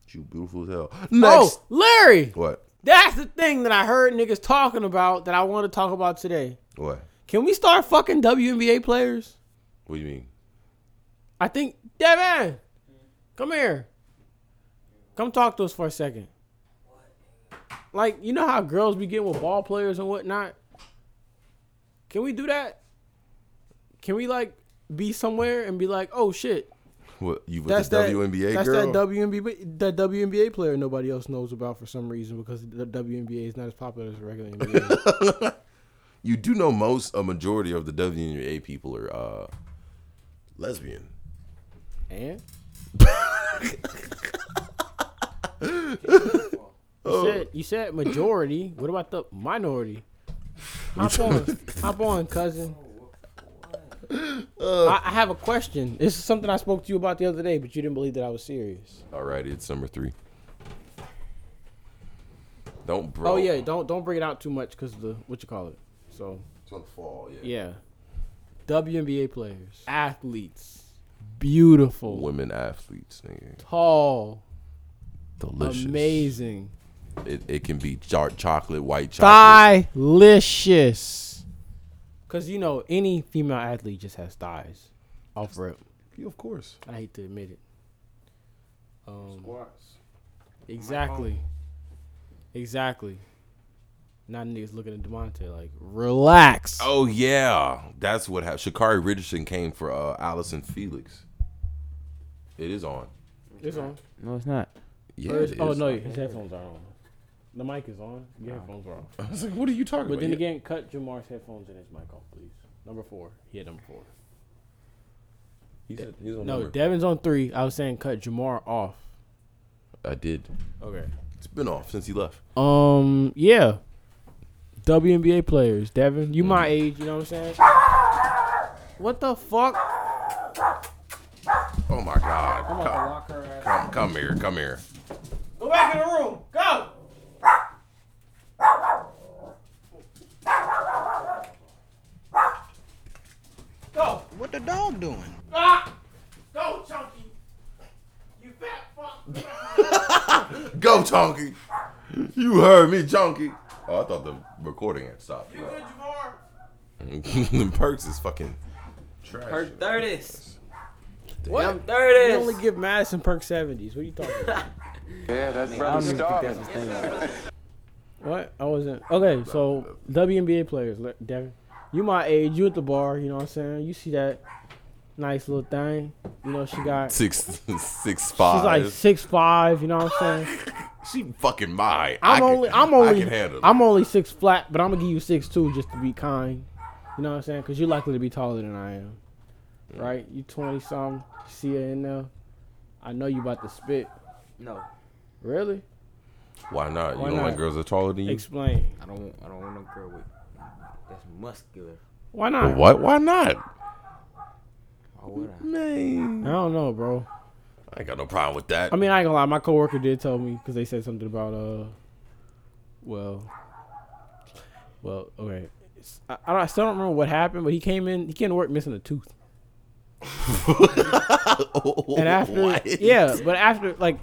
[SPEAKER 3] She was beautiful as hell. Next,
[SPEAKER 2] Oh, Larry,
[SPEAKER 3] what?
[SPEAKER 2] that's the thing that I heard niggas talking about that I want to talk about today.
[SPEAKER 3] What?
[SPEAKER 2] Can we start fucking WNBA players?
[SPEAKER 3] What do you mean?
[SPEAKER 2] I think Devin, come here. Come talk to us for a second. Like you know how girls be getting with ball players and whatnot. Can we do that? Can we like be somewhere and be like, oh shit,
[SPEAKER 3] What you with
[SPEAKER 2] that's
[SPEAKER 3] the
[SPEAKER 2] that
[SPEAKER 3] WNBA
[SPEAKER 2] that's
[SPEAKER 3] girl?
[SPEAKER 2] that WNBA that WNBA player nobody else knows about for some reason because the WNBA is not as popular as the regular NBA.
[SPEAKER 3] you do know most a majority of the WNBA people are uh, lesbian.
[SPEAKER 2] and
[SPEAKER 3] Oh,
[SPEAKER 2] said, you said majority. What about the minority? Hop on, hop on, cousin.
[SPEAKER 3] Uh.
[SPEAKER 2] I, I have a question. This is something I spoke to you about the other day, but you didn't believe that I was serious.
[SPEAKER 3] all right, it's number three. Don't bro.
[SPEAKER 2] Oh yeah, don't don't bring it out too much because the what you call it. So
[SPEAKER 3] It's gonna fall. Yeah.
[SPEAKER 2] yeah, WNBA players, athletes, beautiful,
[SPEAKER 3] Women athletes, nigga,
[SPEAKER 2] tall,
[SPEAKER 3] delicious.
[SPEAKER 2] amazing,
[SPEAKER 3] It, it can be dark chocolate, white chocolate.
[SPEAKER 2] delicious. Cause you know any female athlete just has thighs, off rip.
[SPEAKER 3] Yeah, of course.
[SPEAKER 2] I hate to admit it. Um,
[SPEAKER 8] Squats.
[SPEAKER 2] exactly. Exactly. Now niggas looking at Demonte like, relax.
[SPEAKER 3] Oh yeah, that's what happened. Shakari Richardson came for uh, Allison Felix. It is on.
[SPEAKER 2] It's on.
[SPEAKER 10] No, it's not.
[SPEAKER 3] Yeah.
[SPEAKER 2] Where's-
[SPEAKER 3] it
[SPEAKER 2] oh
[SPEAKER 3] is.
[SPEAKER 2] no, his headphones are on. The mic is on. Your headphones are on.
[SPEAKER 3] I was like, what are you talking
[SPEAKER 2] But
[SPEAKER 3] about?
[SPEAKER 2] then
[SPEAKER 3] Yeah.
[SPEAKER 2] again, cut Jamar's headphones and his mic off, please. Number four. Yeah, number four.
[SPEAKER 3] He's, he's on
[SPEAKER 2] No,
[SPEAKER 3] number-
[SPEAKER 2] Devin's on three. I was saying cut Jamar off.
[SPEAKER 3] I did.
[SPEAKER 2] Okay.
[SPEAKER 3] It's been off since he left.
[SPEAKER 2] Um, yeah. WNBA players, Devin. You my age, you know what I'm saying? What the fuck?
[SPEAKER 3] Oh my God! Come, come, come here, come here.
[SPEAKER 2] Go back in the room. Go. Go.
[SPEAKER 5] What the dog doing?
[SPEAKER 2] Ah. Go, Chunky. You fat fuck.
[SPEAKER 3] Go, Chonky. You heard me, Chonky. Oh, I thought the recording had stopped.
[SPEAKER 2] Jamar.
[SPEAKER 3] Perks is fucking trash.
[SPEAKER 10] Her thirties.
[SPEAKER 2] What? They
[SPEAKER 10] Thirties.
[SPEAKER 2] only give Madison perk 70s. What are you talking about?
[SPEAKER 10] I don't even think that's a thing.
[SPEAKER 2] what? I wasn't. Okay, so WNBA players, Le- Devin. You my age. You at the bar. You know what I'm saying? You see that nice little thing. You know, she got
[SPEAKER 3] Six, six, five.
[SPEAKER 2] She's like six five. You know what I'm saying?
[SPEAKER 3] she fucking my.
[SPEAKER 2] I'm
[SPEAKER 3] I
[SPEAKER 2] only,
[SPEAKER 3] Can,
[SPEAKER 2] I'm only,
[SPEAKER 3] I can handle.
[SPEAKER 2] I'm only six flat, but I'm gonna give you six two just to be kind. You know what I'm saying? Because you're likely to be taller than I am, right? You twenty something. See her in there. I know you about to spit.
[SPEAKER 11] No.
[SPEAKER 2] Really?
[SPEAKER 3] Why not? You
[SPEAKER 2] Why
[SPEAKER 3] don't like
[SPEAKER 2] not?
[SPEAKER 3] girls that are taller than you?
[SPEAKER 2] Explain.
[SPEAKER 11] I don't. I don't want no girl with that's muscular.
[SPEAKER 2] Why not?
[SPEAKER 3] What? Why not?
[SPEAKER 11] Why would I?
[SPEAKER 2] I don't know, bro.
[SPEAKER 3] I ain't got no problem with that.
[SPEAKER 2] I mean, I ain't gonna lie. My coworker did tell me because they said something about uh, well, well, okay. It's- I, I don't- I still don't remember what happened, but he came in. He came to work missing a tooth. and after,
[SPEAKER 3] What?
[SPEAKER 2] yeah, but after like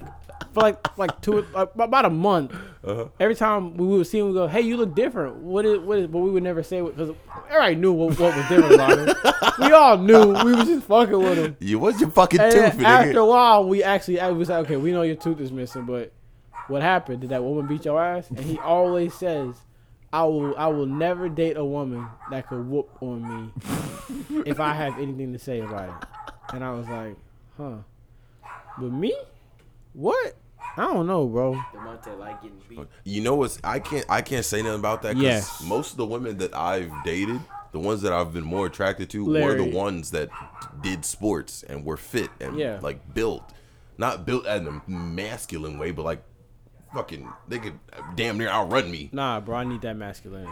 [SPEAKER 2] for like like two like, about a month,
[SPEAKER 3] Uh-huh.
[SPEAKER 2] every time we would see him, we go, "Hey, you look different." What is what is? But we would never say because everybody knew what, what was different about him. we all knew we was just fucking with him.
[SPEAKER 3] You what's your fucking
[SPEAKER 2] And
[SPEAKER 3] tooth,
[SPEAKER 2] then after a
[SPEAKER 3] nigga?
[SPEAKER 2] while, we actually I was like, okay, we know your tooth is missing, but what happened? Did that woman beat your ass? And he always says, I will I will never date a woman that could whoop on me if I have anything to say about it. And I was like, huh. But me? What? I don't know, bro.
[SPEAKER 11] Demonte like getting beat.
[SPEAKER 3] You know what's? I can't. I can't say nothing about that. 'cause
[SPEAKER 2] Yes.
[SPEAKER 3] Most of the women that I've dated, the ones that I've been more attracted to, were
[SPEAKER 2] Larry.
[SPEAKER 3] the ones that did sports and were fit and
[SPEAKER 2] Yeah.
[SPEAKER 3] like built, not built in a masculine way, but like fucking they could damn near outrun me.
[SPEAKER 2] Nah, bro, I need that masculinity.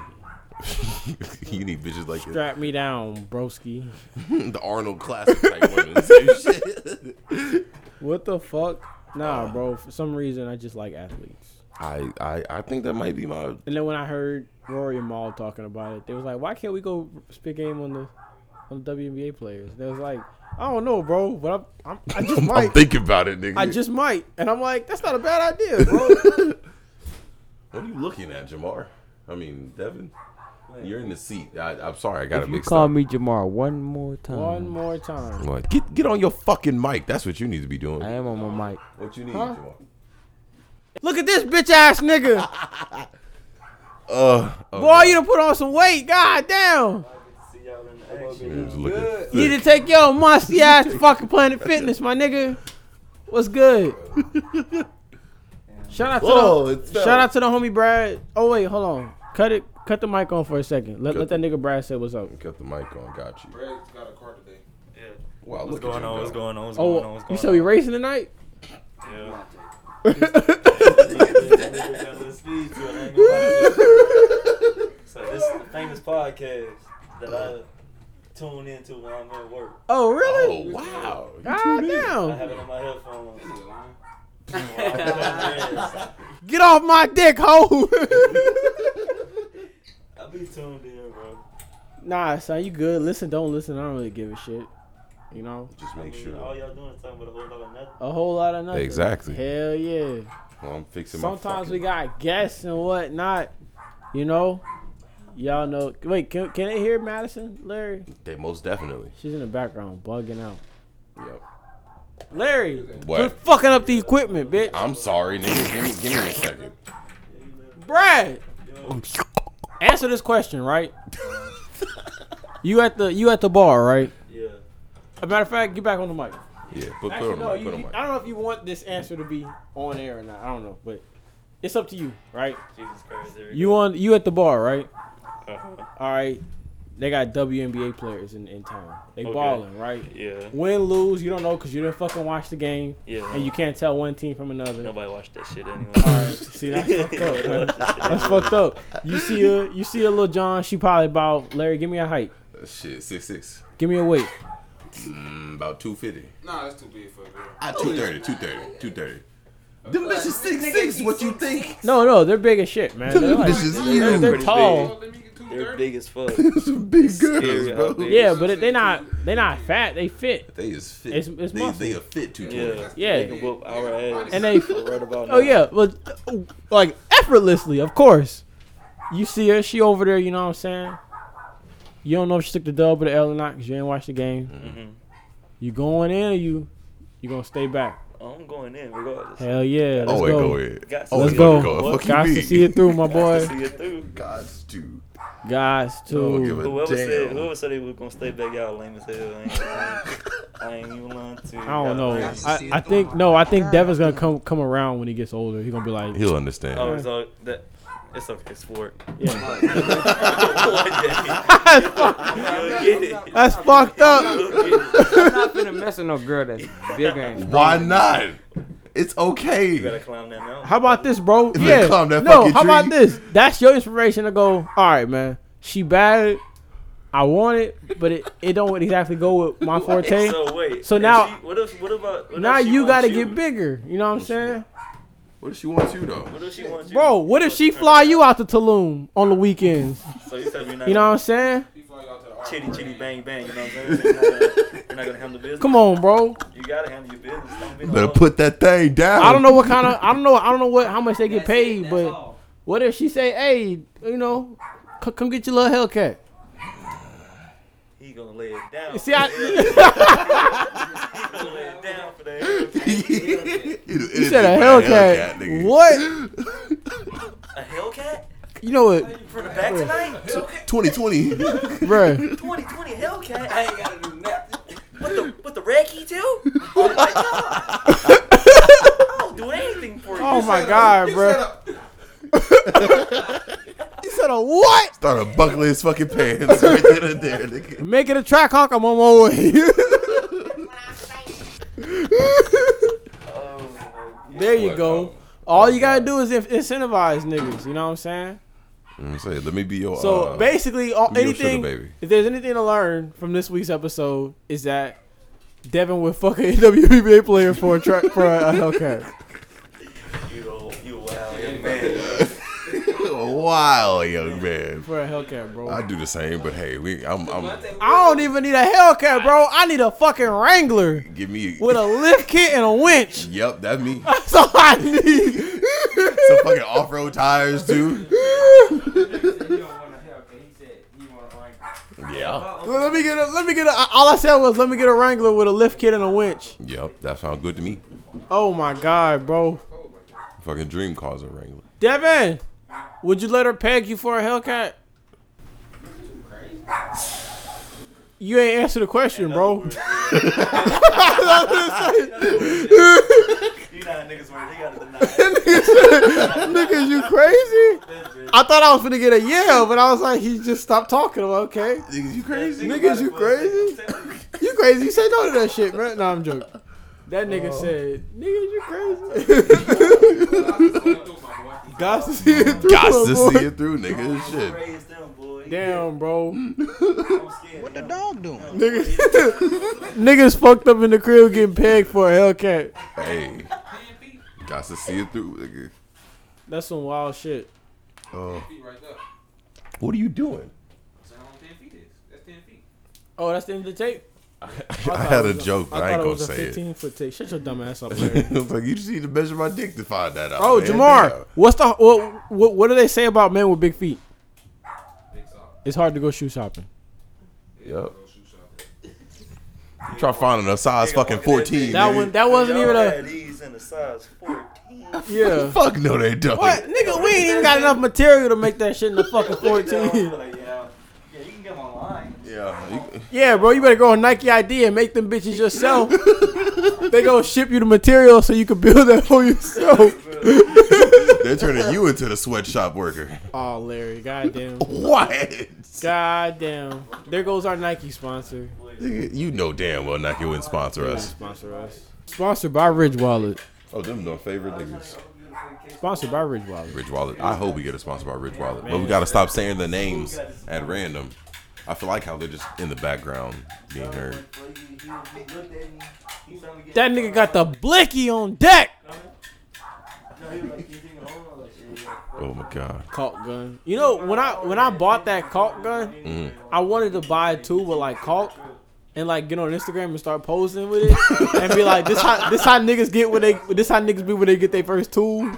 [SPEAKER 3] you need bitches like that.
[SPEAKER 2] Strap me down, broski.
[SPEAKER 3] the Arnold Classic type women. Same shit.
[SPEAKER 2] What the fuck? Nah, bro. For some reason, I just like athletes.
[SPEAKER 3] I, I I think that might be my
[SPEAKER 2] And then when I heard Rory and Maul talking about it, they was like, "Why can't we go spit game on the on the WNBA players?" They was like, "I don't know, bro, but I'm, I'm I just
[SPEAKER 3] I'm
[SPEAKER 2] might.
[SPEAKER 3] thinking about it, nigga.
[SPEAKER 2] I just might." And I'm like, "That's not a bad idea, bro."
[SPEAKER 3] What are you looking at, Jamar? I mean, Devin, you're in the seat. I, I'm sorry, I got
[SPEAKER 11] If
[SPEAKER 3] to
[SPEAKER 11] you
[SPEAKER 3] mix
[SPEAKER 11] call
[SPEAKER 3] up.
[SPEAKER 11] me Jamar one more time,
[SPEAKER 2] One more time.
[SPEAKER 3] What? Get get on your fucking mic. That's what you need to be doing.
[SPEAKER 11] I am on my mic.
[SPEAKER 3] What you need,
[SPEAKER 2] Huh?
[SPEAKER 3] Jamar?
[SPEAKER 2] Look at this bitch ass nigga.
[SPEAKER 3] Uh, oh,
[SPEAKER 2] Boy, you done put on some weight. God damn.
[SPEAKER 3] man, it's looking thick.
[SPEAKER 2] You need to take your musty ass to fucking Planet Fitness, my nigga. What's good? shout out to
[SPEAKER 3] Whoa,
[SPEAKER 2] the
[SPEAKER 3] it fell.
[SPEAKER 2] shout out to the homie Brad. Oh wait, hold on. Cut it. Cut the mic on for a second. Let, let that nigga Brad say what's up.
[SPEAKER 3] Cut the mic on. Got you.
[SPEAKER 1] Brad's got a car today.
[SPEAKER 3] Wow,
[SPEAKER 12] What's
[SPEAKER 3] look
[SPEAKER 12] going
[SPEAKER 3] at you
[SPEAKER 12] on? What's
[SPEAKER 3] go.
[SPEAKER 12] going on? What's
[SPEAKER 2] Oh,
[SPEAKER 12] going on? What's
[SPEAKER 2] you
[SPEAKER 12] going
[SPEAKER 2] said we racing tonight?
[SPEAKER 12] on? so this is the famous podcast that I tune into when I'm at work.
[SPEAKER 2] Oh really?
[SPEAKER 3] Oh wow. You
[SPEAKER 2] God
[SPEAKER 3] tuned in.
[SPEAKER 12] I
[SPEAKER 2] damn.
[SPEAKER 12] have it on my headphones.
[SPEAKER 2] Get off my dick, hoe.
[SPEAKER 12] I be tuned in, bro.
[SPEAKER 2] nah, son, you good. Listen, don't listen. I don't really give a shit. You know,
[SPEAKER 3] Just
[SPEAKER 12] I
[SPEAKER 3] make
[SPEAKER 12] mean, all
[SPEAKER 3] sure.
[SPEAKER 12] y'all doing is talking about a whole lot of nothing.
[SPEAKER 2] a whole lot of nothing.
[SPEAKER 3] Exactly.
[SPEAKER 2] Hell yeah.
[SPEAKER 3] Well, I'm fixing my.
[SPEAKER 2] Sometimes
[SPEAKER 3] fucking-
[SPEAKER 2] we got guests and whatnot. You know, y'all know. Wait, can can they hear Madison, Larry?
[SPEAKER 3] They most definitely.
[SPEAKER 2] She's in the background bugging out.
[SPEAKER 3] Yep.
[SPEAKER 2] Larry,
[SPEAKER 3] What?
[SPEAKER 2] you're fucking up the equipment, bitch.
[SPEAKER 3] I'm sorry, nigga. Give me give me a second.
[SPEAKER 2] Brad, answer this question, right? you at the you at the bar, right?
[SPEAKER 12] Yeah.
[SPEAKER 2] A matter of fact, get back on the mic.
[SPEAKER 3] Yeah, put, put
[SPEAKER 2] Actually,
[SPEAKER 3] on the
[SPEAKER 2] no,
[SPEAKER 3] mic.
[SPEAKER 2] you-
[SPEAKER 3] Put on
[SPEAKER 2] you- I
[SPEAKER 3] the mic.
[SPEAKER 2] don't know if you want this answer to be on air or not. I don't know, but it's up to you, right?
[SPEAKER 12] Jesus Christ. There we
[SPEAKER 2] You on you at the bar, right?
[SPEAKER 12] go. Uh-huh.
[SPEAKER 2] All right. They got WNBA players in, in town. They
[SPEAKER 12] Okay.
[SPEAKER 2] balling, right?
[SPEAKER 12] Yeah.
[SPEAKER 2] Win, lose, you don't know because you didn't fucking watch the game,
[SPEAKER 12] Yeah.
[SPEAKER 2] and you can't tell one team from another.
[SPEAKER 12] Nobody watched that shit anyway.
[SPEAKER 2] See, that's fucked up. man. That's fucked up. You see a you see a little John. She probably about Larry. Give me a height.
[SPEAKER 3] Uh, Shit, six six.
[SPEAKER 2] Give me a weight.
[SPEAKER 3] Mm, about two fifty.
[SPEAKER 1] Nah, that's too big for a girl.
[SPEAKER 3] Ah, 230, 230, 230. Them bitches six six. What you think?
[SPEAKER 2] No, no, they're big as shit, man. They're, like,
[SPEAKER 3] This is
[SPEAKER 2] they're, they're
[SPEAKER 12] Pretty
[SPEAKER 1] Oh,
[SPEAKER 2] tall.
[SPEAKER 12] They're big as fuck.
[SPEAKER 3] Some big
[SPEAKER 12] Scary out
[SPEAKER 3] girls, bro.
[SPEAKER 12] there.
[SPEAKER 2] Yeah, but they're not they're not fat. They fit.
[SPEAKER 3] They is fit.
[SPEAKER 2] It's- it's
[SPEAKER 3] they,
[SPEAKER 2] muscle.
[SPEAKER 3] they a fit two
[SPEAKER 12] Yeah.
[SPEAKER 3] twenty.
[SPEAKER 2] Yeah.
[SPEAKER 12] They can whoop our ass.
[SPEAKER 2] And they-
[SPEAKER 12] right about
[SPEAKER 2] Oh
[SPEAKER 12] now.
[SPEAKER 2] yeah, but uh, like effortlessly, of course. You see her, she over there. You know what I'm saying? You don't know if she took the dub or the L or not because you didn't watch the game.
[SPEAKER 12] Mhm.
[SPEAKER 2] You going in or you you gonna stay back?
[SPEAKER 12] I'm going in regardless.
[SPEAKER 2] Hell yeah, let's
[SPEAKER 3] Oh, wait,
[SPEAKER 2] go.
[SPEAKER 3] go ahead.
[SPEAKER 12] Got to
[SPEAKER 3] Oh,
[SPEAKER 2] Let's
[SPEAKER 12] see
[SPEAKER 3] wait,
[SPEAKER 12] it
[SPEAKER 2] go.
[SPEAKER 12] through.
[SPEAKER 3] Fuck you
[SPEAKER 2] Got to
[SPEAKER 3] mean?
[SPEAKER 2] see it through, my
[SPEAKER 12] Got to
[SPEAKER 2] boy.
[SPEAKER 12] see it through.
[SPEAKER 3] God's dude.
[SPEAKER 2] Guys, too.
[SPEAKER 12] Whoever said whoever said they were gonna stay back out lame as hell. I ain't, I ain't, I ain't even lying to you.
[SPEAKER 2] I don't know. I, I think no. I think Devin's gonna come come around when he gets older. He's gonna be like
[SPEAKER 3] He'll understand.
[SPEAKER 12] Oh, it's all that. It's okay, sport.
[SPEAKER 2] Yeah.
[SPEAKER 12] You'll get it.
[SPEAKER 2] That's fucked up.
[SPEAKER 11] I'm not gonna mess with no girl that's bigger and stronger.
[SPEAKER 3] Why not? It's okay.
[SPEAKER 12] You gotta climb that mountain.
[SPEAKER 2] How about this, bro?
[SPEAKER 3] Yeah, climb that
[SPEAKER 2] no,
[SPEAKER 3] fucking
[SPEAKER 2] how about
[SPEAKER 3] tree.
[SPEAKER 2] this? That's your inspiration to go. All right, man. She bad. I want it, but it, it don't exactly go with my forte.
[SPEAKER 12] So wait.
[SPEAKER 2] So
[SPEAKER 12] if
[SPEAKER 2] now
[SPEAKER 12] she, what if what about what
[SPEAKER 2] now
[SPEAKER 12] if she
[SPEAKER 2] you
[SPEAKER 12] wants
[SPEAKER 2] gotta
[SPEAKER 12] you?
[SPEAKER 2] get bigger. You know what I'm saying?
[SPEAKER 3] What if she wants you though?
[SPEAKER 12] What if she wants you?
[SPEAKER 2] Bro, what if she fly you out to Tulum on the weekends?
[SPEAKER 12] So you telling me not
[SPEAKER 2] You know what I'm saying?
[SPEAKER 12] Chitty chitty bang bang. You know what I'm saying? You're not gonna- you're not gonna handle business.
[SPEAKER 2] Come on, bro.
[SPEAKER 12] You gotta handle your business. Don't be
[SPEAKER 3] Better put that thing down.
[SPEAKER 2] I don't know what kind of I don't know I don't know what how much they get paid, but what if she say, "Hey, you know, c- come get your little Hellcat."
[SPEAKER 12] He gonna lay it down.
[SPEAKER 2] You see, I-
[SPEAKER 12] He gonna lay it down for that.
[SPEAKER 2] You said a Hellcat. what?
[SPEAKER 12] A Hellcat?
[SPEAKER 2] You know what,
[SPEAKER 12] For the back tonight?
[SPEAKER 3] 2020.
[SPEAKER 2] Bruh.
[SPEAKER 12] 2020 Hellcat? I ain't gotta do nothing. With the, with the red key too? Oh my god. I'll do anything for you.
[SPEAKER 2] Oh my god, bro. You said a what?
[SPEAKER 3] Started buckling his fucking pants right there and there, nigga.
[SPEAKER 2] Make it a track hawk. I'm on my way. there you go. All you gotta do is in- incentivize niggas. You know what I'm saying?
[SPEAKER 3] I'm saying, let me be your.
[SPEAKER 2] So
[SPEAKER 3] uh,
[SPEAKER 2] basically, all,
[SPEAKER 3] let me be your sugar
[SPEAKER 2] anything.
[SPEAKER 3] baby.
[SPEAKER 2] If there's anything to learn from this week's episode, is that Devin would fuck a WNBA player for a track for a, a Hellcat.
[SPEAKER 12] You a- you a wild
[SPEAKER 3] wow, young
[SPEAKER 12] young man.
[SPEAKER 3] man.
[SPEAKER 2] For a Hellcat, bro.
[SPEAKER 3] I do the same, but hey, we. I'm. I'm
[SPEAKER 2] I don't even need a Hellcat, bro. I need a fucking Wrangler
[SPEAKER 3] give me.
[SPEAKER 2] with a lift kit and a winch.
[SPEAKER 3] Yep, that me.
[SPEAKER 2] That's all I need.
[SPEAKER 3] Some fucking off-road tires too. Yeah.
[SPEAKER 2] Let me get a. Let me get a. All I said was let me get a Wrangler with a lift kit and a winch.
[SPEAKER 3] Yep, that sounds good to me.
[SPEAKER 2] Oh my god, bro.
[SPEAKER 3] Fucking dream cars are Wrangler.
[SPEAKER 2] Devin, would you let her peg you for a Hellcat? You ain't answer the question, bro.
[SPEAKER 12] You know how niggas work. They gotta deny.
[SPEAKER 2] Nigga, you crazy? I thought I was gonna get a yeah, but I was like, he just stopped talking. I'm like, okay.
[SPEAKER 3] Niggas, you crazy?
[SPEAKER 2] Niggas, you crazy? You crazy? You say no to that shit, man. Nah, I'm joking. That nigga said, niggas, you crazy? Got to see it through.
[SPEAKER 3] Got
[SPEAKER 2] my
[SPEAKER 3] to
[SPEAKER 2] boy.
[SPEAKER 3] see it through, nigga. Shit.
[SPEAKER 12] Raise them, boy.
[SPEAKER 2] Damn, bro.
[SPEAKER 5] What the dog doing?
[SPEAKER 2] Niggas, niggas fucked up in the crib getting pegged for a Hellcat.
[SPEAKER 3] Hey. Got to see it through, nigga.
[SPEAKER 2] That's some wild shit.
[SPEAKER 3] Oh,
[SPEAKER 1] Right there.
[SPEAKER 3] what are you doing?
[SPEAKER 1] That's how long 10 feet is. That's 10 feet.
[SPEAKER 2] Oh, that's the end of the tape.
[SPEAKER 3] I, had a joke, but I, ain't gonna say it.
[SPEAKER 2] 15 foot tape. Shut your dumb ass up, Larry.
[SPEAKER 3] I was like, you just need to measure my dick to find that out.
[SPEAKER 2] Oh,
[SPEAKER 3] man.
[SPEAKER 2] Jamar, what's the what, what? What do they say about men with big feet? It's hard to go shoe shopping.
[SPEAKER 3] Damn. Yep. Try finding a size fucking 14.
[SPEAKER 2] That
[SPEAKER 3] nigga.
[SPEAKER 2] one, that wasn't
[SPEAKER 12] Y'all
[SPEAKER 2] even a
[SPEAKER 12] had these in the size 14.
[SPEAKER 2] yeah.
[SPEAKER 3] Fuck no, they don't.
[SPEAKER 2] What, nigga? We ain't even got enough material to make that shit in the fucking
[SPEAKER 12] Yeah,
[SPEAKER 2] fourteen.
[SPEAKER 12] like, yeah, yeah, you can get them online.
[SPEAKER 3] Yeah. you-
[SPEAKER 2] Yeah, bro, you better go on Nike ID and make them bitches yourself. they gonna ship you the material so you can build that for yourself.
[SPEAKER 3] They're turning you into the sweatshop worker.
[SPEAKER 2] Oh, Larry, goddamn,
[SPEAKER 3] What?
[SPEAKER 2] goddamn. There goes our Nike sponsor.
[SPEAKER 3] Nigga, you know damn well Nike wouldn't sponsor us.
[SPEAKER 2] Sponsor us. Sponsored by Ridge Wallet.
[SPEAKER 3] Oh, them no favorite niggas.
[SPEAKER 2] Sponsored by Ridge Wallet.
[SPEAKER 3] Rich Wallet. I hope we get a sponsor by Rich Wallet. But we gotta stop saying the names at random. I feel like how they're just in the background being heard.
[SPEAKER 2] That nigga got the blicky on deck.
[SPEAKER 3] Oh my god.
[SPEAKER 2] Caulk gun. You know when I when I bought that caulk gun,
[SPEAKER 3] Mhm.
[SPEAKER 2] I wanted to buy two with like caulk and like get on Instagram and start posing with it and be like this how this how niggas get when they this how niggas be when they get their first tool.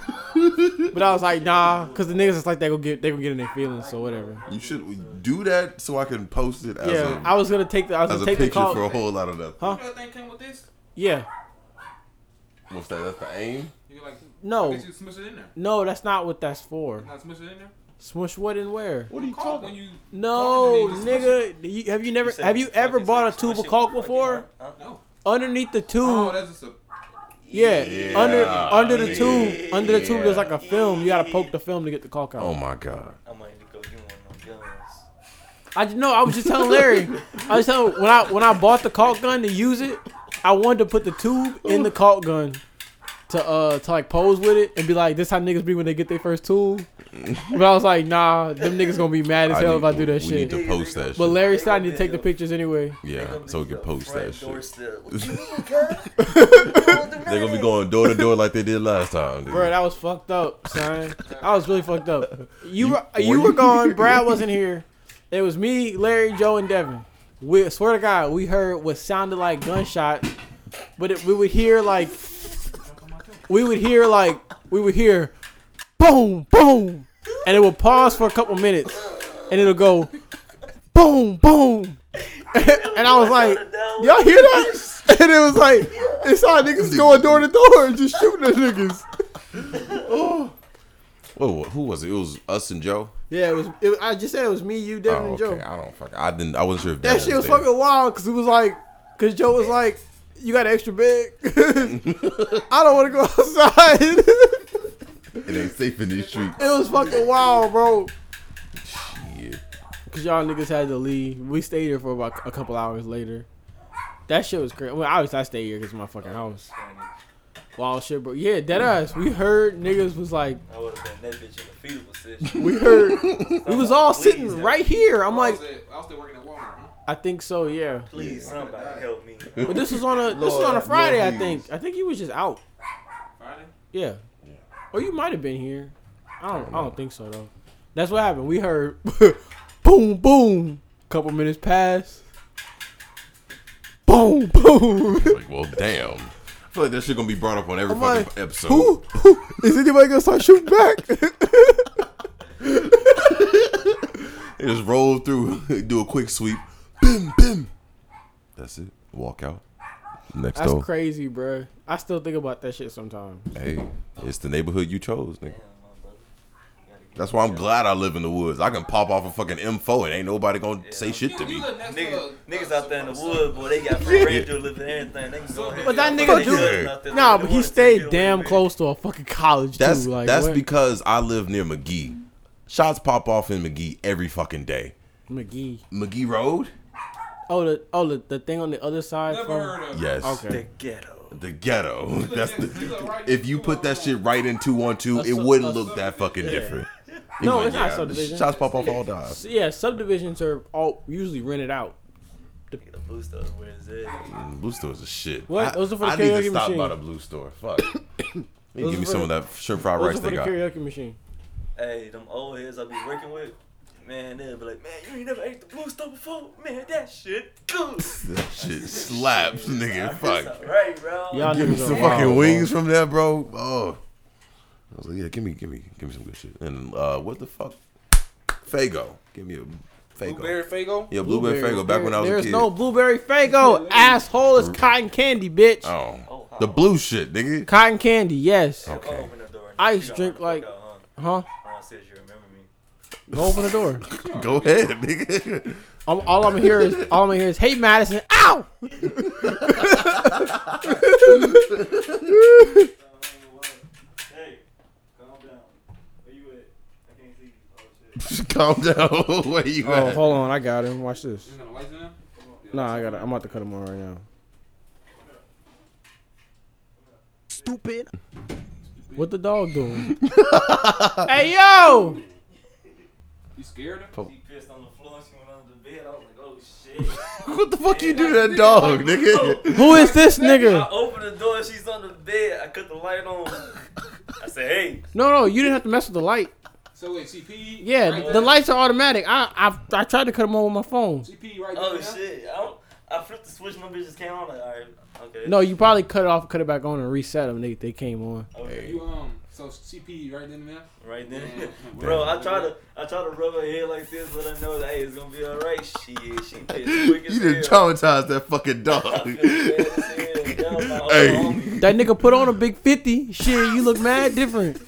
[SPEAKER 2] But I was like nah, cause the niggas is like they go get they go get in their feelings so whatever.
[SPEAKER 3] You should do that so I can post it as
[SPEAKER 2] Yeah,
[SPEAKER 3] a,
[SPEAKER 2] I was gonna take the I was
[SPEAKER 3] as
[SPEAKER 2] gonna
[SPEAKER 3] a
[SPEAKER 2] take the
[SPEAKER 3] picture
[SPEAKER 2] caulk.
[SPEAKER 3] for a whole lot of nothing.
[SPEAKER 2] Huh?
[SPEAKER 1] You know that thing came with this?
[SPEAKER 2] Yeah,
[SPEAKER 3] What's that? That's the aim?
[SPEAKER 1] You like,
[SPEAKER 2] No.
[SPEAKER 3] Oh.
[SPEAKER 1] I guess you smush it in there.
[SPEAKER 2] no, that's not what that's for.
[SPEAKER 1] Not smush it in there?
[SPEAKER 2] Smush what and where?
[SPEAKER 8] What are you talking? When you
[SPEAKER 2] No, nigga. do you- have you never have you ever bought a tube of caulk before? No. Underneath the tube.
[SPEAKER 8] Oh, that's just a.
[SPEAKER 2] yeah,
[SPEAKER 8] Yeah.
[SPEAKER 2] under under the tube, under the tube, there's like a film. You gotta poke the film to get the caulk out.
[SPEAKER 3] Oh my god.
[SPEAKER 12] I might need to go get one of them guns.
[SPEAKER 2] I just no. I was just telling Larry. I was telling when I when I bought the caulk gun to use it, I wanted to put the tube in the caulk gun to uh to like pose with it and be like, this how niggas be when they get their first tool. But I was like, nah, them niggas gonna be mad as
[SPEAKER 3] I
[SPEAKER 2] hell oh, if
[SPEAKER 3] need-
[SPEAKER 2] I do that
[SPEAKER 3] we
[SPEAKER 2] shit.
[SPEAKER 3] need to post that
[SPEAKER 2] But
[SPEAKER 3] shit.
[SPEAKER 2] Larry said I need to take the pictures anyway.
[SPEAKER 3] Yeah, so we can post that shit. They're
[SPEAKER 2] They're
[SPEAKER 3] gonna be going door to door like they did last time. Dude.
[SPEAKER 2] Bro, that was fucked up, son. I was really fucked up. You were,
[SPEAKER 3] were
[SPEAKER 2] you were
[SPEAKER 3] you-
[SPEAKER 2] gone. Brad wasn't here. It was me, Larry, Joe, and Devin. We swear to God, we heard what sounded like gunshots, but it, we would hear like we would hear like we would hear boom, boom, and it would pause for a couple minutes, and it'll go boom, boom, and I was like, y'all hear that? And it was like it sounded niggas going door to door and just shooting at niggas. Oh.
[SPEAKER 3] Whoa, who was it? It was us and Joe.
[SPEAKER 2] Yeah, it was. It, I just said it was me, you,
[SPEAKER 3] Oh,
[SPEAKER 2] Devin, and
[SPEAKER 3] okay.
[SPEAKER 2] Joe.
[SPEAKER 3] I don't fuck. I didn't. I wasn't sure if
[SPEAKER 2] That shit was fucking wild because it was like, because Joe was like, "You got an extra bed? I don't want to go outside." it
[SPEAKER 3] fucking. It ain't safe in these streets.
[SPEAKER 2] was fucking wild, bro. Cause y'all niggas had to leave. We stayed here for about a couple hours later. That shit was crazy. Well, obviously I stayed here because my fucking house. Wild shit, bro. Yeah, dead ass. We heard niggas was like,
[SPEAKER 12] I would have been that bitch in the fetal position.
[SPEAKER 2] we heard, we was all sitting right here. I'm like,
[SPEAKER 12] I was still working at Walmart.
[SPEAKER 2] I think so, yeah.
[SPEAKER 12] Please, somebody help me.
[SPEAKER 2] But this was on a this was on a
[SPEAKER 12] Lord,
[SPEAKER 2] Friday,
[SPEAKER 12] Lord
[SPEAKER 2] I think. I think you was just out. Friday. Yeah. Or you might have been here. I don't. I don't, think so though. That's what happened. We heard boom, boom. Couple minutes pass. Boom, boom.
[SPEAKER 3] Like, well, damn. I feel like that shit gonna be brought up on every
[SPEAKER 2] I'm
[SPEAKER 3] fucking
[SPEAKER 2] like,
[SPEAKER 3] episode.
[SPEAKER 2] Who, who is anybody gonna start shooting back?
[SPEAKER 3] They just roll through, do a quick sweep, bim, bim. That's it. Walk out. Next
[SPEAKER 2] That's
[SPEAKER 3] door.
[SPEAKER 2] crazy, bruh. I still think about that shit sometimes.
[SPEAKER 3] Hey, it's the neighborhood you chose, nigga. That's why I'm glad I live in the woods. I can pop off a fucking M4 and ain't nobody gonna say shit to me.
[SPEAKER 1] uh,
[SPEAKER 12] Niggas, niggas out there in the wood, boy, they got free range to live and everything. They can go ahead.
[SPEAKER 2] But that
[SPEAKER 12] and
[SPEAKER 2] nigga
[SPEAKER 12] do nothing out
[SPEAKER 2] do.
[SPEAKER 12] there.
[SPEAKER 2] Nah, but he stayed damn close to a fucking college
[SPEAKER 3] That's
[SPEAKER 2] too. Like
[SPEAKER 3] that's
[SPEAKER 2] what?
[SPEAKER 3] because I live near McGee. Shots pop off in McGee every fucking day.
[SPEAKER 2] McGee.
[SPEAKER 3] McGee Road?
[SPEAKER 2] Oh, the oh the, the thing on the other side. from-
[SPEAKER 3] Yes.
[SPEAKER 2] Okay.
[SPEAKER 12] ghetto.
[SPEAKER 3] The ghetto. That's the. If you put that shit right in two one two, it wouldn't look that fucking different.
[SPEAKER 2] No,
[SPEAKER 3] Like,
[SPEAKER 2] it's not
[SPEAKER 3] yeah,
[SPEAKER 2] subdivision.
[SPEAKER 3] Shots pop off all time.
[SPEAKER 2] S- Yeah, subdivisions are all usually rented out.
[SPEAKER 12] The blue stuff, where is it?
[SPEAKER 3] Mm, Blue store is a shit.
[SPEAKER 2] What?
[SPEAKER 3] I,
[SPEAKER 2] Those are for the
[SPEAKER 3] I need to
[SPEAKER 2] karaoke
[SPEAKER 3] stop by
[SPEAKER 2] machine.
[SPEAKER 3] the blue store. Fuck. They
[SPEAKER 2] Those
[SPEAKER 3] give
[SPEAKER 2] are
[SPEAKER 3] me
[SPEAKER 2] for
[SPEAKER 3] some of
[SPEAKER 2] the-
[SPEAKER 3] that shrimp fried
[SPEAKER 2] those are
[SPEAKER 3] rice
[SPEAKER 2] for
[SPEAKER 3] they
[SPEAKER 2] the
[SPEAKER 3] got.
[SPEAKER 2] karaoke machine.
[SPEAKER 12] Hey, them old heads I be working with, man, they'll be like, man, you ain't never ate the blue stuff before, man. That shit good.
[SPEAKER 3] That shit slaps, nigga. Fuck.
[SPEAKER 12] Right, bro.
[SPEAKER 3] Y'all give me some fucking wings from that, bro. Oh. I was like, yeah, give me, give me, give me some good shit. And uh, what the fuck? Fago. Give me a Fago.
[SPEAKER 1] Blueberry Faygo?
[SPEAKER 3] Yeah, blueberry, Fago. Back when I was
[SPEAKER 2] There's
[SPEAKER 3] a kid.
[SPEAKER 2] no blueberry Fago. Asshole is cotton candy, bitch.
[SPEAKER 3] Oh, the blue shit, nigga.
[SPEAKER 2] Cotton candy, yes.
[SPEAKER 3] Okay.
[SPEAKER 2] Ice drink like, huh?
[SPEAKER 12] I said you remember me.
[SPEAKER 2] Go open the door.
[SPEAKER 3] Go ahead, nigga.
[SPEAKER 2] I'm, all I'm hear is all I'm hear is, "Hey Madison, ow!"
[SPEAKER 3] Calm down. Where you
[SPEAKER 2] oh,
[SPEAKER 3] at?
[SPEAKER 2] hold on, I got him. Watch this. Nah, I got it. I'm about to cut him on right now.
[SPEAKER 5] Stupid.
[SPEAKER 2] What the dog doing? hey yo!
[SPEAKER 1] You scared him?
[SPEAKER 3] Pop-
[SPEAKER 12] Pissed on the floor, she went under the bed. I was like, oh shit.
[SPEAKER 3] What the fuck you do to that dog, nigga?
[SPEAKER 2] Who is this nigga?
[SPEAKER 12] I opened the door, she's under the bed. I cut the light on. I said, hey.
[SPEAKER 2] No, no, you didn't have to mess with the light.
[SPEAKER 1] So wait, CP?
[SPEAKER 2] Yeah,
[SPEAKER 1] right
[SPEAKER 2] the
[SPEAKER 1] there?
[SPEAKER 2] lights are automatic. I I I tried to cut them on with my phone.
[SPEAKER 1] CP right
[SPEAKER 12] oh
[SPEAKER 1] there.
[SPEAKER 12] shit. I, don't- I flipped the switch, my bitch just came on. Like, all right, okay.
[SPEAKER 2] No, you probably cut it off, cut it back on, and reset them. They they came on.
[SPEAKER 12] Okay.
[SPEAKER 1] You um, so CP right then and there.
[SPEAKER 12] Right then,
[SPEAKER 1] Yeah.
[SPEAKER 12] bro. I try to, I try to rub her head like this, let her know that hey, it's gonna be all right. She, she pissed quick as
[SPEAKER 3] You done
[SPEAKER 12] hell.
[SPEAKER 3] traumatized that fucking dog. hey.
[SPEAKER 2] That nigga put on a big fifty. Shit, you look mad different.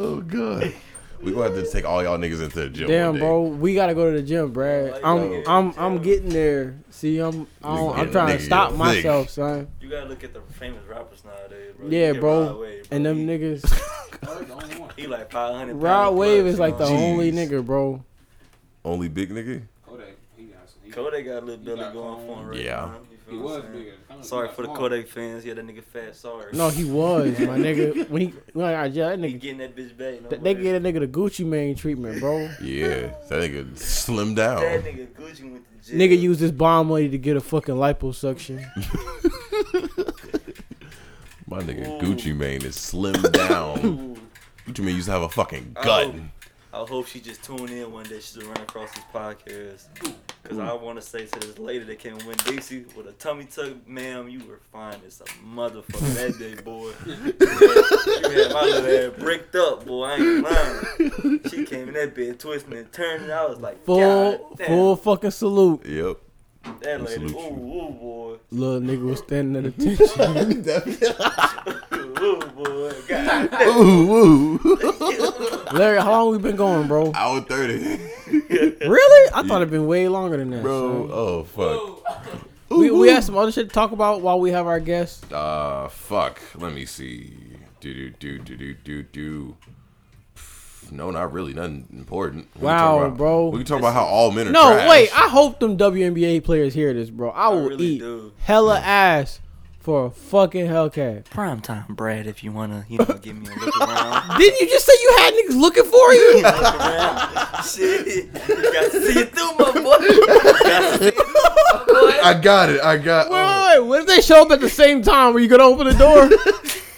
[SPEAKER 3] Oh god. We gonna have to take all y'all niggas into the gym. one
[SPEAKER 2] Damn,
[SPEAKER 3] day.
[SPEAKER 2] bro, we gotta go to the gym, Brad. I'm, I'm, I'm getting there. See, I'm, I'm, I'm
[SPEAKER 3] Nigga,
[SPEAKER 2] trying
[SPEAKER 3] nigga,
[SPEAKER 2] to stop
[SPEAKER 3] thick.
[SPEAKER 2] myself, son.
[SPEAKER 12] You gotta look at the famous rappers nowadays, bro.
[SPEAKER 2] Yeah,
[SPEAKER 12] Look at Rod
[SPEAKER 2] bro.
[SPEAKER 12] Wave,
[SPEAKER 2] And them niggas.
[SPEAKER 12] He like 500
[SPEAKER 2] Rod
[SPEAKER 12] pound
[SPEAKER 2] Wave
[SPEAKER 12] plus,
[SPEAKER 2] is
[SPEAKER 12] you
[SPEAKER 2] like the
[SPEAKER 12] know?
[SPEAKER 2] only nigga, bro.
[SPEAKER 3] Only big nigga.
[SPEAKER 12] Kodak got a little belly going for him right
[SPEAKER 3] Yeah.
[SPEAKER 12] now. You feel
[SPEAKER 1] He
[SPEAKER 12] what
[SPEAKER 1] was
[SPEAKER 12] I'm
[SPEAKER 1] bigger. I
[SPEAKER 12] saying?
[SPEAKER 1] don't know if he
[SPEAKER 12] Sorry
[SPEAKER 1] got
[SPEAKER 12] for the
[SPEAKER 1] smaller.
[SPEAKER 12] Kodak fans. Yeah, that nigga fat. Sorry.
[SPEAKER 2] No, he was my nigga. When he, when I got jailed, that
[SPEAKER 12] He
[SPEAKER 2] nigga,
[SPEAKER 12] getting that bitch back. no
[SPEAKER 2] th- they
[SPEAKER 12] way.
[SPEAKER 2] gave a nigga the Gucci Mane treatment, bro.
[SPEAKER 3] Yeah, that nigga slimmed
[SPEAKER 12] That
[SPEAKER 3] down.
[SPEAKER 12] nigga Gucci went to jail.
[SPEAKER 2] Nigga used his bond money to get a fucking liposuction.
[SPEAKER 3] My nigga Gucci Mane is slimmed down. Gucci Mane used to have a fucking
[SPEAKER 12] I
[SPEAKER 3] gut.
[SPEAKER 12] hope- I hope she just tuned in one day. She's run across this podcast. Because I want to say to this lady that came win Dixie with a tummy tuck, ma'am, you were fine as a motherfucker that day, boy. you had my little ass bricked up, boy. I ain't lying. She came in that bed twisting and turning. I was like,
[SPEAKER 2] Full,
[SPEAKER 12] God damn.
[SPEAKER 2] full fucking salute.
[SPEAKER 3] Yep.
[SPEAKER 12] That lady, ooh, ooh, boy.
[SPEAKER 2] Little nigga was standing at attention.
[SPEAKER 12] ooh, Oh, boy. God damn.
[SPEAKER 2] ooh, ooh. Larry, how long we been going, bro?
[SPEAKER 3] Hour thirty.
[SPEAKER 2] really? I thought it'd been way longer than that.
[SPEAKER 3] Bro,
[SPEAKER 2] son.
[SPEAKER 3] oh fuck.
[SPEAKER 2] we, we have some other shit to talk about while we have our guests.
[SPEAKER 3] Uh fuck. Let me see. Do do do do do do do. Pff, No, not really. Nothing important. We can talk
[SPEAKER 2] Wow,
[SPEAKER 3] about-
[SPEAKER 2] bro.
[SPEAKER 3] We can talk about how all men are
[SPEAKER 2] No,
[SPEAKER 3] trash.
[SPEAKER 2] wait. I hope them WNBA players hear this, bro. I will eat hella ass for a fucking Hellcat.
[SPEAKER 12] Prime time, Brad, if you want to, you know, give me a look around.
[SPEAKER 2] Didn't you just say you had niggas looking for you?
[SPEAKER 12] Shit. You got to see it through, my boy. You got to see it through, my boy.
[SPEAKER 3] I got it. I got. oh.
[SPEAKER 2] Wait, wait, wait. What if they show up at the same time? Were you gonna open the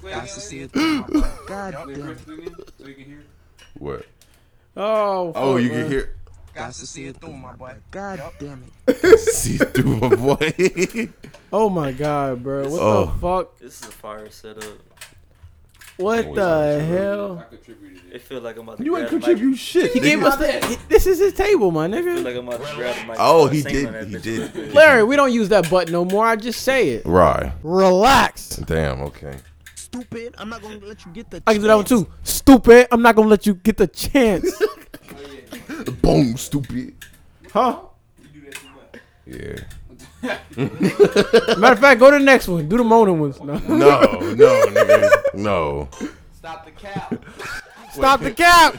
[SPEAKER 2] door?
[SPEAKER 5] God damn.
[SPEAKER 1] So you can hear.
[SPEAKER 3] What?
[SPEAKER 2] Oh.
[SPEAKER 3] Oh,
[SPEAKER 2] fuck,
[SPEAKER 3] you
[SPEAKER 2] man.
[SPEAKER 3] can hear.
[SPEAKER 5] Got to see it through, my boy. God damn it.
[SPEAKER 3] See through my boy.
[SPEAKER 2] Oh my god, bro. What
[SPEAKER 3] Oh.
[SPEAKER 2] the fuck?
[SPEAKER 12] This is a fire setup.
[SPEAKER 2] What the hell?
[SPEAKER 12] It feel like I'm about to
[SPEAKER 3] You ain't
[SPEAKER 12] grab the mic.
[SPEAKER 3] contribute shit.
[SPEAKER 2] He gave us the. This is his table, my
[SPEAKER 12] feel
[SPEAKER 2] nigga.
[SPEAKER 12] like I'm about to grab the mic.
[SPEAKER 3] Oh,
[SPEAKER 12] and
[SPEAKER 3] he
[SPEAKER 12] sing on
[SPEAKER 3] did.
[SPEAKER 12] that
[SPEAKER 3] He
[SPEAKER 12] bitch.
[SPEAKER 3] did.
[SPEAKER 2] Larry, we don't use that button no more. I just say it.
[SPEAKER 3] Right.
[SPEAKER 2] Relax.
[SPEAKER 3] Damn. Okay.
[SPEAKER 5] Stupid. I'm not going to let you get the
[SPEAKER 2] I can do that one too. Stupid. I'm not gonna let you get the chance.
[SPEAKER 3] Boom. Stupid.
[SPEAKER 2] Huh?
[SPEAKER 3] Yeah.
[SPEAKER 2] Matter of fact, go to the next one. Do the moaning ones. No.
[SPEAKER 3] No. No. Nigga. No.
[SPEAKER 2] Stop the cap.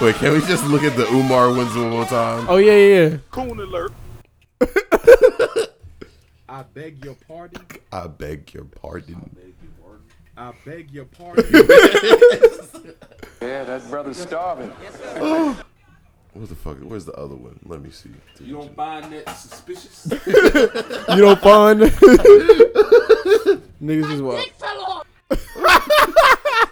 [SPEAKER 3] Wait. Can we just look at the Umar ones one more time?
[SPEAKER 2] Oh yeah, yeah. yeah.
[SPEAKER 7] Coon alert.
[SPEAKER 8] I beg your pardon.
[SPEAKER 3] I beg your pardon.
[SPEAKER 8] I beg your pardon.
[SPEAKER 10] Yeah, that brother's starving.
[SPEAKER 3] What the fuck? Where's the other one? Let me see.
[SPEAKER 1] You don't find that suspicious?
[SPEAKER 2] You don't find niggas is wild.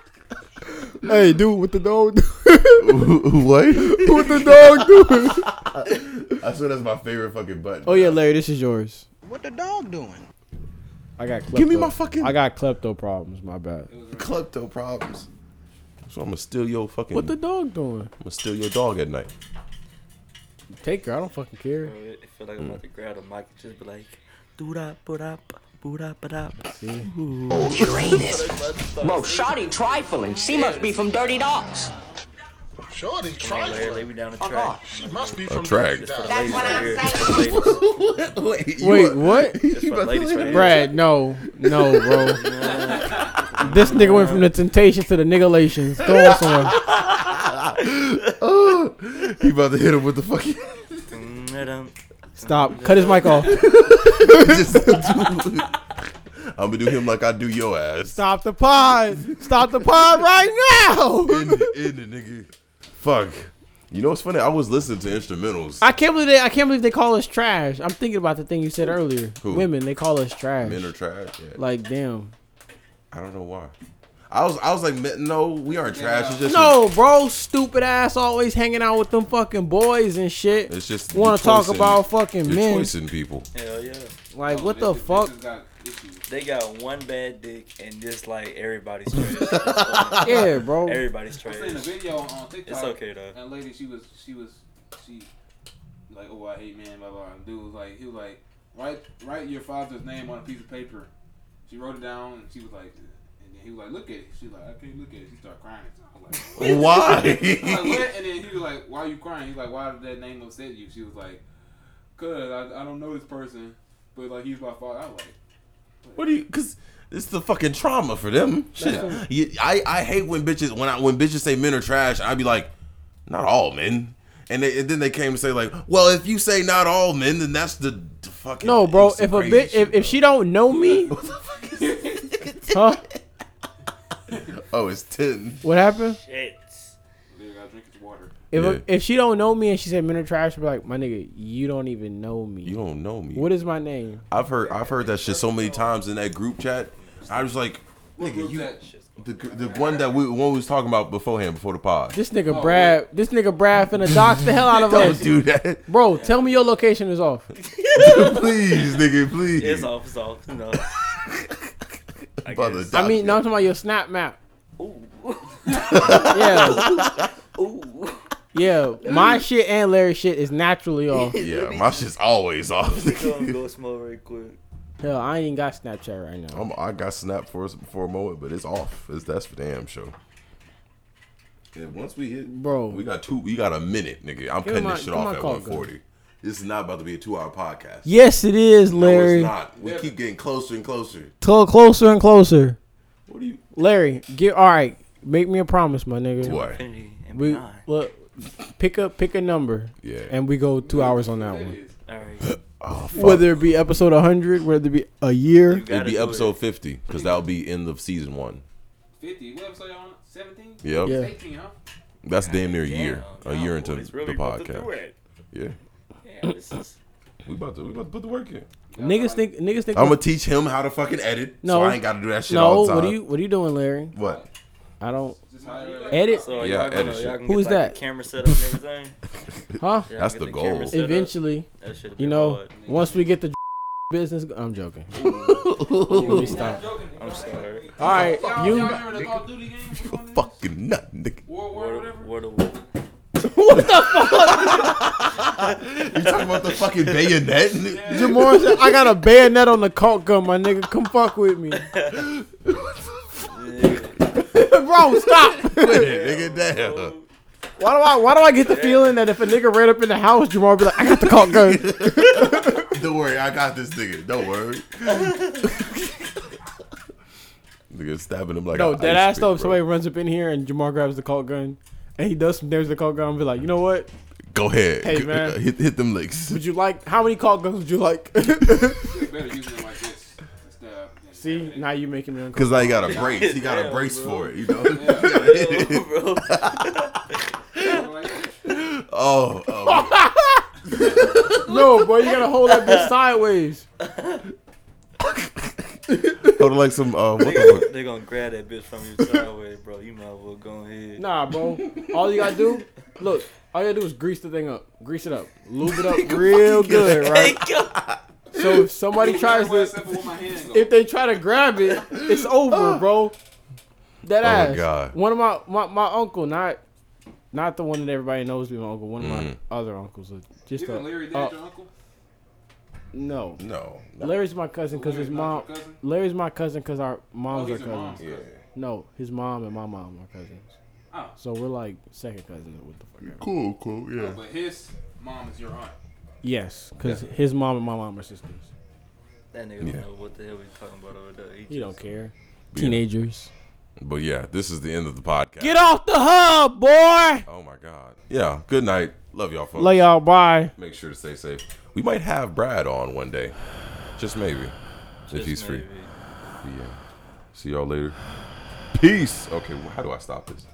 [SPEAKER 2] hey, dude, what the dog do?
[SPEAKER 3] what?
[SPEAKER 2] what the dog doing?
[SPEAKER 3] I swear that's my favorite fucking button.
[SPEAKER 2] Oh yeah, Larry, this is yours.
[SPEAKER 5] What the dog doing?
[SPEAKER 2] I got klepto.
[SPEAKER 3] Give me my fucking-
[SPEAKER 2] I got klepto problems. My bad.
[SPEAKER 3] Klepto problems. So I'm gonna steal your fucking.
[SPEAKER 2] What the dog doing?
[SPEAKER 3] I'm gonna steal your dog at night.
[SPEAKER 2] Take her. I don't fucking care.
[SPEAKER 12] Bro, It it feel like I'm about to grab the mic and just be like, do da ba da ba da ba da.
[SPEAKER 13] Bro, Oh, Shotty trifling. She must be from Dirty Dogs.
[SPEAKER 6] Shorty
[SPEAKER 12] Come on, Larry, lay
[SPEAKER 6] trifling.
[SPEAKER 12] me down the track.
[SPEAKER 6] She must be
[SPEAKER 3] A
[SPEAKER 6] from
[SPEAKER 3] track.
[SPEAKER 6] the That's
[SPEAKER 13] That's what I'm
[SPEAKER 12] It's
[SPEAKER 13] saying.
[SPEAKER 12] for ladies.
[SPEAKER 3] Wait,
[SPEAKER 2] Wait, what?
[SPEAKER 12] It's for ladies right here.
[SPEAKER 2] Brad, no, no, bro. this nigga went from the temptations to the niggalations. Go on somewhere.
[SPEAKER 3] He about to hit him with the fucking.
[SPEAKER 12] Mm-da-dum.
[SPEAKER 2] Stop. Cut his mic off.
[SPEAKER 3] I'm gonna do him like I do your ass.
[SPEAKER 2] Stop the pod. Stop the pod right now.
[SPEAKER 3] In the, in the nigga. Fuck. You know what's funny? I was listening to instrumentals.
[SPEAKER 2] I can't believe they. I can't believe they call us trash. I'm thinking about the thing you said earlier.
[SPEAKER 3] Who?
[SPEAKER 2] Women, they call us trash.
[SPEAKER 3] Men are trash. Yeah.
[SPEAKER 2] like damn.
[SPEAKER 3] I don't know why. I was I was like, "Man, no, we aren't trash. It's just
[SPEAKER 2] No, bro, stupid ass always hanging out with them fucking boys and shit.
[SPEAKER 3] It's just
[SPEAKER 2] want to
[SPEAKER 3] your
[SPEAKER 2] talk
[SPEAKER 3] choice in-
[SPEAKER 2] about fucking
[SPEAKER 3] your
[SPEAKER 2] men.
[SPEAKER 3] choice in people.
[SPEAKER 12] Hell yeah.
[SPEAKER 2] Like what the fuck?
[SPEAKER 12] They got one bad dick and just like everybody's trash.
[SPEAKER 2] Yeah, bro.
[SPEAKER 12] Everybody's
[SPEAKER 1] I
[SPEAKER 12] trash.
[SPEAKER 1] seen a video on TikTok.
[SPEAKER 12] It's okay, though.
[SPEAKER 1] And lady, she was, she was, she, like, oh, I hate man, blah blah. And dude was like, he was like, write, write your father's name on a piece of paper. She wrote it down, and she was like, and And then he was like, look at it. She was like, I can't look at it. She started crying. I was like,
[SPEAKER 3] Why?
[SPEAKER 1] I was like, what? And then he was like, why are you crying? He's like, why did that name upset you? She was like, cause I, I don't know this person, but like he's my father. I was like,
[SPEAKER 3] What do you? Because it's the fucking trauma for them. Shit. You- I I hate when bitches when I when bitches say men are trash. I'd be like, not all men. And, they, and then they came and say like, well, if you say not all men, then that's the, the fucking
[SPEAKER 2] No, bro.
[SPEAKER 3] it's
[SPEAKER 2] If a
[SPEAKER 3] crazy
[SPEAKER 2] bitch,
[SPEAKER 3] shit.
[SPEAKER 2] if, if she don't know me, huh?
[SPEAKER 3] oh, it's ten.
[SPEAKER 2] What happened?
[SPEAKER 12] Shit.
[SPEAKER 1] Nigga, I gotta drink his water.
[SPEAKER 2] If a, if she don't know me and she said men are trash, I'd be like, my nigga, you don't even know me. You
[SPEAKER 3] don't know me.
[SPEAKER 2] What is my name?
[SPEAKER 3] I've heard I've heard that shit so many times in that group chat. I was like, nigga, you the, the one that we one we was talking about beforehand before the pod.
[SPEAKER 2] This nigga Brad, this nigga Brad finna dox the hell out of
[SPEAKER 3] Oh, Don't
[SPEAKER 2] us.
[SPEAKER 3] do that.
[SPEAKER 2] Bro, tell me your location is off.
[SPEAKER 3] please, nigga, please.
[SPEAKER 12] It's off, it's off. No. I
[SPEAKER 3] Brother,
[SPEAKER 12] guess.
[SPEAKER 2] I mean, no, I'm talking about your snap map. yeah. Yeah, my shit and Larry shit is naturally off.
[SPEAKER 3] Yeah, my shit's always off.
[SPEAKER 12] Go on ghost mode right quick.
[SPEAKER 2] Hell, I ain't even got Snapchat right now.
[SPEAKER 3] I'm, I got snapped for us- for a moment, but it's off. It's, that's for damn sure. Yeah, once we hit,
[SPEAKER 2] bro,
[SPEAKER 3] we got two. We got a minute, nigga. I'm
[SPEAKER 2] Give
[SPEAKER 3] cutting
[SPEAKER 2] my-
[SPEAKER 3] this shit
[SPEAKER 2] give my
[SPEAKER 3] off at
[SPEAKER 2] call,
[SPEAKER 3] 140. This is not about to be a two-hour podcast.
[SPEAKER 2] Yes, it is,
[SPEAKER 3] No,
[SPEAKER 2] Larry.
[SPEAKER 3] it's not. We keep getting closer and closer.
[SPEAKER 2] Till closer and closer.
[SPEAKER 3] What do you,
[SPEAKER 2] Larry? Get all right. Make me a promise, my nigga.
[SPEAKER 3] What?
[SPEAKER 2] We look. Pick up, pick a number.
[SPEAKER 3] Yeah.
[SPEAKER 2] And we go two hours on that one.
[SPEAKER 12] All right.
[SPEAKER 3] Oh, fuck.
[SPEAKER 2] Whether it be episode 100, whether it be a year.
[SPEAKER 3] It'd be episode 50 because that'll be end of season one.
[SPEAKER 1] 50. What episode y'all on? 17?
[SPEAKER 3] Yep.
[SPEAKER 2] Yeah.
[SPEAKER 1] 18, huh?
[SPEAKER 3] That's damn near a year.
[SPEAKER 12] Damn,
[SPEAKER 3] a year
[SPEAKER 12] y'all
[SPEAKER 3] into
[SPEAKER 12] boys really
[SPEAKER 3] the
[SPEAKER 12] about to
[SPEAKER 3] podcast.
[SPEAKER 12] do it.
[SPEAKER 3] Yeah.
[SPEAKER 12] Yeah, this is.
[SPEAKER 3] We about to we about to put the work in.
[SPEAKER 2] Niggas think niggas think
[SPEAKER 3] I'm gonna teach him how to fucking edit. No, so I ain't gotta do that shit
[SPEAKER 2] no,
[SPEAKER 3] all the time.
[SPEAKER 2] What are you what are you doing, Larry?
[SPEAKER 3] What?
[SPEAKER 2] I don't
[SPEAKER 12] Edit.
[SPEAKER 2] edit.
[SPEAKER 12] So yeah, y'all gonna, y'all gonna
[SPEAKER 2] Who is
[SPEAKER 12] get, like,
[SPEAKER 2] that?
[SPEAKER 12] The camera set up and everything.
[SPEAKER 2] Huh?
[SPEAKER 12] Y'all get camera set up.
[SPEAKER 2] Eventually,
[SPEAKER 12] That should've
[SPEAKER 2] you
[SPEAKER 12] been
[SPEAKER 2] know,
[SPEAKER 12] hard.
[SPEAKER 2] once we get the business, go- I'm joking.
[SPEAKER 3] Ooh.
[SPEAKER 2] We stop.
[SPEAKER 12] I'm sorry.
[SPEAKER 2] All right,
[SPEAKER 1] Y'all,
[SPEAKER 2] you.
[SPEAKER 1] y'all remember the Call of Duty game?
[SPEAKER 3] You a fucking nut, nigga.
[SPEAKER 12] What a what
[SPEAKER 3] You talking about the fucking bayonet?
[SPEAKER 2] Jamar said, I got a bayonet on the caulk gun, my nigga. Come fuck with me. Bro, stop.
[SPEAKER 3] Quit it, nigga. Damn.
[SPEAKER 2] Why do I why do I get the feeling that if a nigga ran up in the house, Jamar be like, I got the caulk gun.
[SPEAKER 3] Don't worry, I got this nigga. Don't worry. nigga stabbing him like
[SPEAKER 2] no,
[SPEAKER 3] a
[SPEAKER 2] dead
[SPEAKER 3] ice
[SPEAKER 2] ass
[SPEAKER 3] pick,
[SPEAKER 2] though.
[SPEAKER 3] bro.
[SPEAKER 2] If somebody runs up in here and Jamar grabs the caulk gun and he does some damage to the caulk gun, I'm be like, you know what?
[SPEAKER 3] Go ahead.
[SPEAKER 2] Hey, man.
[SPEAKER 3] Hit, hit them licks.
[SPEAKER 2] Would you like how many caulk guns would you like?
[SPEAKER 1] Better use it like this. Instead of-
[SPEAKER 2] See, now you making me
[SPEAKER 3] Cause
[SPEAKER 2] uncomfortable.
[SPEAKER 3] I got a brace. He got a
[SPEAKER 1] Damn,
[SPEAKER 3] brace
[SPEAKER 1] bro.
[SPEAKER 3] for it, you know. oh, oh,
[SPEAKER 2] No, boy, you gotta hold that bitch sideways.
[SPEAKER 3] hold it like some. Uh, what
[SPEAKER 12] they,
[SPEAKER 3] the
[SPEAKER 12] gonna, they gonna grab that bitch from you sideways, bro. You might as well go ahead.
[SPEAKER 2] Nah, bro. All you gotta do, look, all you gotta do is grease the thing up, grease it up, lube it up real good, right? So if somebody tries to, if they try to grab it, it's over, bro. That
[SPEAKER 3] Oh,
[SPEAKER 2] ass.
[SPEAKER 3] God.
[SPEAKER 2] One of my, my my uncle, not not the one that everybody knows, be my uncle. One of
[SPEAKER 3] Mhm.
[SPEAKER 2] my other uncles, uh, just
[SPEAKER 1] Even
[SPEAKER 2] a-
[SPEAKER 1] Larry did
[SPEAKER 2] uh,
[SPEAKER 1] your uncle?
[SPEAKER 2] no.
[SPEAKER 3] fuck? No.
[SPEAKER 2] Larry's my cousin because his
[SPEAKER 1] Larry's
[SPEAKER 2] mom.
[SPEAKER 1] not your cousin?
[SPEAKER 2] Larry's my cousin because our moms
[SPEAKER 1] Oh,
[SPEAKER 2] are
[SPEAKER 1] he's your mom's
[SPEAKER 2] cousins.
[SPEAKER 1] cousin.
[SPEAKER 2] No, his mom and my mom are cousins.
[SPEAKER 1] Oh.
[SPEAKER 2] So we're like second cousins. or What the fuck? ever.
[SPEAKER 3] Cool, cool,
[SPEAKER 1] Oh,
[SPEAKER 3] yeah.
[SPEAKER 1] But his mom is your aunt.
[SPEAKER 2] Yes, because his mom and my mom are sisters.
[SPEAKER 12] That nigga don't know what the hell we talking about over there. He,
[SPEAKER 2] He don't care.
[SPEAKER 3] Yeah.
[SPEAKER 2] Teenagers.
[SPEAKER 3] But yeah, this is the end of the podcast.
[SPEAKER 2] Get off the hub, boy.
[SPEAKER 3] Oh my god. Yeah. Good night. Love y'all, folks.
[SPEAKER 2] Love y'all. Bye.
[SPEAKER 3] Make sure to stay safe. We might have Brad on one day, just maybe, if he's free. Yeah. See y'all later. Peace. Okay. Well, how do I stop this?